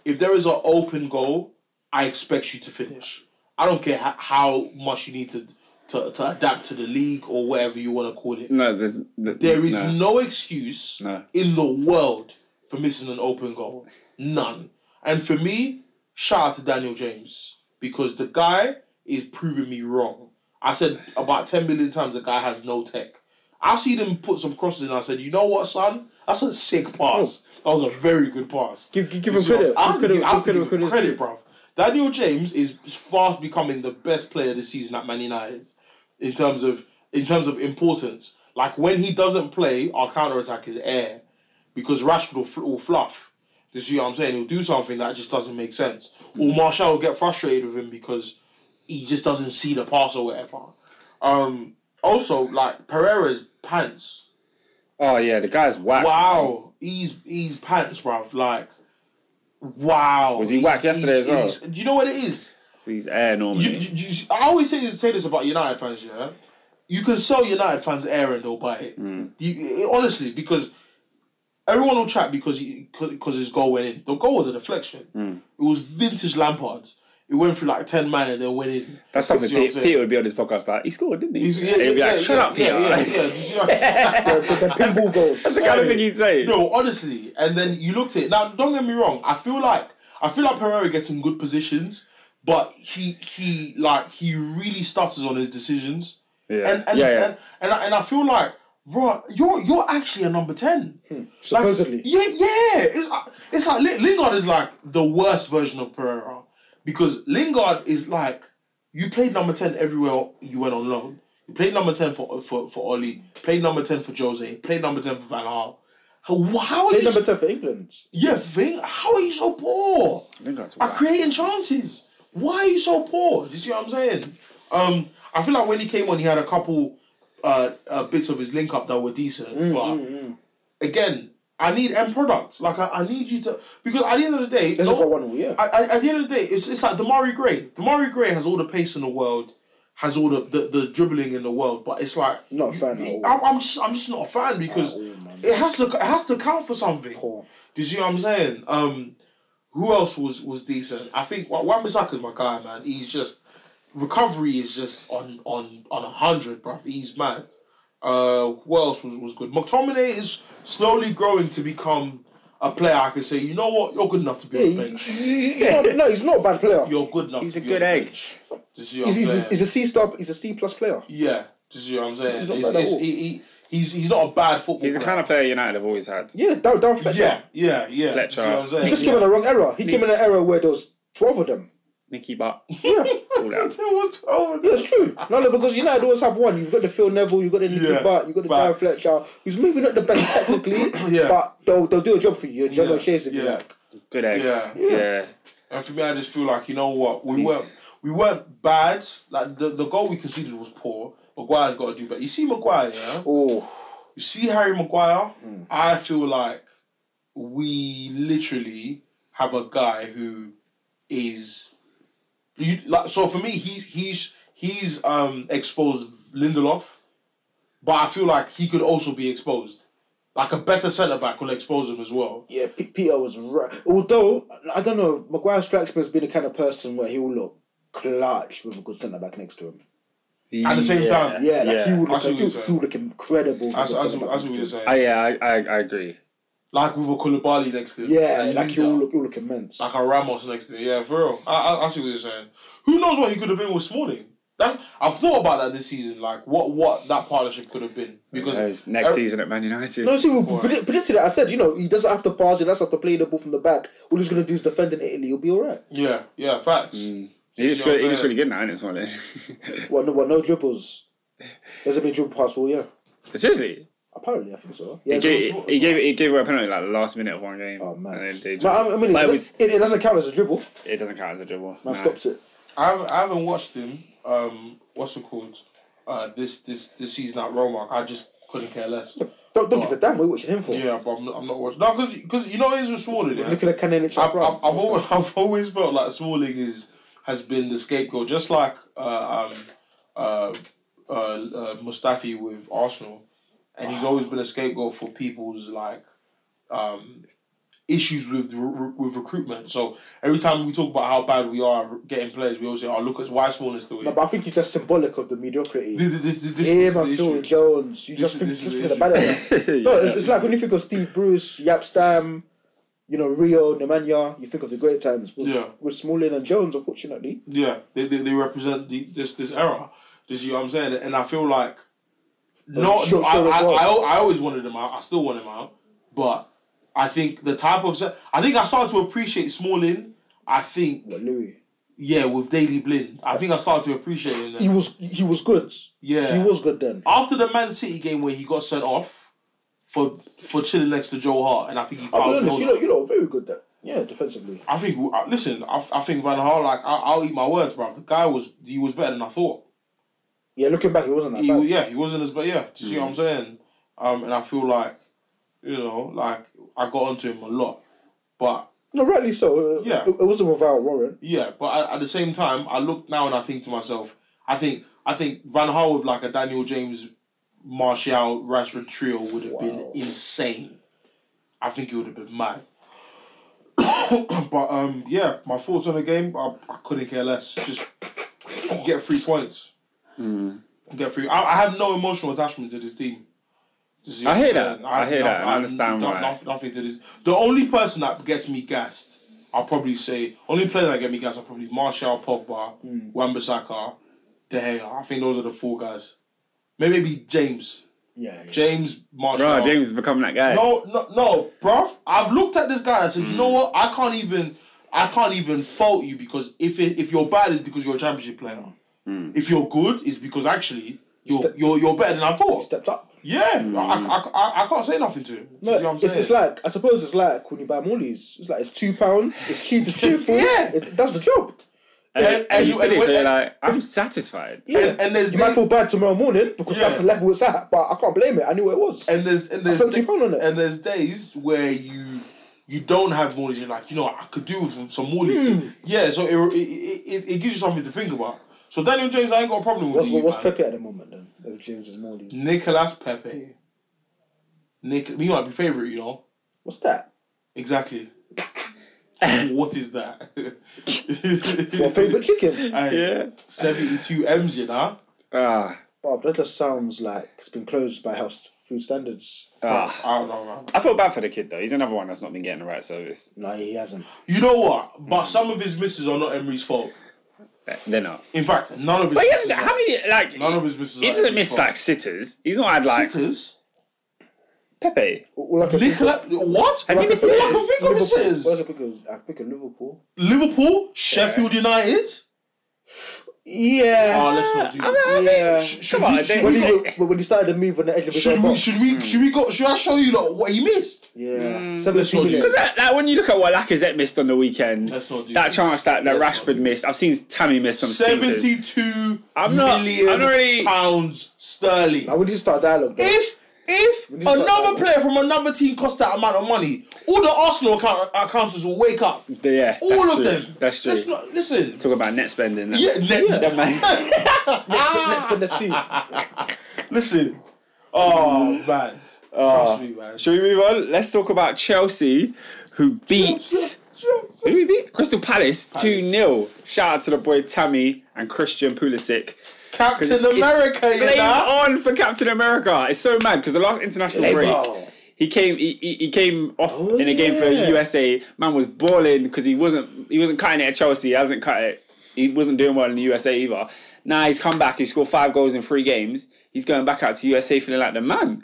Speaker 3: If there is an open goal, I expect you to finish. I don't care how, how much you need to, to to adapt to the league or whatever you want to call it.
Speaker 1: No, there's th-
Speaker 3: There is
Speaker 1: no.
Speaker 3: no, excuse
Speaker 1: No.
Speaker 3: in the world for missing an open goal. None. And for me, shout out to Daniel James because the guy is proving me wrong. I said about 10 million times the guy has no tech. I've seen him put some crosses in. I said, you know what, son? That's a sick pass. That was a very good pass.
Speaker 2: Oh. Give, give, give
Speaker 3: You
Speaker 2: him
Speaker 3: see what
Speaker 2: credit.
Speaker 3: I'm- I have
Speaker 2: Give
Speaker 3: to
Speaker 2: credit-
Speaker 3: give- I have to
Speaker 2: give
Speaker 3: give him
Speaker 2: credit.
Speaker 3: credit, bruv. Daniel James is fast becoming the best player this season at Man United in terms of in terms of importance. Like when he doesn't play, our counter attack is air because Rashford will, fl- will fluff. Do you see what I'm saying? He'll do something that just doesn't make sense. Or Marshall will get frustrated with him because he just doesn't see the pass or whatever. Um, also, like Pereira's pants.
Speaker 1: Oh yeah, the guy's whack.
Speaker 3: Wow, he's he's pants, bruv. Like, wow.
Speaker 1: Was he
Speaker 3: He's-
Speaker 1: whack yesterday
Speaker 3: he's-
Speaker 1: as well?
Speaker 3: he's- Do you know what it is?
Speaker 1: He's air normally.
Speaker 3: You, you, you- I always say, say this about United fans, yeah. You can sell United fans air and they'll buy it.
Speaker 1: Hmm.
Speaker 3: You, it- honestly, because everyone will chat because he, because his goal went in. The goal was a deflection.
Speaker 1: Hmm.
Speaker 3: It was vintage Lampard. It went through like ten man and then went in.
Speaker 1: That's something
Speaker 3: You see what I'm
Speaker 1: Peter,
Speaker 3: saying?
Speaker 1: Peter would be on his podcast like, he scored, didn't he?
Speaker 3: He's- yeah,
Speaker 1: He'd be
Speaker 3: yeah,
Speaker 1: like,
Speaker 3: yeah,
Speaker 1: shut
Speaker 3: yeah,
Speaker 1: up, Peter.
Speaker 3: Yeah, yeah, yeah. Do you see what I'm saying?
Speaker 2: The pinball goals.
Speaker 1: That's the kind of thing he'd say.
Speaker 3: No, honestly. And then you looked at it. Now, don't get me wrong. I feel like I feel like Pereira gets in good positions, but he he like he really stutters on his decisions.
Speaker 1: Yeah.
Speaker 3: And and
Speaker 1: yeah, yeah.
Speaker 3: And, and, I, and I feel like, bro, you're you're actually a number ten.
Speaker 1: Hmm.
Speaker 3: Like,
Speaker 2: Supposedly.
Speaker 3: yeah, yeah. It's like- it's like Lin- Lingard is like the worst version of Pereira because Lingard is like you played number ten everywhere you went on loan. You played number ten for for for Oli. Played number ten for Jose. Played number ten for Van Gaal. How, how are
Speaker 2: Play
Speaker 3: you?
Speaker 2: number 10 for England.
Speaker 3: yeah, thing. How are you so poor?
Speaker 1: Lingard's
Speaker 3: are
Speaker 1: whack.
Speaker 3: creating chances. Why are you so poor? Do you see what I'm saying? Um, I feel like when he came on, he had a couple uh, uh bits of his link up that were decent,
Speaker 2: Mm,
Speaker 3: but again, I need end products. Like I, I need you to because at the end of the day,
Speaker 2: There's
Speaker 3: no-
Speaker 2: got one all year.
Speaker 3: I, I, at the end of the day, it's, it's like Damari Gray. Damari Gray has all the pace in the world, has all the, the, the dribbling in the world, but it's like
Speaker 2: Not a fan at all.
Speaker 3: I'm, I'm just I'm just not a fan because
Speaker 2: Oh,
Speaker 3: it has to it has to count for something.
Speaker 2: Poor.
Speaker 3: Do you see what I'm saying? Um, who else was was decent? I think Wa- Wan-Bissaka's my guy, man. He's just recovery is just on on on a hundred, bruv. He's mad. Uh, who else was was good? McTominay is slowly growing to become a player I can say, you know what, you're good enough to be on the
Speaker 2: Yeah,
Speaker 3: bench.
Speaker 2: he- he- he's not- no, he's not a bad player.
Speaker 3: You're good enough.
Speaker 1: He's
Speaker 3: to
Speaker 1: a
Speaker 3: be
Speaker 1: good
Speaker 3: on the
Speaker 1: egg.
Speaker 3: bench. Do you see what
Speaker 2: He's,
Speaker 3: I'm
Speaker 2: he's,
Speaker 3: saying?
Speaker 2: he's a C star. He's a C plus player.
Speaker 3: yeah. Do you see what I'm saying?
Speaker 2: He's not
Speaker 3: It's-
Speaker 2: bad at
Speaker 3: it's-
Speaker 2: all.
Speaker 3: he, he, he's, he's not a bad football
Speaker 1: He's the
Speaker 3: player.
Speaker 1: kind of player United have always had.
Speaker 2: Yeah, down down for that.
Speaker 3: yeah, yeah, yeah. Do you see
Speaker 1: Fletcher.
Speaker 3: what I'm saying?
Speaker 2: He just
Speaker 3: yeah.
Speaker 2: came in a wrong era. He came in an era where there was twelve of them.
Speaker 1: Nicky Butt.
Speaker 2: Yeah,
Speaker 1: All that.
Speaker 3: There was 12
Speaker 2: yeah, it's true. No, no, because United always have one. You've got the Phil Neville, you've got the Nicky
Speaker 3: Yeah,
Speaker 2: Butt, you've got the Darren
Speaker 3: facts.
Speaker 2: Fletcher, who's maybe not the best technically,
Speaker 3: Yeah.
Speaker 2: but they'll they'll do a job for you. John
Speaker 3: Yeah,
Speaker 2: O'Shea's if you
Speaker 3: yeah.
Speaker 2: like.
Speaker 1: Good egg.
Speaker 3: Yeah.
Speaker 1: yeah.
Speaker 3: And for me, I just feel like you know what we
Speaker 1: He's-
Speaker 3: weren't we weren't bad. Like the, the goal we conceded was poor. Maguire's got to do better. You see Maguire, yeah.
Speaker 2: Oh,
Speaker 3: You see Harry Maguire.
Speaker 1: Mm.
Speaker 3: I feel like we literally have a guy who is you like. So for me, he's he's he's um exposed Lindelof, but I feel like he could also be exposed. Like a better centre back will expose him as well.
Speaker 2: yeah. P- Peter was right. Although I don't know, Maguire strikes me as being the kind of person where he will look clutch with a good centre back next to him.
Speaker 3: At the same
Speaker 1: Yeah.
Speaker 3: time.
Speaker 2: Yeah, like he would
Speaker 3: I
Speaker 2: look,
Speaker 3: see
Speaker 2: he,
Speaker 3: what you're
Speaker 2: would- he would look incredible. with a
Speaker 3: That's,
Speaker 2: good
Speaker 3: that's,
Speaker 2: centre-back
Speaker 3: that's
Speaker 2: next
Speaker 3: what
Speaker 2: to
Speaker 3: you're
Speaker 2: him.
Speaker 3: saying.
Speaker 1: I, Oh, yeah, I, I, I agree.
Speaker 3: Like with a Koulibaly next to him.
Speaker 2: Yeah,
Speaker 3: A
Speaker 2: like
Speaker 3: leader.
Speaker 2: he will look, he will look immense.
Speaker 3: Like a Ramos next to him. Yeah, for real. I, I, I see what you're saying. Who knows what he could have been with Smalling? That's I've thought about that this season. Like what what that partnership could have been because
Speaker 1: Whereas next
Speaker 3: er-
Speaker 1: season at Man United.
Speaker 2: No, see, we
Speaker 3: Or-
Speaker 2: predi- predicted it. I said, you know, he doesn't have to pass, he doesn't have to play the ball from the back. All he's going to do is defend in Italy, he'll be all right.
Speaker 3: Yeah, yeah, facts.
Speaker 2: Mm.
Speaker 1: He looks
Speaker 3: Yeah,
Speaker 1: good. He
Speaker 3: yeah.
Speaker 1: looks really good now, isn't it? Smalling?
Speaker 2: Well, no, well, no dribbles. There's been dribble pass all year.
Speaker 1: Seriously,
Speaker 2: Apparently, I think so. Yeah,
Speaker 1: he gave,
Speaker 3: Smalling-
Speaker 1: he gave he gave away a penalty like the last minute of one game.
Speaker 2: Oh, man.
Speaker 1: And then they
Speaker 2: No,
Speaker 1: just-
Speaker 2: I I mean,
Speaker 1: But
Speaker 2: it,
Speaker 1: it was-
Speaker 2: it, it doesn't count as a dribble.
Speaker 1: it doesn't count as a dribble.
Speaker 2: Man
Speaker 1: no.
Speaker 2: stops it.
Speaker 3: I haven't, I haven't watched him. Um, what's it called? Uh, this this this season at Roma. I just couldn't care less.
Speaker 2: Don't, don't
Speaker 3: What?
Speaker 2: give a damn what you're watching him for.
Speaker 3: Yeah, but I'm not, I'm not watching. No, because you know he's with Smalling. Yeah?
Speaker 2: Look at the cannon in
Speaker 3: I've, I've, I've, always, I've always felt like Smalling is has been the scapegoat, just like uh, um, uh, uh, uh, Mustafi with Arsenal, and he's always been a scapegoat for people's like um, issues with re- with recruitment. So every time we talk about how bad we are at getting players, we always say, "Oh, look at why Smalling is still
Speaker 2: No,
Speaker 3: here."
Speaker 2: but I think it's just symbolic of the mediocrity.
Speaker 3: This, this, this, this is
Speaker 2: Him
Speaker 3: the
Speaker 2: and Phil
Speaker 3: issue.
Speaker 2: Jones. You
Speaker 3: This
Speaker 2: just
Speaker 3: is-
Speaker 2: think,
Speaker 3: this is
Speaker 2: just
Speaker 3: the
Speaker 2: think about it. No, it's, it's like when you think of Steve Bruce, Yap Stam, you know, Rio, Nemanja, you think of the great times. With,
Speaker 3: Yeah.
Speaker 2: with Smalling and Jones, unfortunately.
Speaker 3: Yeah, they, they, they represent the, this this era. Just you know what I'm saying, and I feel like no,
Speaker 2: sure,
Speaker 3: no, I,
Speaker 2: sure as
Speaker 3: I,
Speaker 2: well.
Speaker 3: I, al- I always wanted him out. I still want him out, but I think the type of se- I think I started to appreciate Smalling. I think
Speaker 2: But Louis.
Speaker 3: yeah, with Daily Blind, I think I started to appreciate him.
Speaker 2: He
Speaker 3: Then.
Speaker 2: was he was good.
Speaker 3: Yeah,
Speaker 2: He was good then.
Speaker 3: after the Man City game where he got sent off for for chilling next to Joe Hart, and I think he
Speaker 2: I'll
Speaker 3: fouled.
Speaker 2: be honest,
Speaker 3: Milner.
Speaker 2: you know, you know, very good then. Yeah, defensively.
Speaker 3: I think. uh, Listen, I, I think Van Hal. Like I, I'll eat my words, bruv. The guy was he was better than I thought.
Speaker 2: Yeah, looking back, it wasn't that
Speaker 3: he,
Speaker 2: bad.
Speaker 3: yeah, he wasn't as bad. Yeah, do you see what I'm saying? Um, and I feel like, you know, like I got onto him a lot, but
Speaker 2: No, rightly so. Uh,
Speaker 3: Yeah.
Speaker 2: It, it wasn't without Warren.
Speaker 3: yeah, but I, at the same time, I look now and I think to myself, I think I think Van Hal with like a Daniel James, Martial, Rashford trio would have
Speaker 2: Wow.
Speaker 3: been insane. I think it would have been mad. but um, yeah, my thoughts on the game, I, I couldn't care less. Just get three points. Get three. I, I have no emotional attachment to this team. Do you see
Speaker 1: I
Speaker 3: what
Speaker 1: hear
Speaker 3: I'm
Speaker 1: that.
Speaker 3: saying?
Speaker 1: I
Speaker 3: have
Speaker 1: hear that.
Speaker 3: nothing-
Speaker 1: I understand
Speaker 3: have
Speaker 1: why.
Speaker 3: nothing- Nothing to this. The only person that gets me gassed I'll probably say only players that get me guys are probably Martial, Pogba,
Speaker 1: Hmm.
Speaker 3: mm. Wan-Bissaka, De Gea. I think those are the four guys. Maybe, maybe James,
Speaker 2: Yeah. yeah.
Speaker 3: James Martial.
Speaker 1: Bro, James is becoming that guy.
Speaker 3: No, no, no, bruv. I've looked at this guy. and I said, you know what? I can't even, I can't even fault you because if it, if you're bad, it's because you're a championship player. If you're good, it's because actually you're
Speaker 2: Step-
Speaker 3: you're, you're better than I thought.
Speaker 2: Stepped up.
Speaker 3: Yeah, I, I, I, I can't say nothing to him.
Speaker 2: No,
Speaker 3: Do you see what I'm
Speaker 2: it's,
Speaker 3: saying?
Speaker 2: it's like I suppose it's like when you buy Morley's. It's like it's two pounds. It's cheap. It's cheerful.
Speaker 3: Yeah.
Speaker 2: It, that's the job.
Speaker 1: and,
Speaker 3: and-
Speaker 1: and you
Speaker 3: and-
Speaker 1: finish, and
Speaker 3: and-
Speaker 1: you're like, I'm satisfied.
Speaker 2: Yeah.
Speaker 3: And- and there's
Speaker 2: you
Speaker 3: the-
Speaker 2: might feel bad tomorrow morning because that's
Speaker 3: Yeah.
Speaker 2: the level it's at. But I can't blame it. I knew what it was.
Speaker 3: and there's and there's
Speaker 2: spent two pound on it.
Speaker 3: and there's days where you you don't have Morley's. You're like, you know, I could do with some, some Morley's.
Speaker 2: Hmm.
Speaker 3: Yeah, so it, it, it, it gives you something to think about. So Daniel James, I ain't got a problem with
Speaker 2: what's
Speaker 3: you.
Speaker 2: what's
Speaker 3: man.
Speaker 2: Pepe at the moment then? If James is Morley's,
Speaker 3: Nicolas Pepe. Nick, he might be favorite. You know
Speaker 2: what's that?
Speaker 3: exactly. what is that?
Speaker 2: Your favorite chicken?
Speaker 1: Yeah.
Speaker 3: Seventy-two M's, you know.
Speaker 1: Ah,
Speaker 2: Bob, that just sounds like it's been closed by house food standards.
Speaker 1: Ah.
Speaker 3: I don't know, man.
Speaker 1: I feel bad for the kid though. He's another one that's not been getting the right service.
Speaker 2: No, he hasn't.
Speaker 3: You know what? But some of his misses are not Emery's fault.
Speaker 1: They're not.
Speaker 3: In fact, none of his
Speaker 1: But he
Speaker 3: misses.
Speaker 1: hasn't.
Speaker 3: are-
Speaker 1: How many like?
Speaker 3: none of his misses.
Speaker 1: He
Speaker 3: are
Speaker 1: doesn't
Speaker 3: Emery's
Speaker 1: miss
Speaker 3: fault.
Speaker 1: like sitters. He's not had like
Speaker 3: sitters.
Speaker 1: Pepe.
Speaker 2: All I can think of-
Speaker 3: Nicola, what?
Speaker 1: Has he missed
Speaker 3: All I can
Speaker 1: sitters?
Speaker 3: think of is
Speaker 2: Liverpool.
Speaker 3: sitters.
Speaker 2: What was I think it was? I think of Liverpool.
Speaker 3: Liverpool, Sheffield United.
Speaker 1: Ah,
Speaker 2: Yeah.
Speaker 3: Oh, let's not do
Speaker 1: I
Speaker 3: this.
Speaker 1: mean,
Speaker 2: Yeah.
Speaker 1: I mean, sh-
Speaker 3: Should
Speaker 1: come
Speaker 3: we-
Speaker 1: on.
Speaker 3: should
Speaker 1: they-
Speaker 2: when, he,
Speaker 3: we
Speaker 2: did- when he started to move on the edge of his
Speaker 3: Oh, Should
Speaker 2: own
Speaker 3: we?
Speaker 2: box.
Speaker 1: Hmm.
Speaker 3: Should we? Should we go? Should I show you lot what he missed?
Speaker 2: Yeah.
Speaker 3: Let's not
Speaker 2: 17
Speaker 3: do
Speaker 2: minutes.
Speaker 3: it.
Speaker 1: That, that when you look at what Lacazette missed on the weekend,
Speaker 3: Let's not do
Speaker 1: that
Speaker 3: this.
Speaker 1: chance that, that
Speaker 3: Let's not
Speaker 1: Rashford missed. I've seen Tammy miss some stinkers.
Speaker 3: Seventy-two
Speaker 1: I'm not-
Speaker 3: million
Speaker 1: I'm not really-
Speaker 3: pounds sterling.
Speaker 2: Now we need to start dialogue. Though.
Speaker 3: If if
Speaker 2: need to
Speaker 3: another
Speaker 2: start-
Speaker 3: player from another team costs that amount of money, all the Arsenal account- accountants will wake up.
Speaker 1: Yeah, that's
Speaker 3: All of
Speaker 1: true.
Speaker 3: them.
Speaker 1: That's true.
Speaker 3: Let's not, listen.
Speaker 1: Talk about net spending.
Speaker 3: Yeah, ne-
Speaker 1: That man.
Speaker 2: Let's spend the fee.
Speaker 3: listen. Oh man. Trust me, man.
Speaker 1: Mm. Should we move on? Let's talk about Chelsea, who beat who we beat Crystal Palace two 0 Shout out to the boy Tammy and Christian Pulisic.
Speaker 3: Captain
Speaker 1: It's- it's
Speaker 3: America, you
Speaker 1: Blame
Speaker 3: know.
Speaker 1: on for Captain America. It's so mad because the last international break. He came. He, he, he came off
Speaker 2: Oh,
Speaker 1: in a game for
Speaker 2: yeah.
Speaker 1: USA. Man was balling because he wasn't. He wasn't cutting it at Chelsea. He hasn't cut it. He wasn't doing well in the USA either. Now he's come back. He scored five goals in three games. He's going back out to USA feeling like the man.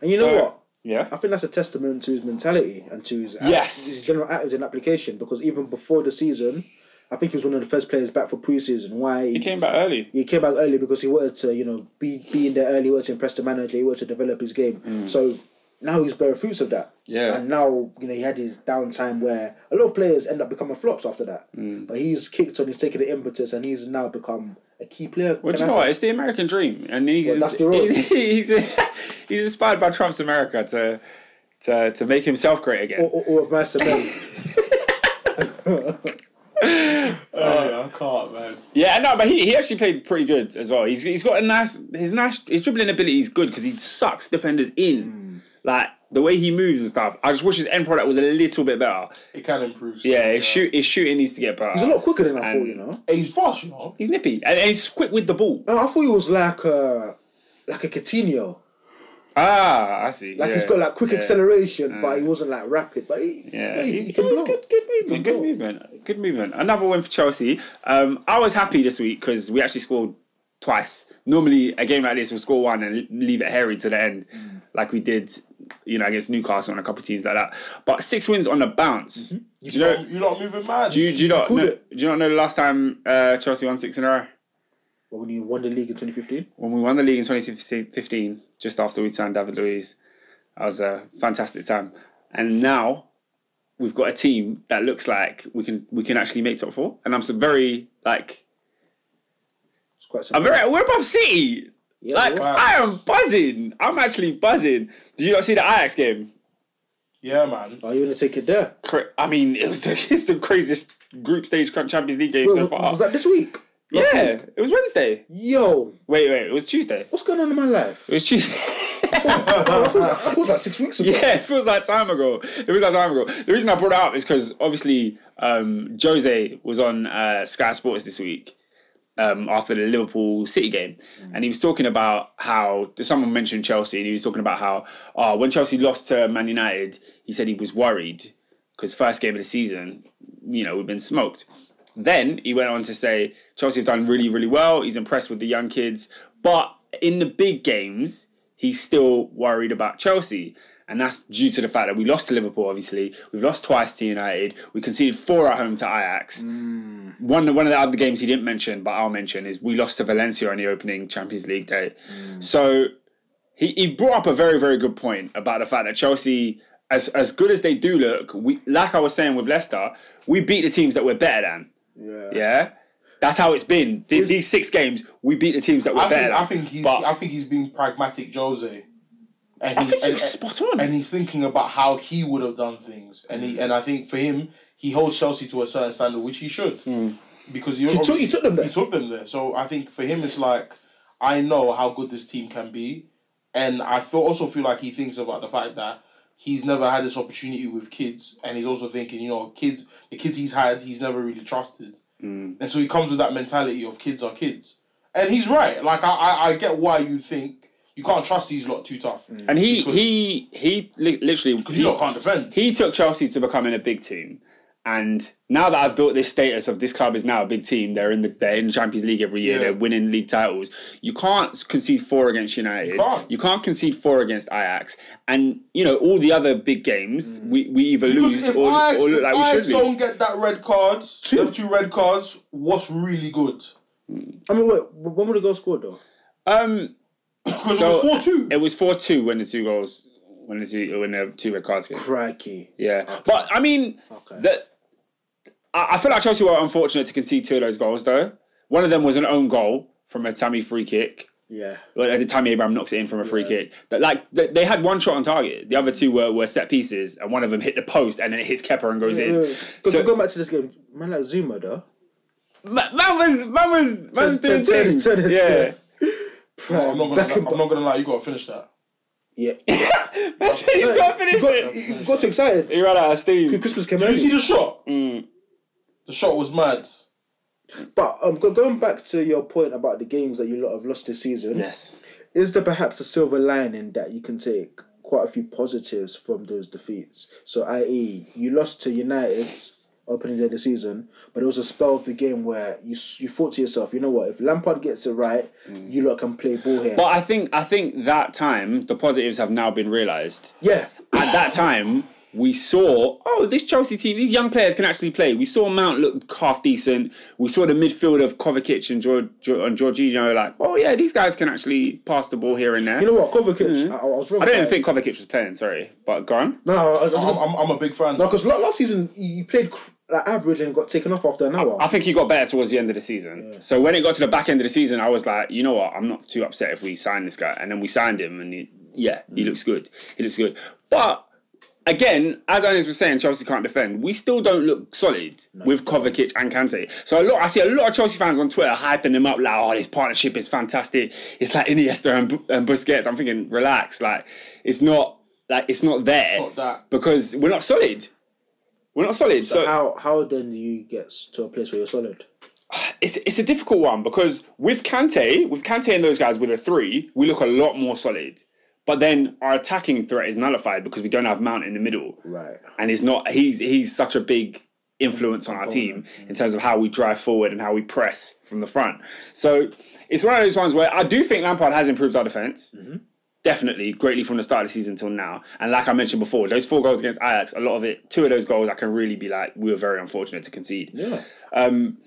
Speaker 2: And you know
Speaker 1: So-
Speaker 2: what? I
Speaker 1: Yeah.
Speaker 2: think that's a testament to his mentality and to his, uh,
Speaker 1: Yes.
Speaker 2: his general attitude and application because even before the season, I think he was one of the first players back for preseason. Why
Speaker 1: He came back early.
Speaker 2: he came back early because he wanted to, you know, be, be in there early, he wanted to impress the manager, he wanted to develop his game. So now he's bearing fruits of that.
Speaker 1: Mm. Yeah.
Speaker 2: And now, you know, he had his downtime where a lot of players end up becoming flops after that.
Speaker 1: Mm.
Speaker 2: But he's kicked on, he's taken the impetus, and he's now become a key player.
Speaker 1: Well, do you
Speaker 2: Can I
Speaker 1: know
Speaker 2: say-
Speaker 1: what? It's the American dream, and he's
Speaker 2: Well, that's the road.
Speaker 1: he's, he's, he's inspired by Trump's America to to to make himself great again.
Speaker 2: Or, or, or of Mercer Men.
Speaker 3: Oh, yeah, I can't, man.
Speaker 1: Yeah, no, but he, he actually played pretty good as well. He's he's got a nice his nice his dribbling ability is good because he sucks defenders
Speaker 2: Mm.
Speaker 1: in. Like the way he moves and stuff. I just wish his end product was a little bit better.
Speaker 3: It can improve. so,
Speaker 1: Yeah, his shoot his shooting needs to get better.
Speaker 2: He's a lot quicker than I
Speaker 1: And-
Speaker 2: thought, you know.
Speaker 3: Hey, he's fast, you know.
Speaker 1: He's nippy and, and he's quick with the ball.
Speaker 2: No, I thought he was like a, like a Coutinho.
Speaker 1: Ah, I see.
Speaker 2: Like
Speaker 1: yeah.
Speaker 2: he's got like quick
Speaker 1: yeah. Mm.
Speaker 2: acceleration, but he wasn't like rapid. But he,
Speaker 1: Yeah,
Speaker 2: yeah, he,
Speaker 1: he's,
Speaker 2: he can
Speaker 1: he's
Speaker 2: block.
Speaker 1: good, good movement, good
Speaker 2: block.
Speaker 1: movement, good movement. Another win for Chelsea. Um, I was happy this week because we actually scored twice. Normally, a game like this, we'll score one and leave it hairy to the end, like we did, you know, against Newcastle and a couple of teams like that. But six wins on the bounce. Do Mm-hmm. you know?
Speaker 3: You lot moving mad.
Speaker 1: Do you, do you not?
Speaker 2: called
Speaker 1: Know, do
Speaker 2: it.
Speaker 1: you not know the last time uh, Chelsea won six in a row?
Speaker 2: But when you won the league in 2015,
Speaker 1: when we won the league in 2015, just after we signed David Luiz, that was a fantastic time. And now we've got a team that looks like we can we can actually make top four. And I'm so very like
Speaker 2: it's quite
Speaker 1: I'm
Speaker 2: simple.
Speaker 1: very we're above City.
Speaker 2: yeah,
Speaker 1: Like
Speaker 2: well,
Speaker 3: wow.
Speaker 1: I am buzzing. I'm actually buzzing. Did you not see the Ajax game?
Speaker 3: Yeah, man.
Speaker 2: are you gonna take it there?
Speaker 1: Cra- I mean, it was the, it's the craziest group stage Champions League game
Speaker 2: Wait,
Speaker 1: so
Speaker 2: was,
Speaker 1: far.
Speaker 2: was that this week? Last
Speaker 1: yeah,
Speaker 2: week?
Speaker 1: it was Wednesday.
Speaker 2: Yo,
Speaker 1: Wait, wait, it was Tuesday.
Speaker 2: what's going on in my life?
Speaker 1: It was Tuesday.
Speaker 2: I thought it was like- I thought it was like six weeks ago.
Speaker 1: Yeah, it feels like time ago. It feels like time ago. The reason I brought it up is because obviously um, Jose was on uh, Sky Sports this week um, after the Liverpool City game, and he was talking about how someone mentioned Chelsea, and he was talking about how oh, when Chelsea lost to Man United, he said he was worried because first game of the season, you know, we've been smoked. Then he went on to say Chelsea have done really, really well. He's impressed with the young kids, but in the big games, he's still worried about Chelsea. And that's due to the fact that we lost to Liverpool, obviously. We've lost twice to United. We conceded four at home to Ajax.
Speaker 3: Mm.
Speaker 1: One, one of the other games he didn't mention, but I'll mention, is we lost to Valencia on the opening Champions League day.
Speaker 3: Mm.
Speaker 1: So he, he brought up a very, very good point about the fact that Chelsea, as, as good as they do look, we like I was saying with Leicester, we beat the teams that we're better than.
Speaker 2: yeah.
Speaker 1: Yeah? That's how it's been. Th- these six games, we beat the teams that we're
Speaker 3: I
Speaker 1: better
Speaker 3: think,
Speaker 1: than.
Speaker 3: I think he's.
Speaker 1: But-
Speaker 3: I think he's being pragmatic, Jose. And
Speaker 1: I
Speaker 3: he-
Speaker 1: think he
Speaker 3: and-
Speaker 1: was
Speaker 3: and-
Speaker 1: spot on.
Speaker 3: and he's thinking about how he would have done things, and he and I think for him, he holds Chelsea to a certain standard, which he should, because he,
Speaker 2: took- Hmm. he took them there.
Speaker 3: He took them there. So I think for him, it's like I know how good this team can be, and I feel also feel like he thinks about the fact that he's never had this opportunity with kids, and he's also thinking, you know, kids, the kids he's had, he's never really trusted,
Speaker 2: Hmm.
Speaker 3: and so he comes with that mentality of kids are kids, and he's right. Like I, I, I get why you think You can't trust these lot too tough.
Speaker 2: Hmm.
Speaker 1: And he
Speaker 3: Because-
Speaker 1: he he li- literally
Speaker 3: Because you lot can't defend.
Speaker 1: he took Chelsea to becoming a big team. And now that I've built this status of this club is now a big team, they're in the they're in Champions League every year,
Speaker 3: Yeah.
Speaker 1: they're winning league titles. You can't concede four against United. You
Speaker 3: can't.
Speaker 1: concede four against Ajax. And you know all the other big games, we, we either
Speaker 3: Mm. Because
Speaker 1: lose
Speaker 3: if
Speaker 1: or,
Speaker 3: Ajax,
Speaker 1: or look like
Speaker 3: if
Speaker 1: we
Speaker 3: Ajax
Speaker 1: should lose.
Speaker 3: don't get that red card,
Speaker 2: Two.
Speaker 3: them two red cards, what's really good?
Speaker 2: I mean, wait, when would the goal scored though?
Speaker 1: Um,
Speaker 3: Because
Speaker 1: So, eh,
Speaker 3: it was four two.
Speaker 1: it was four two when the two goals when the two when the two red cards came.
Speaker 2: Crikey.
Speaker 1: Yeah,
Speaker 3: Oh.
Speaker 1: but I mean,
Speaker 2: Okay.
Speaker 1: that I, I feel like Chelsea were unfortunate to concede two of those goals, though. One of them was an own goal from a Tammy free kick.
Speaker 2: Yeah.
Speaker 1: Well, at the time, Abraham knocks it in from a free
Speaker 2: Yeah.
Speaker 1: kick. But like they, they had one shot on target. The other two were, were set pieces, and one of them hit the post, and then it hits Kepper and goes in.
Speaker 2: But
Speaker 1: So-
Speaker 2: go back to this game. Man, like Zuma though.
Speaker 1: Man, man was man was man was doing
Speaker 2: Turn- turn-
Speaker 1: things.
Speaker 2: turn it
Speaker 1: Yeah,
Speaker 2: to-
Speaker 3: No, Oh, I'm not gonna.
Speaker 2: Beckham-
Speaker 3: I'm not gonna lie. You gotta finish that.
Speaker 2: Yeah.
Speaker 1: that's it. He's got to
Speaker 2: You
Speaker 1: finish
Speaker 2: got,
Speaker 1: it.
Speaker 2: you got too excited.
Speaker 1: He ran out of steam.
Speaker 2: Christmas came
Speaker 3: Did you see
Speaker 2: early.
Speaker 3: the shot? The shot was mad.
Speaker 2: But um, go- going back to your point about the games that you lot have lost this season,
Speaker 1: Yes.
Speaker 2: is there perhaps a silver lining that you can take quite a few positives from those defeats? So, i.e., you lost to United opening day of the season, but it was a spell of the game where you s- you thought to yourself, you know what, if Lampard gets it right, you lot can play ball here.
Speaker 1: Mm. But I think I think that time the positives have now been realised.
Speaker 2: yeah,
Speaker 1: at that time, we saw, oh, this Chelsea team, these young players can actually play. We saw Mount look half decent. We saw the midfield of Kovacic and, George, and Jorginho like, oh, yeah, these guys can actually pass the ball here and there.
Speaker 2: you know what, Kovacic, I, I was wrong.
Speaker 1: Mm. I don't even
Speaker 2: about
Speaker 1: think Oh. Kovacic was playing, sorry. But go on.
Speaker 2: it. No, I was, I was
Speaker 3: I'm,
Speaker 2: gonna
Speaker 3: I'm, I'm a big fan.
Speaker 2: No, because last season he he played cr- like average and got taken off after an hour.
Speaker 1: I think he got better towards the end of the season. So when it got to the back end of the season, I was like, you know what, I'm not too upset if we sign this guy. And then we signed him, and he, yeah, he looks good. He looks good. But again, as Ernest was saying, Chelsea can't defend. We still don't look solid with Kovacic and Kante. So a lot, I see a lot of Chelsea fans on Twitter hyping them up like, oh, this partnership is fantastic. It's like Iniesta and, Bu- and Busquets. I'm thinking, relax, like it's not like it's not there
Speaker 3: not that.
Speaker 1: because we're not solid. We're not solid. So,
Speaker 2: how how then do you get s- to a place where you're solid?
Speaker 1: it's it's a difficult one because with Kante, with Kante and those guys with a three, we look a lot more solid. But then our attacking threat is nullified because we don't have Mount in the middle,
Speaker 2: Right.
Speaker 1: and he's not he's he's such a big influence on our team in terms of how we drive forward and how we press from the front. So it's one of those ones where I do think Lampard has improved our defense.
Speaker 2: Mm-hmm.
Speaker 1: Definitely, greatly from the start of the season till now. And like I mentioned before, those four goals against Ajax, a lot of it, two of those goals, I can really be like, we were very unfortunate to concede.
Speaker 2: Yeah.
Speaker 1: Um,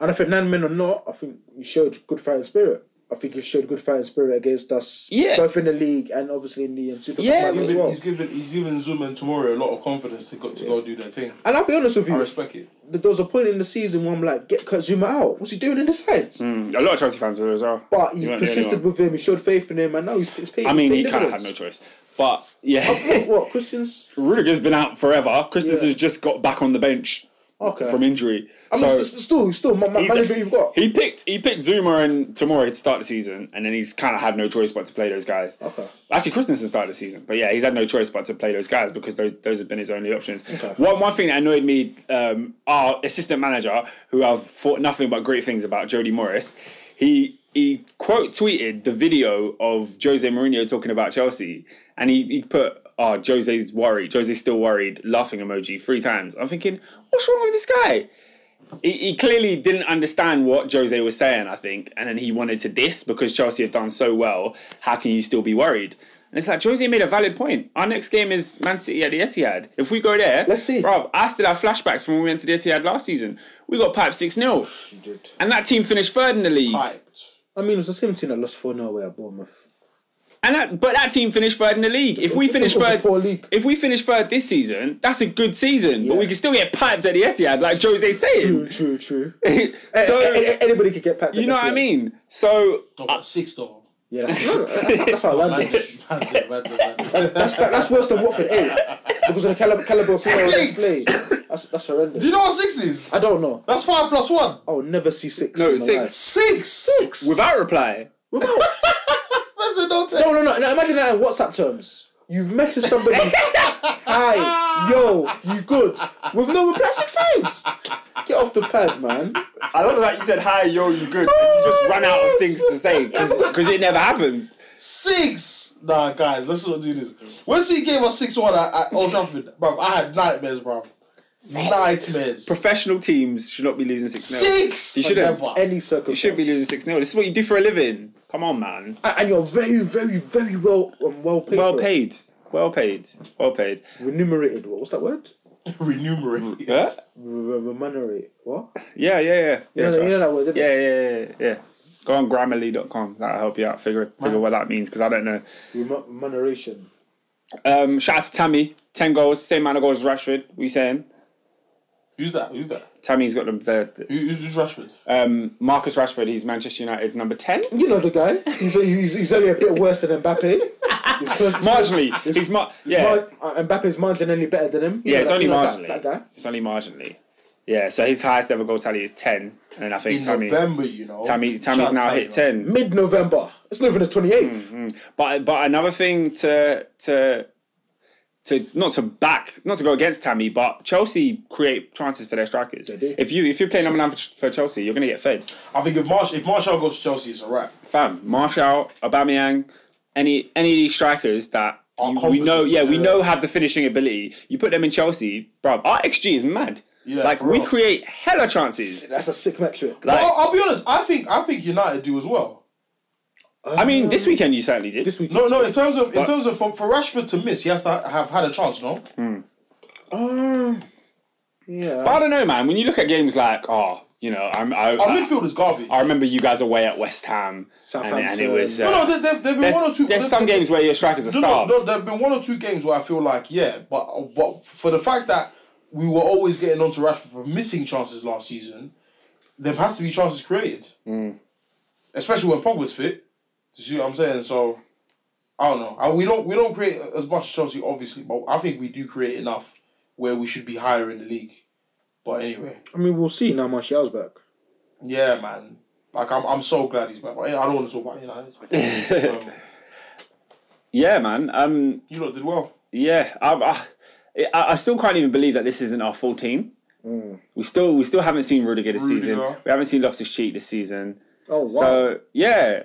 Speaker 2: And I think nine men or not, I think you showed good fighting spirit. I think you showed good fighting spirit against us,
Speaker 1: Yeah.
Speaker 2: both in the league and obviously in the um, Super
Speaker 1: Yeah, but-
Speaker 2: Cup match as
Speaker 3: He's given,
Speaker 2: well.
Speaker 3: he's given he's given Zoom and Tomori a lot of confidence to go to go do their thing.
Speaker 2: And I'll be honest with
Speaker 3: I
Speaker 2: you,
Speaker 3: respect it.
Speaker 2: th- there was a point in the season where I'm like, get Kurt Zuma out. What's he doing in the sides?
Speaker 1: A lot of Chelsea fans were as well.
Speaker 2: But
Speaker 1: Hmm.
Speaker 2: he
Speaker 1: You weren't the only
Speaker 2: persisted
Speaker 1: one.
Speaker 2: with him. He showed faith in him, and now he's, he's paid.
Speaker 1: I mean, he
Speaker 2: he's
Speaker 1: kind of had no choice. But yeah,
Speaker 2: choice. what Christians?
Speaker 1: Rudiger's been out forever. Christensen's
Speaker 2: Yeah.
Speaker 1: just got back on the bench
Speaker 2: Okay.
Speaker 1: from injury.
Speaker 2: I mean,
Speaker 1: so
Speaker 2: s- s- still, still, ma- ma-
Speaker 1: he's-
Speaker 2: manage what you've got.
Speaker 1: he picked he picked Zuma and Tomori to start the season, and then he's kind of had no choice but to play those guys.
Speaker 2: Okay.
Speaker 1: Actually, Christensen started the season, but yeah, he's had no choice but to play those guys because those those have been his only options. One one thing that annoyed me, um, our assistant manager, who I've thought nothing but great things about, Jody Morris, he he quote tweeted the video of Jose Mourinho talking about Chelsea, and he, he put. Oh, Jose's worried. Jose's still worried. Laughing emoji three times. I'm thinking, what's wrong with this guy? he, he clearly didn't understand what Jose was saying, I think, and then he wanted to diss because Chelsea have done so well. How can you still be worried? And it's like Jose made a valid point. Our next game is Man City at the Etihad. If we go there,
Speaker 2: Let's see.
Speaker 1: Bruv, I still have flashbacks from when we went to the Etihad last season. We got piped six 0 and that team finished third in the league.
Speaker 3: Hyped.
Speaker 2: I mean, it was the same team that lost 4 0 away at Bournemouth.
Speaker 1: And that, but that team finished third in the league. If we
Speaker 2: It
Speaker 1: finish
Speaker 2: was a
Speaker 1: third,
Speaker 2: poor league.
Speaker 1: if we finish third this season, that's a good season. But we
Speaker 2: Yeah.
Speaker 1: can still get piped at the Etihad, like Jose saying.
Speaker 2: True, true, true.
Speaker 1: so
Speaker 2: A- a- anybody could get packed.
Speaker 1: you know what I mean. So
Speaker 3: No, but six though.
Speaker 2: Yeah, that's, no, no, that's, that's how I
Speaker 3: Man,
Speaker 2: landed.
Speaker 3: man, man, man, man.
Speaker 2: That's, that, that's worse than Watford 8 because of the caliber, caliber of player on display.
Speaker 3: Six.
Speaker 2: That's, that's horrendous.
Speaker 3: Do you know what six is?
Speaker 2: I don't know.
Speaker 3: That's five plus one.
Speaker 2: I will never see six.
Speaker 1: No,
Speaker 2: in my
Speaker 1: six.
Speaker 2: life.
Speaker 3: Six. Six.
Speaker 1: without reply,
Speaker 3: That's a no
Speaker 2: No, no, no, no. Imagine that in WhatsApp terms. You've messaged somebody. Hi, yo, you good? With no reply six times. Get off the pad, man.
Speaker 1: I love that you said hi, yo, you good, and you just ran out of things to say because it never happens.
Speaker 3: Six. Nah, guys, let's not do this. Once he gave us six one at, at Old Trafford, bro, I had nightmares, bro. Nightmares.
Speaker 1: Professional teams should not be losing 6 0.
Speaker 3: Six.
Speaker 1: You shouldn't.
Speaker 3: Never.
Speaker 2: Any
Speaker 1: You
Speaker 2: circumstance.
Speaker 1: shouldn't be losing 6 0. This is what you do for a living. Come on, man.
Speaker 2: And and you're very, very, very well, um, well paid.
Speaker 1: Well
Speaker 2: for it.
Speaker 1: paid. Well paid. Well paid.
Speaker 2: Remunerated. What, what's that word?
Speaker 3: Renumerate.
Speaker 1: Huh?
Speaker 2: Re- Remunerate. What?
Speaker 1: Yeah, yeah, yeah. Yeah,
Speaker 2: You know, you know that word, didn't
Speaker 1: yeah, yeah, yeah, yeah. Go on grammarly.com. That'll help you out. Figure figure what that means because I don't know.
Speaker 2: Remu- Remuneration.
Speaker 1: Um, shout out to Tammy. 10 goals. Same amount of goals as Rashford. What are you saying?
Speaker 3: Who's that? Who's that?
Speaker 1: Tammy's got the, the,
Speaker 3: Who, who's, who's Rashford?
Speaker 1: the um, Marcus Rashford. He's Manchester United's number 10.
Speaker 2: You know the guy. He's, he's, he's only a bit worse than Mbappe. He's close,
Speaker 1: Marginally. He's mar- yeah.
Speaker 2: Mar- uh, Mbappe's marginally better than him. You
Speaker 1: yeah,
Speaker 2: know
Speaker 1: it's
Speaker 2: that-
Speaker 1: only
Speaker 2: you know
Speaker 1: marginally.
Speaker 2: that- That, guy.
Speaker 1: It's only marginally. Yeah, so his highest ever goal tally is 10. And I think
Speaker 3: In
Speaker 1: Tammy,
Speaker 3: November, you know.
Speaker 1: Tammy,
Speaker 3: Shout
Speaker 1: Tammy's
Speaker 3: out
Speaker 1: now
Speaker 3: Tammy,
Speaker 1: hit
Speaker 3: man.
Speaker 1: 10.
Speaker 2: Mid-November. It's not even the 28th.
Speaker 1: Mm-hmm. But but another thing to to to not to back not to go against Tammy, but Chelsea create chances for their strikers.
Speaker 2: do.
Speaker 1: If you if you're playing number nine for, for Chelsea, you're gonna get fed.
Speaker 3: I think if Marsh if Marshall goes to Chelsea, it's a wrap.
Speaker 1: Fam, Martial, Aubameyang, any any of these strikers that
Speaker 3: Are
Speaker 1: you- we know,
Speaker 3: competent,
Speaker 1: yeah, we
Speaker 3: yeah.
Speaker 1: know have the finishing ability. You put them in Chelsea, bro. Our XG is mad.
Speaker 3: Yeah,
Speaker 1: like
Speaker 3: for
Speaker 1: we
Speaker 3: real.
Speaker 1: create hella chances.
Speaker 2: That's a sick metric.
Speaker 1: Like-
Speaker 3: I'll, I'll be honest. I think I think United do as well.
Speaker 1: I mean, this weekend you certainly did.
Speaker 2: Um, this week.
Speaker 3: No, no. In terms of in terms of for, for Rashford to miss, he has to have had a chance. No,
Speaker 1: Mm.
Speaker 2: Um, yeah.
Speaker 1: But I don't know, man. When you look at games like, oh, you know, I'm, I,
Speaker 3: our
Speaker 1: I,
Speaker 3: midfield is garbage.
Speaker 1: I remember you guys away at West Ham, and, and it
Speaker 2: Southampton.
Speaker 1: was. Uh,
Speaker 3: no, no. There, there, there've been
Speaker 1: there's,
Speaker 3: one or two.
Speaker 1: there's some
Speaker 3: there-
Speaker 1: games where your strikers are
Speaker 3: No, no,
Speaker 1: starved.
Speaker 3: no, there've been one or two games where I feel like yeah, but but for the fact that we were always getting onto Rashford for missing chances last season, there has to be chances created, especially when Pogba's fit. Do you see what I'm saying? So I don't know. I, we don't we don't create as much as Chelsea, obviously, but I think we do create enough where we should be higher in the league. But anyway,
Speaker 2: I mean, we'll see now Martial's back.
Speaker 3: yeah, man. Like I'm, I'm so glad he's back. But I don't want to talk about United. um,
Speaker 1: Yeah, man. Um,
Speaker 3: you lot did well.
Speaker 1: yeah, I, I, I I still can't even believe that this isn't our full team.
Speaker 2: Mm.
Speaker 1: We still, we still haven't seen Rudiger this season.
Speaker 3: Rudiger.
Speaker 1: We haven't seen Loftus Cheek this season.
Speaker 2: Oh, wow.
Speaker 1: So yeah,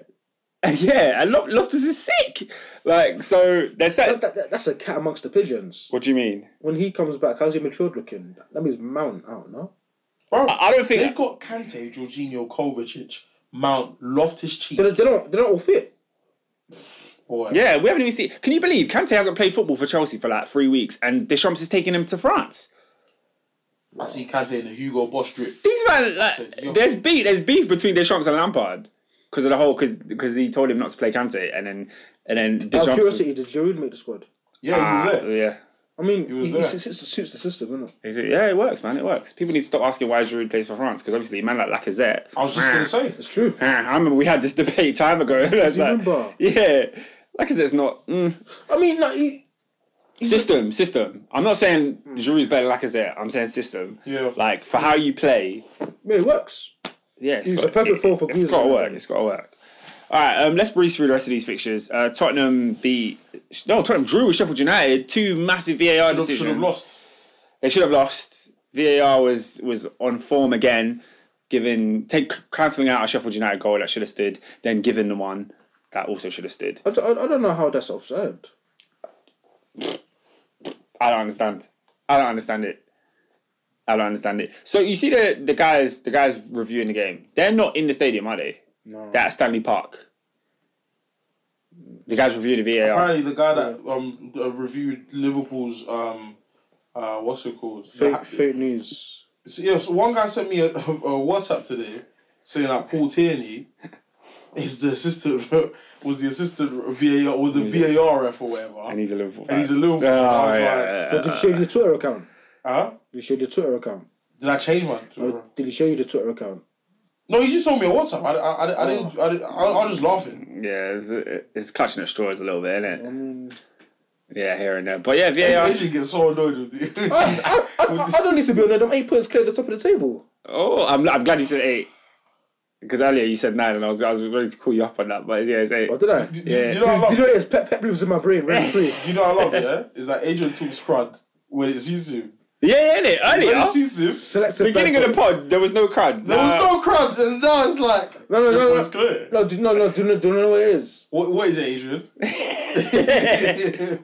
Speaker 1: yeah, and Lof- Loftus is sick. Like so, there's that.
Speaker 2: that, that, that- that's a cat amongst the pigeons.
Speaker 1: What do you mean?
Speaker 2: When he comes back, how's your midfield looking? That means Mount out, no?
Speaker 3: Bro,
Speaker 1: I don't think-
Speaker 3: they've got Kante, Jorginho, Kovacic, Mount, Loftus Cheek.
Speaker 2: They're, they're, not, they're not all fit.
Speaker 3: Boy,
Speaker 1: Yeah, we haven't even seen. Can you believe Kante hasn't played football for Chelsea for like three weeks, and Deschamps is taking him to France?
Speaker 3: I see Kante in the Hugo Boss drip.
Speaker 1: These man,
Speaker 3: Said, yo.
Speaker 1: like, there's beef. There's beef between Deschamps and Lampard because of the whole because because he told him not to play Kante, and then and then
Speaker 2: Out of
Speaker 1: Deschamps.
Speaker 2: curiosity, did Giroud make the squad?
Speaker 3: Yeah, he
Speaker 1: Ah,
Speaker 3: was there.
Speaker 1: yeah.
Speaker 2: I mean, he,
Speaker 3: was
Speaker 2: he
Speaker 3: there.
Speaker 2: s- s- suits the system, innit?
Speaker 1: Is it- yeah, it works, man. It works. People need to stop asking why Giroud plays for France because obviously, a man like Lacazette.
Speaker 3: I was just gonna say.
Speaker 2: It's true.
Speaker 1: I remember we had this debate time ago. It's like,
Speaker 2: remember?
Speaker 1: Yeah, Lacazette's not mm.
Speaker 2: I mean, no, he,
Speaker 1: system. System. I'm not saying Giroud's better than Lacazette. I'm saying system.
Speaker 3: Hmm. Yeah.
Speaker 1: Like for how you play,
Speaker 2: yeah, it works.
Speaker 1: Yeah, it's
Speaker 2: He's
Speaker 1: got,
Speaker 2: a perfect
Speaker 1: it,
Speaker 2: foil for
Speaker 1: It's
Speaker 2: Griezmann,
Speaker 1: got to work.
Speaker 2: isn't he?
Speaker 1: It's got to work. All right, um, let's breeze through the rest of these fixtures. Uh, Tottenham beat no Tottenham drew with Sheffield United. Two massive VAR
Speaker 3: Should have,
Speaker 1: decisions.
Speaker 3: should have lost.
Speaker 1: They should have lost. VAR was was on form again, giving take cancelling out a Sheffield United goal that should have stood, then giving the one that also should have stood.
Speaker 2: I, d- I- I don't know how that's offside.
Speaker 1: I don't understand. I don't understand it. I don't understand it. So you see the the guys the guys reviewing the game. They're not in the stadium, are they?
Speaker 2: No.
Speaker 1: They're at Stanley Park. The guys reviewing the VAR.
Speaker 3: Apparently, the guy that um uh, reviewed Liverpool's um uh what's it called? The ha-
Speaker 2: Fake, fake news.
Speaker 3: So, yeah, so one guy sent me a, a WhatsApp today saying that Paul Tierney is the assistant was the assistant VAR was the VAR ref or whatever,
Speaker 1: And he's a Liverpool.
Speaker 3: And he's a
Speaker 1: fan.
Speaker 3: Liverpool fan. I
Speaker 1: Oh,
Speaker 3: was
Speaker 1: yeah,
Speaker 3: like,
Speaker 1: yeah,
Speaker 2: But
Speaker 1: yeah.
Speaker 2: did he show you the Twitter account?
Speaker 3: huh?
Speaker 2: Did he show you the Twitter account?
Speaker 3: Did I change my?
Speaker 1: Oh,
Speaker 3: Twitter?
Speaker 2: Did he show you the Twitter account?
Speaker 3: No, he just told me on WhatsApp. I, I, I, I didn't. I, didn't- I, I was just laughing.
Speaker 1: Yeah, it's, it's clutching at straws a little bit, isn't it?
Speaker 2: Um,
Speaker 1: Yeah, here and there. But yeah,
Speaker 3: I
Speaker 1: VAR.
Speaker 3: actually get so annoyed with you.
Speaker 2: I, I, I, I don't need to be on there. I'm eight points clear at the top of the table.
Speaker 1: Oh, I'm, I'm glad you said eight. Because earlier you said nine, and I was I was ready to call you up on that. But yeah, it's eight.
Speaker 2: Or did I?
Speaker 3: do,
Speaker 2: Do,
Speaker 3: do- do
Speaker 1: Yeah.
Speaker 3: you know what I
Speaker 2: you
Speaker 3: love?
Speaker 2: know what it is? Pep, Pep lives in my brain, rent free.
Speaker 3: Do you know what I love? Yeah, is that Adrian talks crud when it suits him.
Speaker 1: Yeah, yeah, innit?
Speaker 3: When it
Speaker 1: Earlier.
Speaker 3: suits him,
Speaker 2: Selected
Speaker 1: Beginning of the pod, there was no crowd.
Speaker 3: there was no more crowds, and now it's like
Speaker 2: No, no, no,
Speaker 3: everyone's
Speaker 2: no.
Speaker 3: clear.
Speaker 2: No, do, no, no, do, no, do you know what it is?
Speaker 3: What, what is it, Adrian?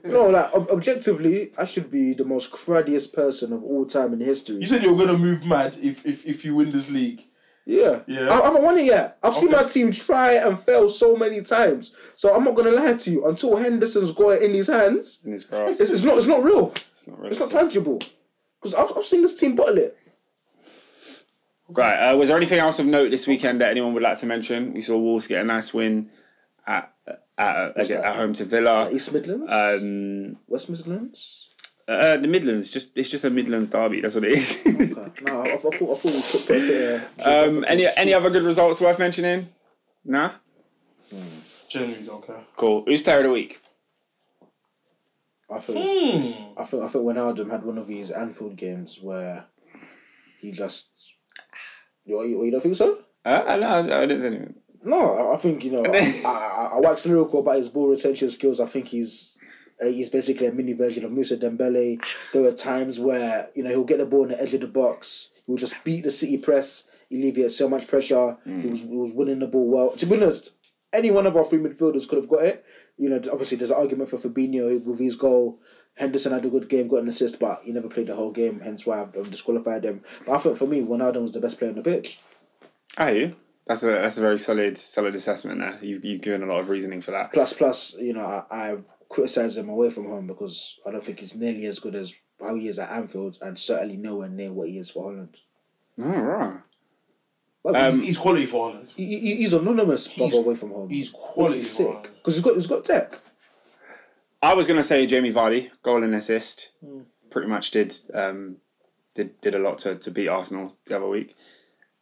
Speaker 2: No, like, ob- objectively, I should be the most cruddiest person of all time in history.
Speaker 3: you said you were gonna move mad if if, if you win this league.
Speaker 2: Yeah.
Speaker 3: Yeah.
Speaker 2: I, I haven't won it yet. I've seen
Speaker 3: Okay.
Speaker 2: my team try and fail so many times. So I'm not going to lie to you. Until Henderson's got it in his hands,
Speaker 1: in his grass.
Speaker 2: it's, it's, not, it's not real.
Speaker 1: It's not really.
Speaker 2: It's not tangible. Because I've, I've seen this team bottle it.
Speaker 1: Right. Uh, was there anything else of note this weekend that anyone would like to mention? We saw Wolves get a nice win at at, at,
Speaker 2: that?
Speaker 1: at home to Villa.
Speaker 2: East Midlands?
Speaker 1: Um,
Speaker 2: West Midlands?
Speaker 1: uh, the Midlands. Just it's just a Midlands derby. That's what it is.
Speaker 2: Okay. No, I, I, thought, I thought we put, put a bit of...
Speaker 1: um, any any other good results worth mentioning? Nah.
Speaker 3: Genuinely don't care.
Speaker 1: Cool. Who's player of the week?
Speaker 2: I think,
Speaker 3: Hmm.
Speaker 2: I think, I think when Adam had one of his Anfield games where he just... You, you, you don't think so?
Speaker 1: Uh, I, I, I didn't say anything.
Speaker 2: No, I- I think you know. I, I, I wax lyrical about his ball retention skills. I think he's uh, he's basically a mini version of Musa Dembele. There were times where you know he'll get the ball on the edge of the box. He will just beat the city press, alleviate so much pressure. He was he was winning the ball well. To be honest, any one of our three midfielders could have got it. You know, obviously there's an argument for Fabinho with his goal. Henderson had a good game, got an assist, but he never played the whole game. Hence why I've um, disqualified him. But I think for me, Wijnaldum was the best player on the pitch.
Speaker 1: I hear you. That's a that's a very solid solid assessment there. You've you've given a lot of reasoning for that.
Speaker 2: Plus, plus, you know, I, I've criticised him away from home because I don't think he's nearly as good as how he is at Anfield, and certainly nowhere near what he is for Holland.
Speaker 1: All right.
Speaker 2: But
Speaker 1: Um,
Speaker 3: He's, he's quality for Holland.
Speaker 2: he, he- he's anonymous, but
Speaker 3: he's-
Speaker 2: away from home.
Speaker 3: He's
Speaker 2: Which
Speaker 3: quality
Speaker 2: is
Speaker 3: for
Speaker 2: sick
Speaker 3: Holland.
Speaker 2: because he's got he's got tech.
Speaker 1: I was gonna say Jamie Vardy, goal and assist. Pretty much did um, did did a lot to, to beat Arsenal the other week.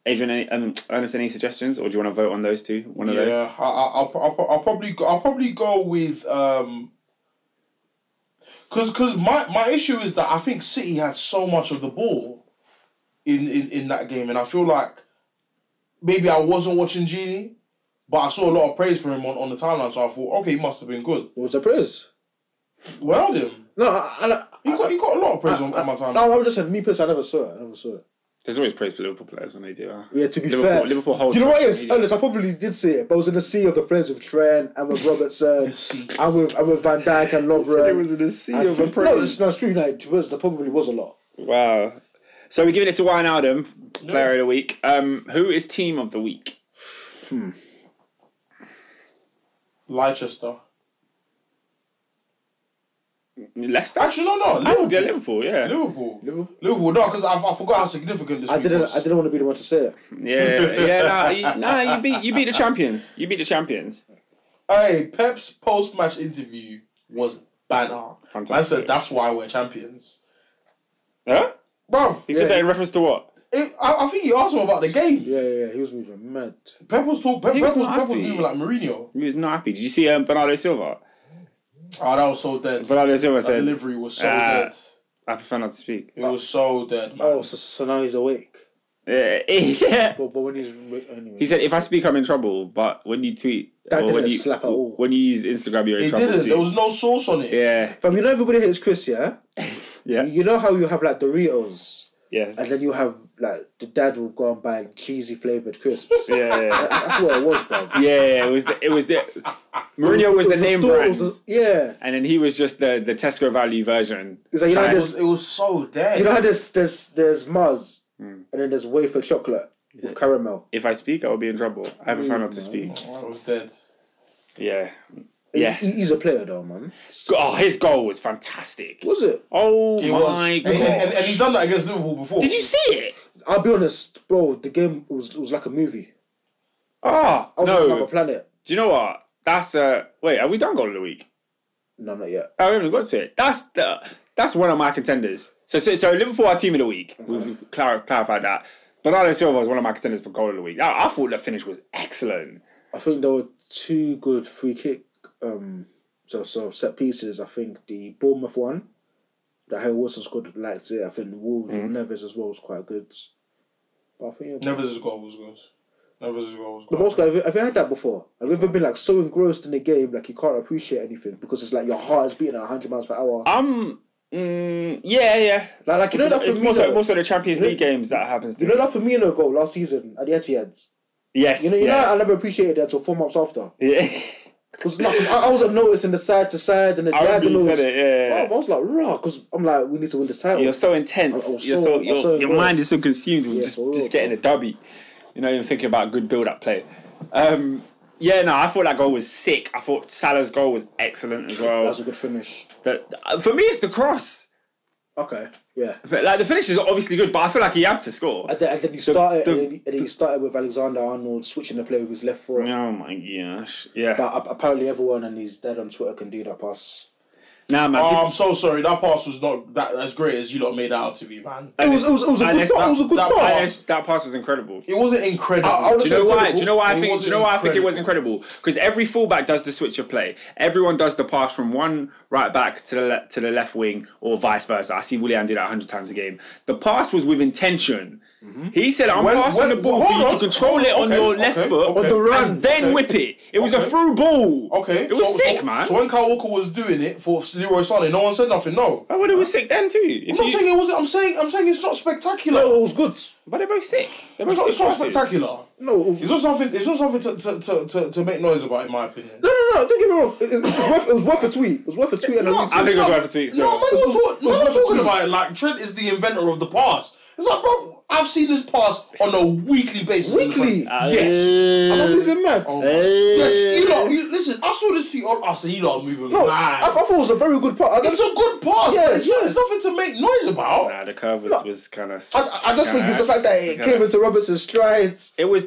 Speaker 1: Adrian, any, um, Ernest, any suggestions, or do you want to vote on those two? One of those.
Speaker 3: Yeah, I, I, I'll, pro- I'll, pro- I'll probably go, I'll probably go with um, cause, cause my, my issue is that I think City had so much of the ball in, in, in that game, and I feel like maybe I wasn't watching Genie, but I saw a lot of praise for him on, on the timeline, so I thought, okay, he must have been good.
Speaker 2: What was the praise?
Speaker 3: Well him.
Speaker 2: No, I, I, I,
Speaker 3: He got he got a lot of praise on, on my timeline.
Speaker 2: no, I'm just saying, me personally, I never saw it. I never saw it.
Speaker 1: There's always praise for Liverpool players when they do. Huh?
Speaker 2: Yeah, to be
Speaker 1: Liverpool,
Speaker 2: fair,
Speaker 1: Liverpool holds.
Speaker 2: Do you know what it is?
Speaker 1: social media.
Speaker 2: Honest, I probably did see it, but it was in the sea of the players with Trent and with Robertson
Speaker 3: sea.
Speaker 2: and with and with Van Dijk and Lovren.
Speaker 1: It was in a sea
Speaker 2: And-
Speaker 1: of appraise.
Speaker 2: no, it's, no, it's true. Like, to be honest, there probably was a lot.
Speaker 1: Wow. So we're giving it to Wijnaldum, player of the week. Um, who is team of the week?
Speaker 3: Leicester.
Speaker 1: Leicester.
Speaker 3: Actually, no, no.
Speaker 1: Oh, yeah,
Speaker 3: Liverpool.
Speaker 1: Liverpool. Yeah.
Speaker 3: Liverpool.
Speaker 2: Liverpool?
Speaker 3: Liverpool. No, because I, I forgot how significant this
Speaker 2: I
Speaker 3: week
Speaker 2: didn't.
Speaker 3: was.
Speaker 2: I didn't want to be the one to say it.
Speaker 1: Yeah. Yeah. Nah, you, nah, you beat you beat the champions. You beat the champions.
Speaker 3: Hey, Pep's post-match interview was banner.
Speaker 1: Fantastic.
Speaker 3: I said that's why we're champions,
Speaker 1: Huh?
Speaker 3: bruv.
Speaker 1: He said that in reference to what?
Speaker 3: it- I, I think he asked him about the game.
Speaker 2: Yeah, yeah, yeah. He was moving mad.
Speaker 3: Pep was talk. Pep,
Speaker 1: He
Speaker 3: Pep
Speaker 1: was
Speaker 3: was,
Speaker 1: not
Speaker 3: Pep was
Speaker 1: happy.
Speaker 3: moving like Mourinho.
Speaker 1: He was not happy. Did you see um, Bernardo Silva?
Speaker 3: Oh, that was so dead. That
Speaker 1: Bernardo Silva said,
Speaker 3: delivery was so
Speaker 1: Ah.
Speaker 3: dead.
Speaker 1: "I prefer not to speak."
Speaker 3: It was so dead, man.
Speaker 2: Oh, so, so now he's awake.
Speaker 1: Yeah. yeah.
Speaker 2: But, but when he's anyway,
Speaker 1: He said, "If I speak, I'm in trouble." But when you tweet,
Speaker 2: That
Speaker 1: or when
Speaker 2: didn't
Speaker 1: you
Speaker 2: slap at all.
Speaker 1: when you use Instagram, you're in
Speaker 3: it
Speaker 1: trouble
Speaker 3: didn't.
Speaker 1: too.
Speaker 3: There was no sauce on it.
Speaker 1: yeah.
Speaker 2: Fam, you know everybody hates Chris, yeah.
Speaker 1: Yeah.
Speaker 2: You know how you have like Doritos,
Speaker 1: Yes.
Speaker 2: and then you have like the dad will go and buy cheesy flavored crisps.
Speaker 1: Yeah. Yeah. yeah.
Speaker 2: That's what it was, bro.
Speaker 1: Yeah, it was the, it was the Mourinho was the name brand,
Speaker 2: yeah.
Speaker 1: and then he was just the, the Tesco value version.
Speaker 2: It's like you know how
Speaker 1: Trying-
Speaker 3: It
Speaker 2: there's
Speaker 3: was, it was so dead.
Speaker 2: you know how there's there's there's Mars,
Speaker 1: Hmm.
Speaker 2: and then there's wafer chocolate with caramel.
Speaker 1: If I speak, I will be in trouble. I prefer not to speak.
Speaker 3: Oh, it was dead.
Speaker 1: Yeah, yeah.
Speaker 2: He, he's a player though, man.
Speaker 1: Oh, his goal was fantastic.
Speaker 2: Was it?
Speaker 1: Oh
Speaker 3: It was.
Speaker 1: my
Speaker 3: And,
Speaker 1: god!
Speaker 3: and, and, and he's done that against Liverpool before.
Speaker 1: Did you see it?
Speaker 2: I'll be honest, bro. The game was was like a movie.
Speaker 1: Ah,
Speaker 2: I was on another
Speaker 1: no.
Speaker 2: planet.
Speaker 1: Do you know what? That's uh wait. Are we done goal of the week?
Speaker 2: No, not yet.
Speaker 1: I haven't got to it. That's the that's one of my contenders. So so, so Liverpool are team of the week. We've clar- clarified that. Bernardo Silva is one of my contenders for goal of the week. I, I thought the finish was excellent.
Speaker 2: I think there were two good free kick um so so set pieces. I think the Bournemouth one that Harry Wilson scored liked it. I think the Wolves with Neves as well was quite good. But I think yeah,
Speaker 3: Neves' goal was good. Neves' goal was
Speaker 2: the
Speaker 3: good.
Speaker 2: most have you, have you had that before? Have you ever been like so engrossed in the game like you can't appreciate anything because it's like your heart is beating at hundred miles per hour?
Speaker 1: I'm Um, Mm, yeah, yeah.
Speaker 2: Like, like you know that for
Speaker 1: It's
Speaker 2: me,
Speaker 1: more so,
Speaker 2: though-
Speaker 1: more so the Champions
Speaker 2: you know-
Speaker 1: League games that happens. To
Speaker 2: you know that Firmino goal last season at the Etihad.
Speaker 1: yes,
Speaker 2: You know, you
Speaker 1: yeah.
Speaker 2: know, uh, I never appreciated that until four months after.
Speaker 1: yeah.
Speaker 2: Because I, I was noticing the side to side and the
Speaker 1: I remember you
Speaker 2: diagonals.
Speaker 1: said it. Yeah, yeah,
Speaker 2: Bruv, I Oh, was like, raw, because I'm like, we need to win this title.
Speaker 1: yeah. You're so intense.
Speaker 2: I- I was
Speaker 1: you're
Speaker 2: Oh, so-
Speaker 1: so,
Speaker 2: I was
Speaker 1: your-
Speaker 2: so
Speaker 1: your
Speaker 2: engrossed.
Speaker 1: mind is so consumed with
Speaker 2: Yeah,
Speaker 1: just,
Speaker 2: for real,
Speaker 1: just getting a dubby. You're not even thinking about good build-up play. Um, yeah, no, I thought that goal was sick. I thought Salah's goal was excellent as well.
Speaker 2: That's a good finish.
Speaker 1: The- for me, it's the cross.
Speaker 2: Okay, yeah.
Speaker 1: But, Like the finish is obviously good, but I feel like he had to score.
Speaker 2: And then, and then you started,
Speaker 1: the-
Speaker 2: and, then, and then you started with Alexander Arnold switching the play with his left foot.
Speaker 1: Oh my gosh! Yeah.
Speaker 2: But a- apparently, everyone and his dad on Twitter can do that pass.
Speaker 1: nah, man.
Speaker 3: Oh, I'm so sorry. That pass was not that as great as you lot made out to be, man.
Speaker 2: It was, it was, it was a
Speaker 1: And
Speaker 2: good
Speaker 1: it's
Speaker 2: pass.
Speaker 1: not-
Speaker 2: It was a good
Speaker 3: that-
Speaker 1: I
Speaker 2: pass.
Speaker 1: just- that pass was incredible.
Speaker 3: It wasn't incredible.
Speaker 2: I- I would
Speaker 1: Do you know why? Do you know why I
Speaker 3: It
Speaker 1: think? Do
Speaker 3: wasn't
Speaker 1: you know why I think it was
Speaker 3: incredible.
Speaker 1: incredible? Because every fullback does the switch of play. Everyone does the pass from one right back to the le- to the left wing, or vice versa. I see Willian do that hundred times a game. The pass was with intention. He said, "I'm
Speaker 3: Mm-hmm. When-
Speaker 1: passing
Speaker 3: when-
Speaker 1: the ball for
Speaker 3: well, hold
Speaker 1: you to
Speaker 3: on.
Speaker 1: control it on
Speaker 3: Okay,
Speaker 1: your
Speaker 3: okay,
Speaker 1: left
Speaker 3: okay,
Speaker 1: foot,
Speaker 3: On the
Speaker 1: and
Speaker 2: run.
Speaker 1: then whip it. It was a through ball.
Speaker 3: Okay,
Speaker 1: it was
Speaker 3: so-
Speaker 1: sick,
Speaker 3: so-
Speaker 1: man.
Speaker 3: So when Kyle Walker was doing it for Leroy Sané, no one said nothing. No,
Speaker 1: I would have was sick then too. If
Speaker 3: I'm not
Speaker 1: you-
Speaker 3: saying it wasn't. I'm saying I'm saying it's not spectacular.
Speaker 2: No, it was good.
Speaker 1: but they're both sick. They're both
Speaker 3: It's not,
Speaker 1: sick
Speaker 3: it's not
Speaker 1: passes.
Speaker 3: spectacular.
Speaker 2: No, it was,
Speaker 3: It's not something. It's not something to, to, to, to, to make noise about, in my opinion.
Speaker 2: no, no, no. Don't get me wrong. It, it, it, was worth, it was worth a tweet. It was worth a tweet and a
Speaker 3: No,
Speaker 2: retweet.
Speaker 1: I think it was
Speaker 3: No,
Speaker 1: worth a tweet.
Speaker 3: No,
Speaker 1: Still.
Speaker 3: man, you're, talk, man, you're
Speaker 2: it's-
Speaker 3: talking about it like Trent is the inventor of the pass. It's like, bro, I've seen this pass on a weekly basis. in the
Speaker 2: Weekly?
Speaker 1: Ah.
Speaker 3: Premier- yes.
Speaker 2: I'm not moving mad.
Speaker 1: Oh,
Speaker 3: Yes, you lot, you, listen, I saw this tweet on us and you lot are moving
Speaker 2: No, I,
Speaker 3: mad.
Speaker 2: I thought it was a very good part. I
Speaker 3: it's
Speaker 2: just,
Speaker 3: a good pass,
Speaker 2: Yeah,
Speaker 3: but it's, not,
Speaker 2: yeah.
Speaker 3: it's nothing to make noise about.
Speaker 1: Nah, the curve was, was kind of.
Speaker 2: I, I just think it's the fact that it came into Robertson's strides.
Speaker 1: It was,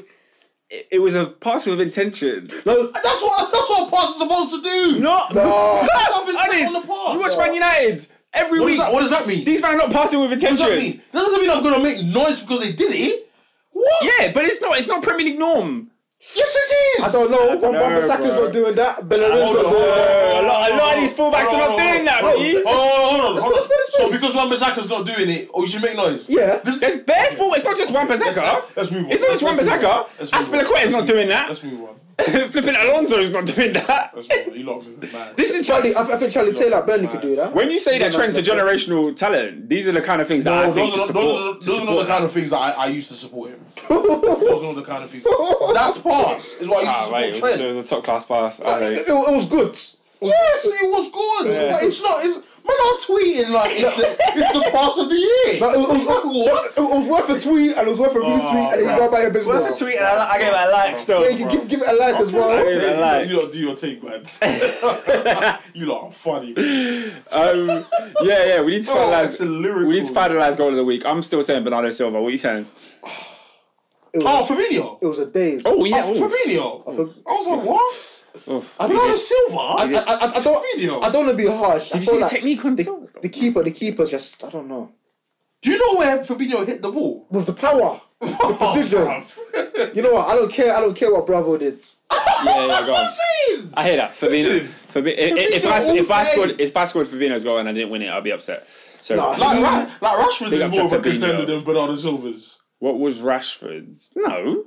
Speaker 1: it, it was a pass with intention.
Speaker 2: No,
Speaker 3: That's what that's what a pass is supposed to do.
Speaker 1: Not
Speaker 2: No.
Speaker 3: I've been
Speaker 1: Honest,
Speaker 3: on the pass.
Speaker 1: You watch Man United every
Speaker 3: What does,
Speaker 1: week.
Speaker 3: that, what does that mean?
Speaker 1: These men are not passing with
Speaker 3: What does
Speaker 1: intention.
Speaker 3: that mean? That doesn't mean I'm gonna make noise because they did it. What?
Speaker 1: Yeah, but it's not. It's not Premier League norm.
Speaker 3: Yes, it is.
Speaker 2: I don't know.
Speaker 1: I don't
Speaker 2: Wan- Wan
Speaker 1: know,
Speaker 2: Bissaka's
Speaker 1: bro.
Speaker 2: not doing that. Bellerin's
Speaker 3: Hold on,
Speaker 2: not
Speaker 3: hold
Speaker 2: doing
Speaker 3: on,
Speaker 2: that.
Speaker 1: A lot- a lot of these fullbacks
Speaker 3: Hold
Speaker 1: are not
Speaker 3: on, hold
Speaker 1: doing
Speaker 3: on.
Speaker 1: that,
Speaker 3: Hold
Speaker 1: mate.
Speaker 3: on, hold on, hold on.
Speaker 2: Let's put this
Speaker 3: So
Speaker 2: way.
Speaker 3: because Wan Bissaka's not doing it, oh, you should make noise.
Speaker 2: Yeah.
Speaker 3: This-
Speaker 1: There's bare full. It's not just Wan
Speaker 3: Let's-
Speaker 1: Bissaka.
Speaker 3: let's- Let's move on.
Speaker 1: It's not just Wan
Speaker 3: Let's- let's move on.
Speaker 1: Bissaka.
Speaker 3: Let's move on.
Speaker 1: Aspilicueta is not
Speaker 3: Let's move-
Speaker 1: doing that.
Speaker 3: Let's move on.
Speaker 1: Flipping Alonso is not doing that.
Speaker 3: Let's move on. You lot are moving mad.
Speaker 1: This is
Speaker 2: Charlie, I, I think Charlie Taylor at Burnley could do that.
Speaker 1: when you say that Trent's a generational talent. These are the kind of things that I
Speaker 3: No,
Speaker 1: think
Speaker 3: those
Speaker 1: to
Speaker 3: are, not- those, are,
Speaker 1: support.
Speaker 3: not-
Speaker 1: to
Speaker 3: those are not the
Speaker 1: support
Speaker 3: kind of things that I, I used to support him. those are not the kind of things. That's pass is what I used to
Speaker 1: Ah,
Speaker 3: support
Speaker 1: right. It was,
Speaker 3: Trent.
Speaker 1: it was a top class pass.
Speaker 2: it,
Speaker 1: Okay.
Speaker 2: it- it was good.
Speaker 3: Yes, it was good.
Speaker 1: Yeah.
Speaker 3: But it's not. It's man, I'm tweeting like it's the it's the pass of the year.
Speaker 2: Like, it, was, it, was,
Speaker 3: what?
Speaker 2: it was worth a tweet and it was worth a retweet and then you go about your business.
Speaker 1: Oh, Worth a tweet and I, I gave it a like still.
Speaker 2: Yeah, you give, give it a like as well.
Speaker 1: I-
Speaker 3: Hey,
Speaker 1: like-
Speaker 3: You lot do your take, man. you lot are funny. Man.
Speaker 1: Um, yeah, yeah, we need to
Speaker 3: Oh, it's a
Speaker 1: finalize.
Speaker 3: lyrical.
Speaker 1: We need to finalize goal of the week. I'm still saying Bernardo Silva. What are you saying?
Speaker 2: It
Speaker 3: Oh,
Speaker 2: was,
Speaker 3: Fabinho.
Speaker 2: it was a daze.
Speaker 1: Oh yeah,
Speaker 3: Oh, Fabinho. I was like, what?
Speaker 1: Oof.
Speaker 3: Bernardo Silva.
Speaker 2: I, I, I don't.
Speaker 3: Fabinho.
Speaker 2: I don't want to be harsh.
Speaker 1: Did you
Speaker 2: I feel
Speaker 1: see the
Speaker 2: like
Speaker 1: technique on
Speaker 2: the keeper, the keeper, just I don't know.
Speaker 3: Do you know where Fabinho hit the ball?
Speaker 2: With the power, the
Speaker 3: Oh,
Speaker 2: precision.
Speaker 3: bruv.
Speaker 2: You know what? I don't care. I don't care what Bravo did.
Speaker 1: Yeah, yeah, go on.
Speaker 3: I'm saying.
Speaker 1: I hear that. Fabinho.
Speaker 3: Listen,
Speaker 1: Fabi- i- i- if I
Speaker 3: Fabinho
Speaker 1: if I
Speaker 3: all day.
Speaker 1: scored if I scored Fabinho's goal and I didn't win it, I'd be upset. So
Speaker 2: Nah,
Speaker 3: Like, Ra- like Rashford
Speaker 1: Big
Speaker 3: is
Speaker 1: up
Speaker 3: more of
Speaker 1: to
Speaker 3: a
Speaker 1: Fabinho.
Speaker 3: contender than Bernardo Silva's.
Speaker 1: what was Rashford's? No.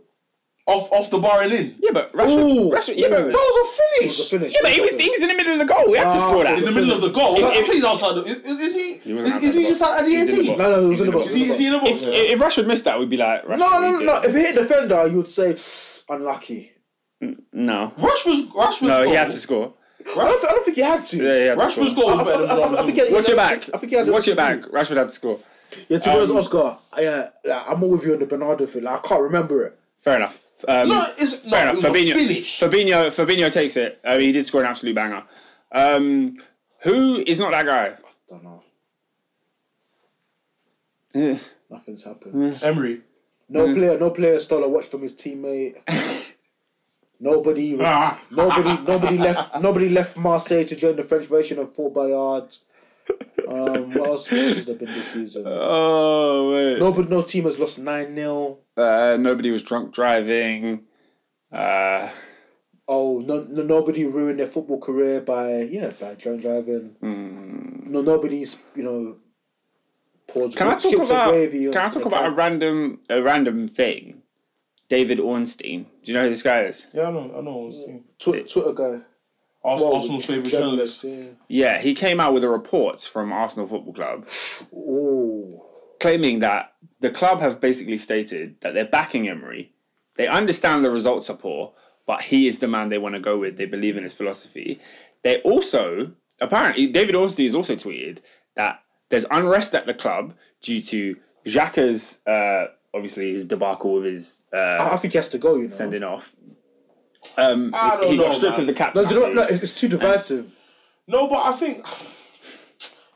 Speaker 3: Off off the bar and in.
Speaker 1: Yeah, but Rashford.
Speaker 2: Ooh.
Speaker 1: Rashford. Yeah,
Speaker 3: That
Speaker 1: but,
Speaker 3: was a finish.
Speaker 2: The finish.
Speaker 1: yeah, but he was he was in the middle of the goal. We had to score
Speaker 3: In the
Speaker 1: that.
Speaker 3: middle of the goal.
Speaker 1: If-
Speaker 3: Like,
Speaker 1: if-
Speaker 3: I'm saying he's outside. the- Is, is, is he?
Speaker 1: He wasn't outside
Speaker 3: Is, is he
Speaker 1: the
Speaker 3: just
Speaker 1: box.
Speaker 3: out at the
Speaker 1: He was in the
Speaker 3: 18?
Speaker 1: box.
Speaker 2: No, no, it was in the box.
Speaker 3: Is he, is he in the box?
Speaker 1: If, if Rashford missed that, we'd be like Rashford.
Speaker 2: No, no,
Speaker 1: you
Speaker 2: no, no.
Speaker 1: did.
Speaker 2: If it hit defender, you would say unlucky.
Speaker 1: no.
Speaker 3: Rashford's Rashford's
Speaker 1: No, he
Speaker 3: goal-
Speaker 1: had to score.
Speaker 2: I don't, thi- I don't think he had to.
Speaker 1: Yeah, he had to score.
Speaker 3: Rashford's goal
Speaker 2: I, I,
Speaker 3: was better than
Speaker 2: I, I, I
Speaker 3: Bernardo
Speaker 2: think he
Speaker 3: Silva's.
Speaker 2: had
Speaker 1: Watch it back.
Speaker 2: I think he had
Speaker 1: Watch it
Speaker 2: the-
Speaker 1: back. Rashford had to score.
Speaker 2: Yeah, to be honest,
Speaker 1: Um,
Speaker 2: Oscar, I, uh, like, I'm all with you on the Bernardo thing. Like, I can't remember it.
Speaker 1: Fair enough. Um,
Speaker 3: No, it's no,
Speaker 1: fair
Speaker 3: it
Speaker 1: enough.
Speaker 3: was a
Speaker 1: Fabinho,
Speaker 3: finish.
Speaker 1: Fabinho, Fabinho takes it. I mean, he did score an absolute banger. Um, who is not that guy?
Speaker 2: Don't know.
Speaker 1: Yeah.
Speaker 2: Nothing's happened.
Speaker 3: Emery.
Speaker 2: No player, no player stole a watch from his teammate. nobody,
Speaker 3: Ah.
Speaker 2: nobody, nobody left. Nobody left Marseille to join the French version of Fort Bayard. Um, what else has there been this season?
Speaker 1: Oh wait.
Speaker 2: Nobody, no team has lost nine 0
Speaker 1: Uh, nobody was drunk driving. Uh,
Speaker 2: Oh, no, no, nobody ruined their football career by yeah by drunk driving. No, nobody's you know. poured
Speaker 1: Hmm. can I talk
Speaker 2: chips of
Speaker 1: about?
Speaker 2: gravy
Speaker 1: Can I
Speaker 2: onto
Speaker 1: talk
Speaker 2: the
Speaker 1: about a
Speaker 2: cup.
Speaker 1: random a random thing? David Ornstein. Do you know who this guy is?
Speaker 3: Yeah, I know. I know. His team.
Speaker 2: Twi- Twitter guy?
Speaker 3: Ars-
Speaker 2: Well,
Speaker 3: Arsenal's favourite journalist.
Speaker 1: Yeah, he came out with a report from Arsenal Football Club
Speaker 2: Oh,
Speaker 1: claiming that the club have basically stated that they're backing Emery. They understand the results are poor, but he is the man they want to go with. They believe in his philosophy. They also, apparently, David Ornstein has also tweeted that there's unrest at the club due to Xhaka's, uh, obviously, his debacle with his uh,
Speaker 2: I, I think he has to go. You know,
Speaker 1: sending off. Um,
Speaker 3: I don't
Speaker 1: he
Speaker 3: know,
Speaker 1: got stripped
Speaker 3: man.
Speaker 1: of the
Speaker 2: no,
Speaker 1: captaincy.
Speaker 2: do you know what? no, it's, it's too divisive.
Speaker 3: No, but I think.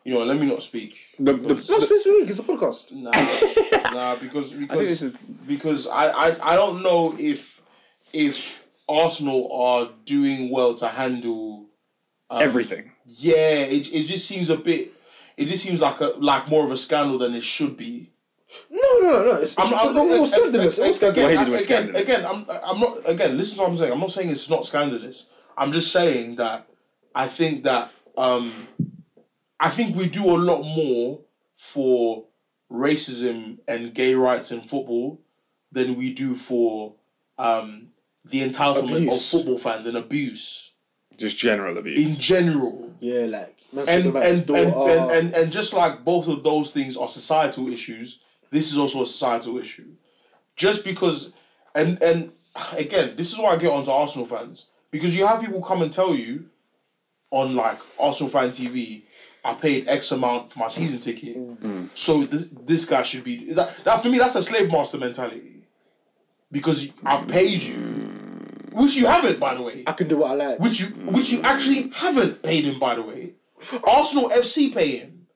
Speaker 3: You know, let me not speak.
Speaker 1: The- the-
Speaker 2: No, it's this week. It's a podcast.
Speaker 3: Nah, nah, because because
Speaker 1: this is-
Speaker 3: because I, I I don't know if if Arsenal are doing well to handle.
Speaker 2: uh,
Speaker 1: everything.
Speaker 3: Yeah, it it just seems a bit. It just seems like a like more of a scandal than it should be.
Speaker 2: No, no, no, no. It's, it's,
Speaker 3: I'm, I'm,
Speaker 2: it was scandalous. It was
Speaker 1: Well,
Speaker 3: Again,
Speaker 2: scandalous.
Speaker 1: his was
Speaker 3: again,
Speaker 1: scandalous.
Speaker 3: again, I'm, I'm not. Again, listen to what I'm saying. I'm not saying it's not scandalous. I'm just saying that I think that um, I think we do a lot more for racism and gay rights in football than we do for um, the entitlement
Speaker 2: Abuse.
Speaker 3: of football fans and abuse
Speaker 1: Just general abuse.
Speaker 3: in general
Speaker 2: Yeah, like man
Speaker 3: and
Speaker 2: said
Speaker 3: and
Speaker 2: about his
Speaker 3: and,
Speaker 2: daughter. "Oh,
Speaker 3: and, and, and just like both of those things are societal issues, this is also a societal issue. Just because, and and again, this is why I get onto Arsenal fans because you have people come and tell you on like Arsenal fan TV, I paid X amount for my season ticket, so this, this guy should be that, that. For me, that's a slave master mentality because I've paid you, which you haven't, by the way
Speaker 2: I can do what I like.
Speaker 3: which you which you actually haven't paid him by the way. Arsenal FC pay him.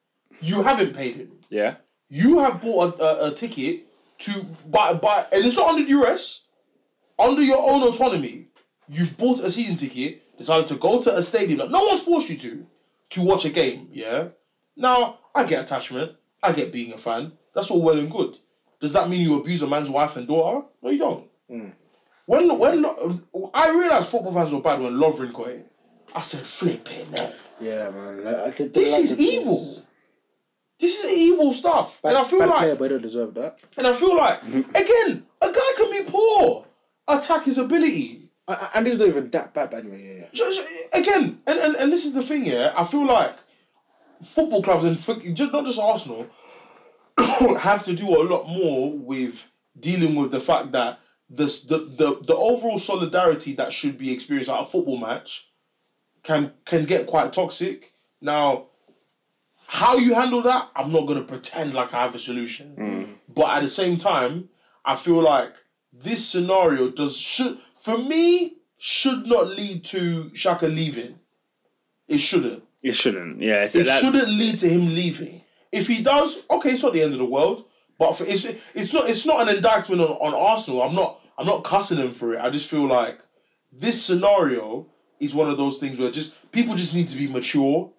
Speaker 3: You haven't paid him.
Speaker 1: yeah.
Speaker 3: You have bought a, a, a ticket to buy buy and it's not under duress, under your own autonomy. You've bought a season ticket, decided to go to a stadium that no one forced you to, to watch a game, yeah? Now, I get attachment, I get being a fan, that's all well and good. Does that mean you abuse a man's wife and daughter? No, you don't.
Speaker 2: Hmm.
Speaker 3: When when I realized football fans were bad when Lovren got it, I said, flipping it.
Speaker 2: Yeah, man. Like, I did-
Speaker 3: This
Speaker 2: like
Speaker 3: is
Speaker 2: the-
Speaker 3: evil. This is evil stuff. and I feel
Speaker 2: bad
Speaker 3: like
Speaker 2: player, but they don't deserve that.
Speaker 3: and I feel like again, a guy can be poor. Attack his ability.
Speaker 2: And- And he's not even that bad, but anyway. Yeah, yeah.
Speaker 3: Ju- ju- Again, and, and, and this is the thing, yeah. I feel like football clubs and fo- ju- not just Arsenal have to do a lot more with dealing with the fact that this, the, the the overall solidarity that should be experienced at a football match can can get quite toxic. Now, how you handle that, I'm not gonna pretend like I have a solution. But at the same time, I feel like this scenario does should for me should not lead to Shaka leaving. It shouldn't.
Speaker 1: It shouldn't. Yeah. It's,
Speaker 3: It
Speaker 1: that-
Speaker 3: shouldn't lead to him leaving. If he does, okay, it's not the end of the world. But for, it's it's not it's not an indictment on, on Arsenal. I'm not I'm not cussing him for it. I just feel like this scenario is one of those things where just people just need to be mature.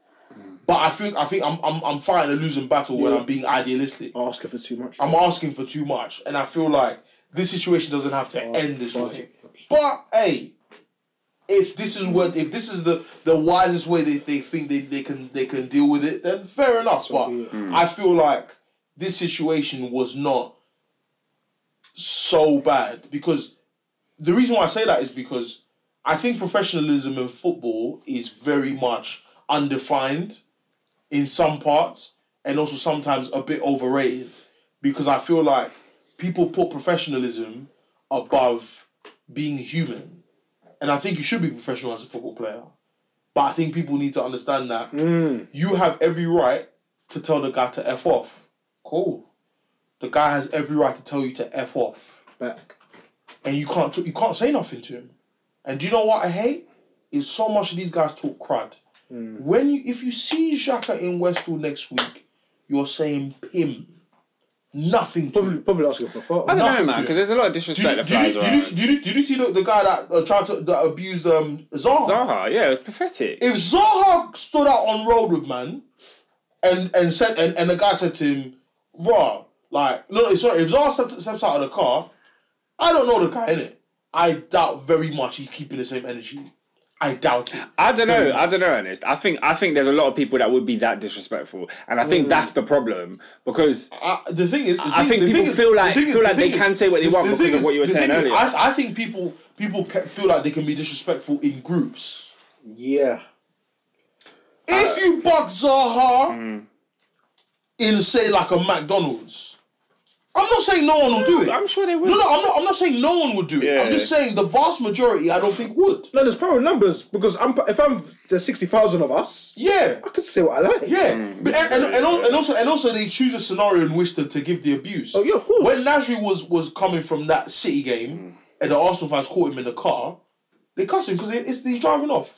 Speaker 3: But I think I think I'm I'm, I'm fighting a losing battle when
Speaker 2: Yeah.
Speaker 3: I'm being idealistic.
Speaker 2: Asking for too much.
Speaker 3: I'm asking for too much, and I feel like this situation doesn't have to end this
Speaker 2: Oh, fuck
Speaker 3: way.
Speaker 2: it.
Speaker 3: But hey, if this is what if this is the the wisest way they, they think they, they can they can deal with it, then fair enough. but
Speaker 2: be it.
Speaker 3: I feel like this situation was not so bad because the reason why I say that is because I think professionalism in football is very much undefined in some parts and also sometimes a bit overrated because I feel like people put professionalism above being human. And I think you should be professional as a football player. But I think people need to understand that
Speaker 1: Hmm.
Speaker 3: you have every right to tell the guy to F off. Cool. The guy has every right to tell you to F off
Speaker 2: back.
Speaker 3: and you can't talk, you can't say nothing to him. And do you know what I hate? Is so much of these guys talk crud.
Speaker 1: Hmm.
Speaker 3: When you if you see Xhaka in Westfield next week, you're saying pim, nothing to
Speaker 2: Probably,
Speaker 3: him.
Speaker 2: probably asking for
Speaker 1: I
Speaker 2: fault.
Speaker 1: don't know,
Speaker 3: nothing
Speaker 1: man,
Speaker 3: to it.
Speaker 1: because there's a lot of
Speaker 3: Did you,
Speaker 1: disrespect that
Speaker 3: did, you,
Speaker 1: flies
Speaker 3: did, you,
Speaker 1: around.
Speaker 3: did, you, did you see the, the guy that uh, tried to that abused um, Zaha?
Speaker 1: Zaha, yeah, it was pathetic.
Speaker 3: If Zaha stood out on road with man, and and said and, and the guy said to him, "Raw, like no, sorry." If Zaha steps, steps out of the car, I don't know the guy in it. I doubt very much he's keeping the same energy. I doubt it.
Speaker 1: I don't know. I don't know, Ernest. I think I think there's a lot of people that would be that disrespectful, and I
Speaker 3: Mm.
Speaker 1: think that's the problem because
Speaker 3: I, the thing is, the
Speaker 1: I think
Speaker 3: thing- the
Speaker 1: people
Speaker 3: thing is-
Speaker 1: feel
Speaker 3: the
Speaker 1: like-
Speaker 3: thing is-
Speaker 1: feel
Speaker 3: the
Speaker 1: like they
Speaker 3: thing
Speaker 1: can
Speaker 3: is-
Speaker 1: say what they
Speaker 3: the-
Speaker 1: want
Speaker 3: the
Speaker 1: because
Speaker 3: thing
Speaker 1: of what
Speaker 3: is-
Speaker 1: you were
Speaker 3: the
Speaker 1: saying
Speaker 3: thing is,
Speaker 1: earlier.
Speaker 3: I, I think people people ca- feel like they can be disrespectful in groups.
Speaker 2: Yeah.
Speaker 3: If you bug Zaha in say like a McDonald's, I'm not saying no one will do it.
Speaker 1: I'm sure they will.
Speaker 3: No, no, I'm not. I'm not saying no one would do it.
Speaker 1: Yeah.
Speaker 3: I'm just saying the vast majority, I don't think would.
Speaker 2: No, there's power in numbers because I'm if I'm there's sixty thousand of us,
Speaker 3: Yeah,
Speaker 2: I could say what I like.
Speaker 3: yeah. but, and, and, and, al- and also, and also, they choose a scenario in which to, to give the abuse.
Speaker 2: Oh yeah, of course.
Speaker 3: When Nasri was was coming from that City game, and the Arsenal fans caught him in the car, they cussed him because it's he's driving off.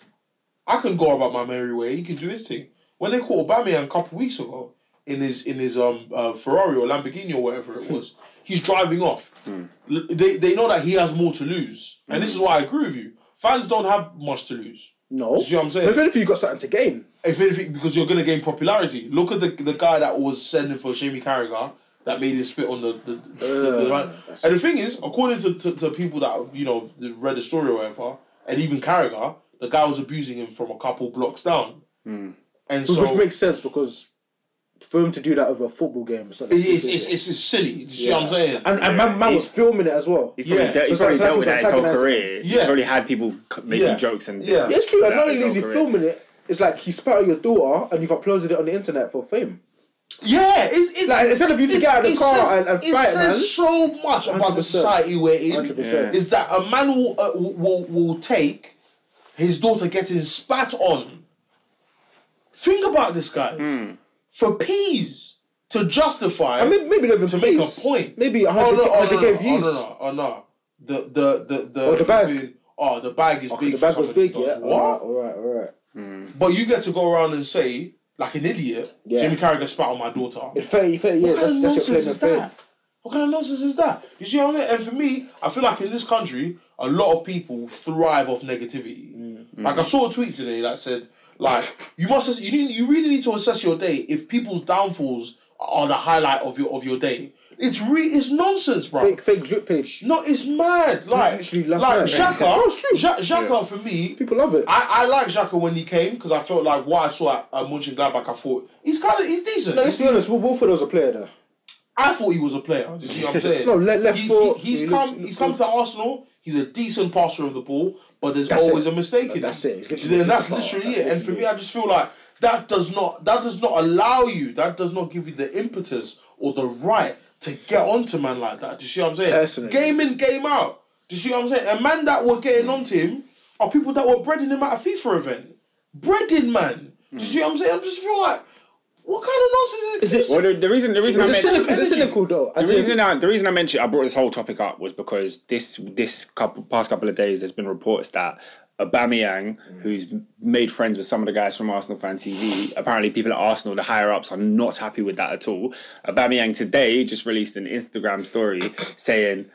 Speaker 3: I can go about my merry way. He can do his thing. When they caught Aubameyang a couple weeks ago in his in his um uh, Ferrari or Lamborghini or whatever it was, he's driving off. L- They they know that he has more to lose, and this is why I agree with you. Fans don't have much to lose.
Speaker 2: no,
Speaker 3: See what I'm saying?
Speaker 2: If anything, you got something to gain.
Speaker 3: If anything, because you're going to gain popularity. Look at the the guy that was sending for Jamie Carragher that made him spit on the the, the, the, the-
Speaker 2: Uh,
Speaker 3: and the thing is, according to, to, to people that you know that read the story or whatever, and even Carragher, the guy was abusing him from a couple blocks down, and so
Speaker 2: Which makes sense because for him to do that over a football game, it's, not like
Speaker 3: it's it's, it's, it's silly. You see what I'm saying?
Speaker 2: and, and man, man was filming it as well.
Speaker 1: He's probably,
Speaker 3: Yeah.
Speaker 1: de- he's
Speaker 2: So
Speaker 1: probably
Speaker 2: it's like-
Speaker 1: dealt with
Speaker 2: it's
Speaker 1: that his whole
Speaker 2: antagonising.
Speaker 1: career. He's
Speaker 3: Yeah.
Speaker 1: probably had people c- making
Speaker 3: Yeah.
Speaker 1: jokes and
Speaker 3: Yeah.
Speaker 2: Yeah, it's true. And
Speaker 1: That
Speaker 2: not
Speaker 1: is
Speaker 2: only is
Speaker 1: all
Speaker 2: he
Speaker 1: correct.
Speaker 2: filming it, it's like he spat out your daughter and you've uploaded it on the internet for fame.
Speaker 3: yeah, it's it's
Speaker 2: Like, instead of you to
Speaker 3: it's-
Speaker 2: get out of the
Speaker 3: it
Speaker 2: car
Speaker 3: says-
Speaker 2: and, and
Speaker 3: it
Speaker 2: fight,
Speaker 3: says
Speaker 2: man.
Speaker 3: so much about the
Speaker 2: 100%.
Speaker 3: society we're in.
Speaker 2: 100%.
Speaker 3: is that a man will, uh, will- will will take his daughter getting spat on. Think about this, guys. For peas to justify
Speaker 2: I mean, maybe not even
Speaker 3: to make a
Speaker 2: peace.
Speaker 3: point.
Speaker 2: Maybe
Speaker 3: oh
Speaker 2: 100k
Speaker 3: no, oh no, no,
Speaker 2: 100K
Speaker 3: oh
Speaker 2: views.
Speaker 3: no, no, oh no. The the the the,
Speaker 2: Oh, the bag.
Speaker 3: Oh, the bag is big.
Speaker 2: The
Speaker 3: for
Speaker 2: bag was
Speaker 3: somebody
Speaker 2: big,
Speaker 3: to
Speaker 2: yeah. Oh,
Speaker 3: dodge.
Speaker 2: Alright,
Speaker 3: What?
Speaker 2: alright, alright.
Speaker 3: But you get to go around and say, like an idiot,
Speaker 2: Yeah.
Speaker 3: Jimmy Carragher spat on my daughter.
Speaker 2: In 30, 30 years,
Speaker 3: What kind
Speaker 2: that's, that's your
Speaker 3: of nonsense
Speaker 2: claim of
Speaker 3: is
Speaker 2: fame.
Speaker 3: that? What kind of nonsense is that? You see what I mean? And for me, I feel like in this country, a lot of people thrive off negativity.
Speaker 2: Mm.
Speaker 3: Like I saw a tweet today that said, like you must, ass- you need, you really need to assess your day if people's downfalls are the highlight of your of your day. It's re, it's nonsense, bro.
Speaker 2: Fake, fake drip page.
Speaker 3: No, it's mad. Like,
Speaker 2: Literally last
Speaker 3: like
Speaker 2: night.
Speaker 3: Xhaka,
Speaker 2: No, it's true.
Speaker 3: Xha- Xhaka for me,
Speaker 2: People love it.
Speaker 3: I, I like Xhaka when he came because I felt like what I saw at, at Munchen Gladbach, I thought he's kind of he's decent.
Speaker 2: Let's be honest, Wil- Wilford was a player there.
Speaker 3: I thought he was a player. Do you see what I'm saying?
Speaker 2: No, le- left
Speaker 3: He- he-
Speaker 2: foot,
Speaker 3: he's
Speaker 2: he
Speaker 3: come.
Speaker 2: looks- he
Speaker 3: he's
Speaker 2: looks
Speaker 3: come
Speaker 2: good.
Speaker 3: to Arsenal. He's a decent passer of the ball, but there's
Speaker 2: That's
Speaker 3: always
Speaker 2: it.
Speaker 3: a mistake in
Speaker 2: That's it. He's
Speaker 3: And
Speaker 2: literally a
Speaker 3: that's
Speaker 2: decent
Speaker 3: literally
Speaker 2: passer.
Speaker 3: it.
Speaker 2: That's
Speaker 3: And for
Speaker 2: literally
Speaker 3: me, I just feel like that does not that does not allow you. That does not give you the impetus or the right to get onto man like that. Do you see what I'm saying?
Speaker 2: Personally.
Speaker 3: Game in, game out. Do you see what I'm saying? A man that were getting
Speaker 2: Mm.
Speaker 3: onto him are people that were breading him at a FIFA event. Breading man. Do you see what I'm saying? I just feel like. What kind of nonsense is,
Speaker 2: Mm. Is it-
Speaker 3: this?
Speaker 1: Well, the, the reason the reason I
Speaker 2: Is it,
Speaker 1: mentioned
Speaker 2: cynical, is it cynical though? As
Speaker 1: The
Speaker 2: in-
Speaker 1: reason I, the reason I mentioned I brought this whole topic up was because this this couple past couple of days there's been reports that Aubameyang,
Speaker 3: Mm.
Speaker 1: who's made friends with some of the guys from Arsenal fan TV, apparently people at Arsenal, the higher ups, are not happy with that at all. Aubameyang today just released an Instagram story saying.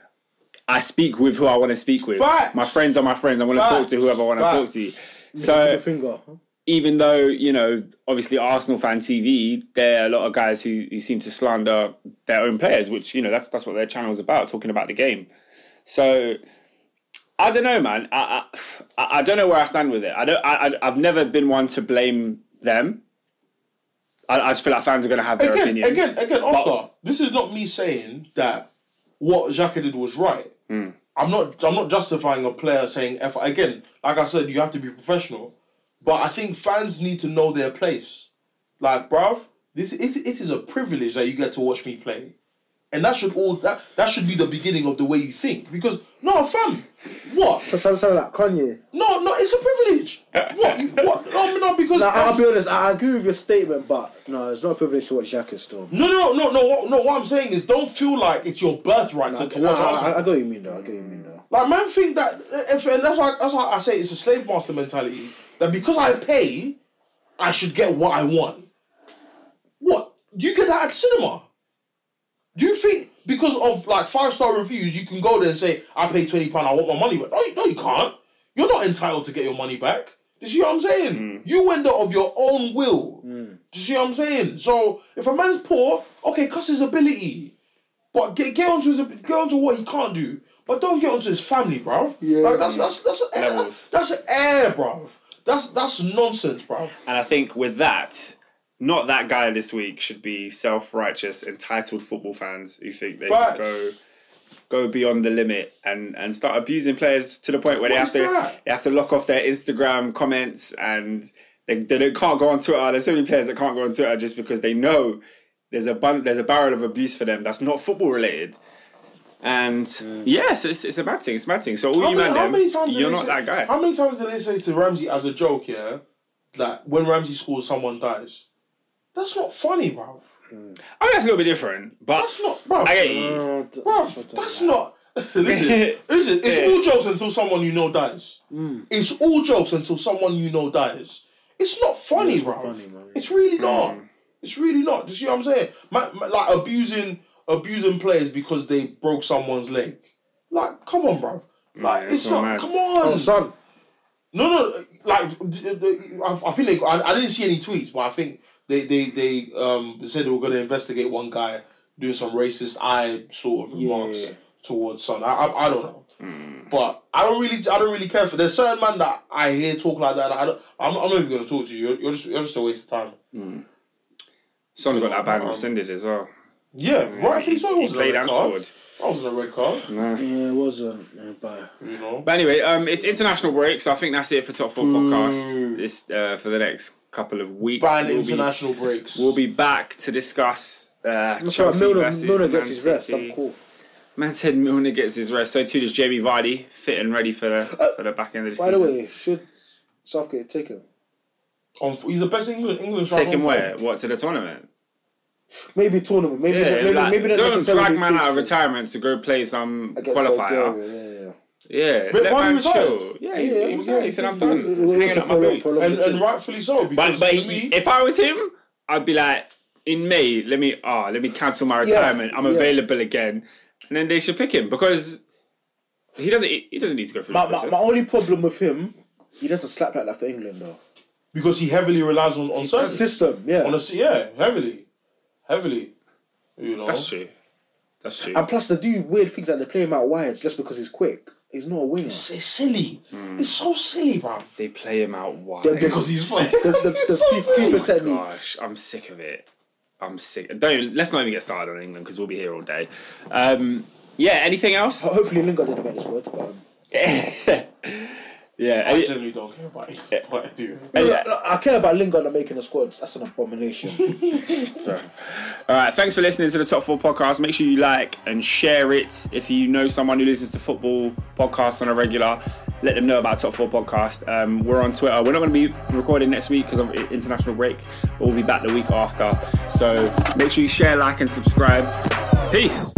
Speaker 1: I speak with who I want to speak with.
Speaker 3: Facts.
Speaker 1: My friends are my friends. I want to talk
Speaker 3: Facts.
Speaker 1: to whoever I want to talk
Speaker 3: Facts.
Speaker 1: to. So
Speaker 2: Middle finger.
Speaker 1: even though you know, obviously Arsenal fan TV, there are a lot of guys who, who seem to slander their own players, which you know that's that's what their channel is about, talking about the game. So I don't know, man. I I, I- I don't know where I stand with it. I don't. I, I I've never been one to blame them. I, I just feel like fans are going to have their
Speaker 3: again,
Speaker 1: opinion.
Speaker 3: again, again, Oscar. this is not me saying that what Xhaka did was right.
Speaker 2: Hmm.
Speaker 3: I'm not. I'm not justifying a player saying "f." Again, like I said, you have to be professional. But I think fans need to know their place. Like, bruv, this it, it is a privilege that you get to watch me play, and that should all that that should be the beginning of the way you think. Because no, fam, what?
Speaker 2: So sounds sound like Kanye.
Speaker 3: No, no, it's a privilege. What? You, what? No, no, because
Speaker 2: Like, I'll be honest, I agree with your statement, but no, it's not a privilege to watch Jacket still.
Speaker 3: No, no, no, no, no. What I'm saying is, don't feel like it's your birthright to, to
Speaker 2: No, I,
Speaker 3: watch
Speaker 2: I,
Speaker 3: Arsenal.
Speaker 2: I get what you mean though. I get what you mean though.
Speaker 3: like, man, think that, if, and that's why that's why I say it's a slave master mentality. That because I pay, I should get what I want. What you get that at cinema? Do you think because of like five star reviews, you can go there and say, "I paid twenty pound, I want my money back"? No, you, no, you can't. You're not entitled to get your money back. Do you see what I'm saying? You went there of your own will. Do you see what I'm saying? So if a man's poor, okay, cuss his ability, but get get onto his get onto what he can't do, but don't get onto his family, bruv. Yeah, like, that's that's that's air,
Speaker 1: Levels.
Speaker 3: that's air, bruv. That's that's nonsense, bruv.
Speaker 1: And I think with that, not that guy this week should be self righteous, entitled football fans who think they
Speaker 3: Facts.
Speaker 1: can go go beyond the limit and, and start abusing players to the point where
Speaker 3: What
Speaker 1: they have
Speaker 3: is
Speaker 1: to
Speaker 3: that?
Speaker 1: they have to lock off their Instagram comments and they, they don't- can't go on Twitter. There's so many players that can't go on Twitter just because they know there's a bun- there's a barrel of abuse for them that's not football related. And yes, it's, it's a mad thing. It's a mad thing. So all
Speaker 3: How
Speaker 1: you
Speaker 3: many,
Speaker 1: man,
Speaker 3: how
Speaker 1: them,
Speaker 3: many times did
Speaker 1: you're
Speaker 3: they
Speaker 1: not
Speaker 3: say,
Speaker 1: that guy.
Speaker 3: How many times did they say to Ramsey as a joke, yeah, that when Ramsey scores, someone dies? That's not funny, bro.
Speaker 1: I mean, that's a little bit different, but
Speaker 3: That's not- bro. Uh,
Speaker 1: I get you.
Speaker 3: Bro, that's not. listen, listen. It's
Speaker 1: Yeah.
Speaker 3: all jokes until someone you know dies.
Speaker 2: Hmm.
Speaker 3: It's all jokes until someone you know dies. It's not funny,
Speaker 2: it's
Speaker 3: bro.
Speaker 2: not funny, man.
Speaker 3: It's really not. It's really not. Do you see what I'm saying? My, my- like abusing abusing players because they broke someone's leg. Like, come on, bro. Like,
Speaker 1: it's
Speaker 3: it's,
Speaker 1: not
Speaker 3: not.
Speaker 1: mad.
Speaker 3: Come on.
Speaker 2: Oh, son.
Speaker 3: No, no, like the- the- I I think they, I, I didn't see any tweets, but I think they they they um said they were going to investigate one guy doing some racist eye sort of
Speaker 2: Yeah.
Speaker 3: remarks towards Son. I, I I don't know,
Speaker 1: Hmm.
Speaker 3: but I don't really I don't really care for. There's certain man that I hear talk like that. and I don't, I'm, I'm not even going to talk to you. You're, you're just you're just a waste of time.
Speaker 1: Son got that bag
Speaker 3: Um,
Speaker 1: rescinded as well.
Speaker 3: Yeah, rightfully
Speaker 1: he-
Speaker 3: so.
Speaker 1: Hmm. he
Speaker 3: It wasn't
Speaker 1: played
Speaker 3: a red
Speaker 1: and
Speaker 3: card.
Speaker 1: scored. Hmm.
Speaker 3: I wasn't a red card.
Speaker 1: No.
Speaker 2: Yeah, it wasn't. Yeah, but
Speaker 3: You know.
Speaker 1: But anyway, um, it's international break, so I think that's it for Top Four Podcast. This uh, for the next couple of weeks.
Speaker 3: Ban
Speaker 1: We'll be-
Speaker 3: international breaks.
Speaker 1: We'll be back to discuss uh,
Speaker 2: that's why
Speaker 1: Chelsea
Speaker 2: Milner,
Speaker 1: versus
Speaker 2: Milner
Speaker 1: Man
Speaker 2: gets his rest.
Speaker 1: City.
Speaker 2: I'm cool.
Speaker 1: Man said Milner gets his rest. So too does Jamie Vardy, fit and ready for the for the back end of the
Speaker 2: Uh, By the
Speaker 1: season.
Speaker 2: way, should Southgate take him?
Speaker 3: On, he's the best England English.
Speaker 1: Take him where? What to the tournament?
Speaker 2: Maybe tournament. Maybe
Speaker 1: Yeah,
Speaker 2: maybe,
Speaker 1: like,
Speaker 2: maybe not
Speaker 1: don't
Speaker 2: necessarily
Speaker 1: drag man out of
Speaker 2: fixtures.
Speaker 1: retirement to go play some
Speaker 2: Against
Speaker 1: qualifier.
Speaker 2: Bulgaria, Yeah, yeah.
Speaker 1: Yeah,
Speaker 3: But
Speaker 1: let
Speaker 3: Vardy
Speaker 1: man
Speaker 3: retired.
Speaker 1: chill. Yeah, he, he,
Speaker 2: Yeah,
Speaker 1: was
Speaker 2: yeah,
Speaker 1: out. he said I'm
Speaker 2: yeah,
Speaker 1: done.
Speaker 2: yeah, yeah,
Speaker 1: Hanging
Speaker 2: yeah,
Speaker 1: up my
Speaker 2: yeah,
Speaker 1: boots.
Speaker 2: yeah,
Speaker 3: And, and rightfully so.
Speaker 1: But,
Speaker 3: Because
Speaker 1: but
Speaker 3: to me,
Speaker 1: if I was him, I'd be like, in May, let me ah, let me cancel my
Speaker 2: Yeah,
Speaker 1: retirement. I'm
Speaker 2: yeah.
Speaker 1: available again, and then they should pick him because he doesn't he doesn't need to go through
Speaker 2: My,
Speaker 1: this
Speaker 2: my,
Speaker 1: process.
Speaker 2: my only problem with him, he doesn't slap like that for England though.
Speaker 3: because he heavily relies on on service.
Speaker 2: System, yeah.
Speaker 3: Honestly, yeah, heavily, heavily. You know,
Speaker 1: That's true. That's true.
Speaker 2: And plus, they do weird things like they play him out wide just because he's quick. He's not a winger.
Speaker 3: It's, it's silly.
Speaker 1: Hmm.
Speaker 3: It's so silly, bruv.
Speaker 1: they play him out wide. Oh
Speaker 3: Because he's playing.
Speaker 2: The, the,
Speaker 3: It's
Speaker 2: the
Speaker 3: so
Speaker 2: keep-
Speaker 3: silly.
Speaker 2: keeper
Speaker 1: Gosh,
Speaker 2: techniques.
Speaker 1: I'm sick of it. I'm sick. Don't even- let's not even get started on England because we'll be here all day. Um, yeah. Anything else?
Speaker 2: Hopefully, Lingard didn't make this word. But, um,
Speaker 1: yeah.
Speaker 3: I
Speaker 1: any-
Speaker 3: generally don't care about it, but I do.
Speaker 1: any-
Speaker 2: Look, look, I care about Lingard not making the squads. That's an abomination.
Speaker 1: All right, thanks for listening to the Top Four Podcast. Make sure you like and share it. If you know someone who listens to football podcasts on a regular, let them know about Top Four Podcast. Um, we're on Twitter. We're not going to be recording next week because of i- international break, but we'll be back the week after. So make sure you share, like, and subscribe. Peace.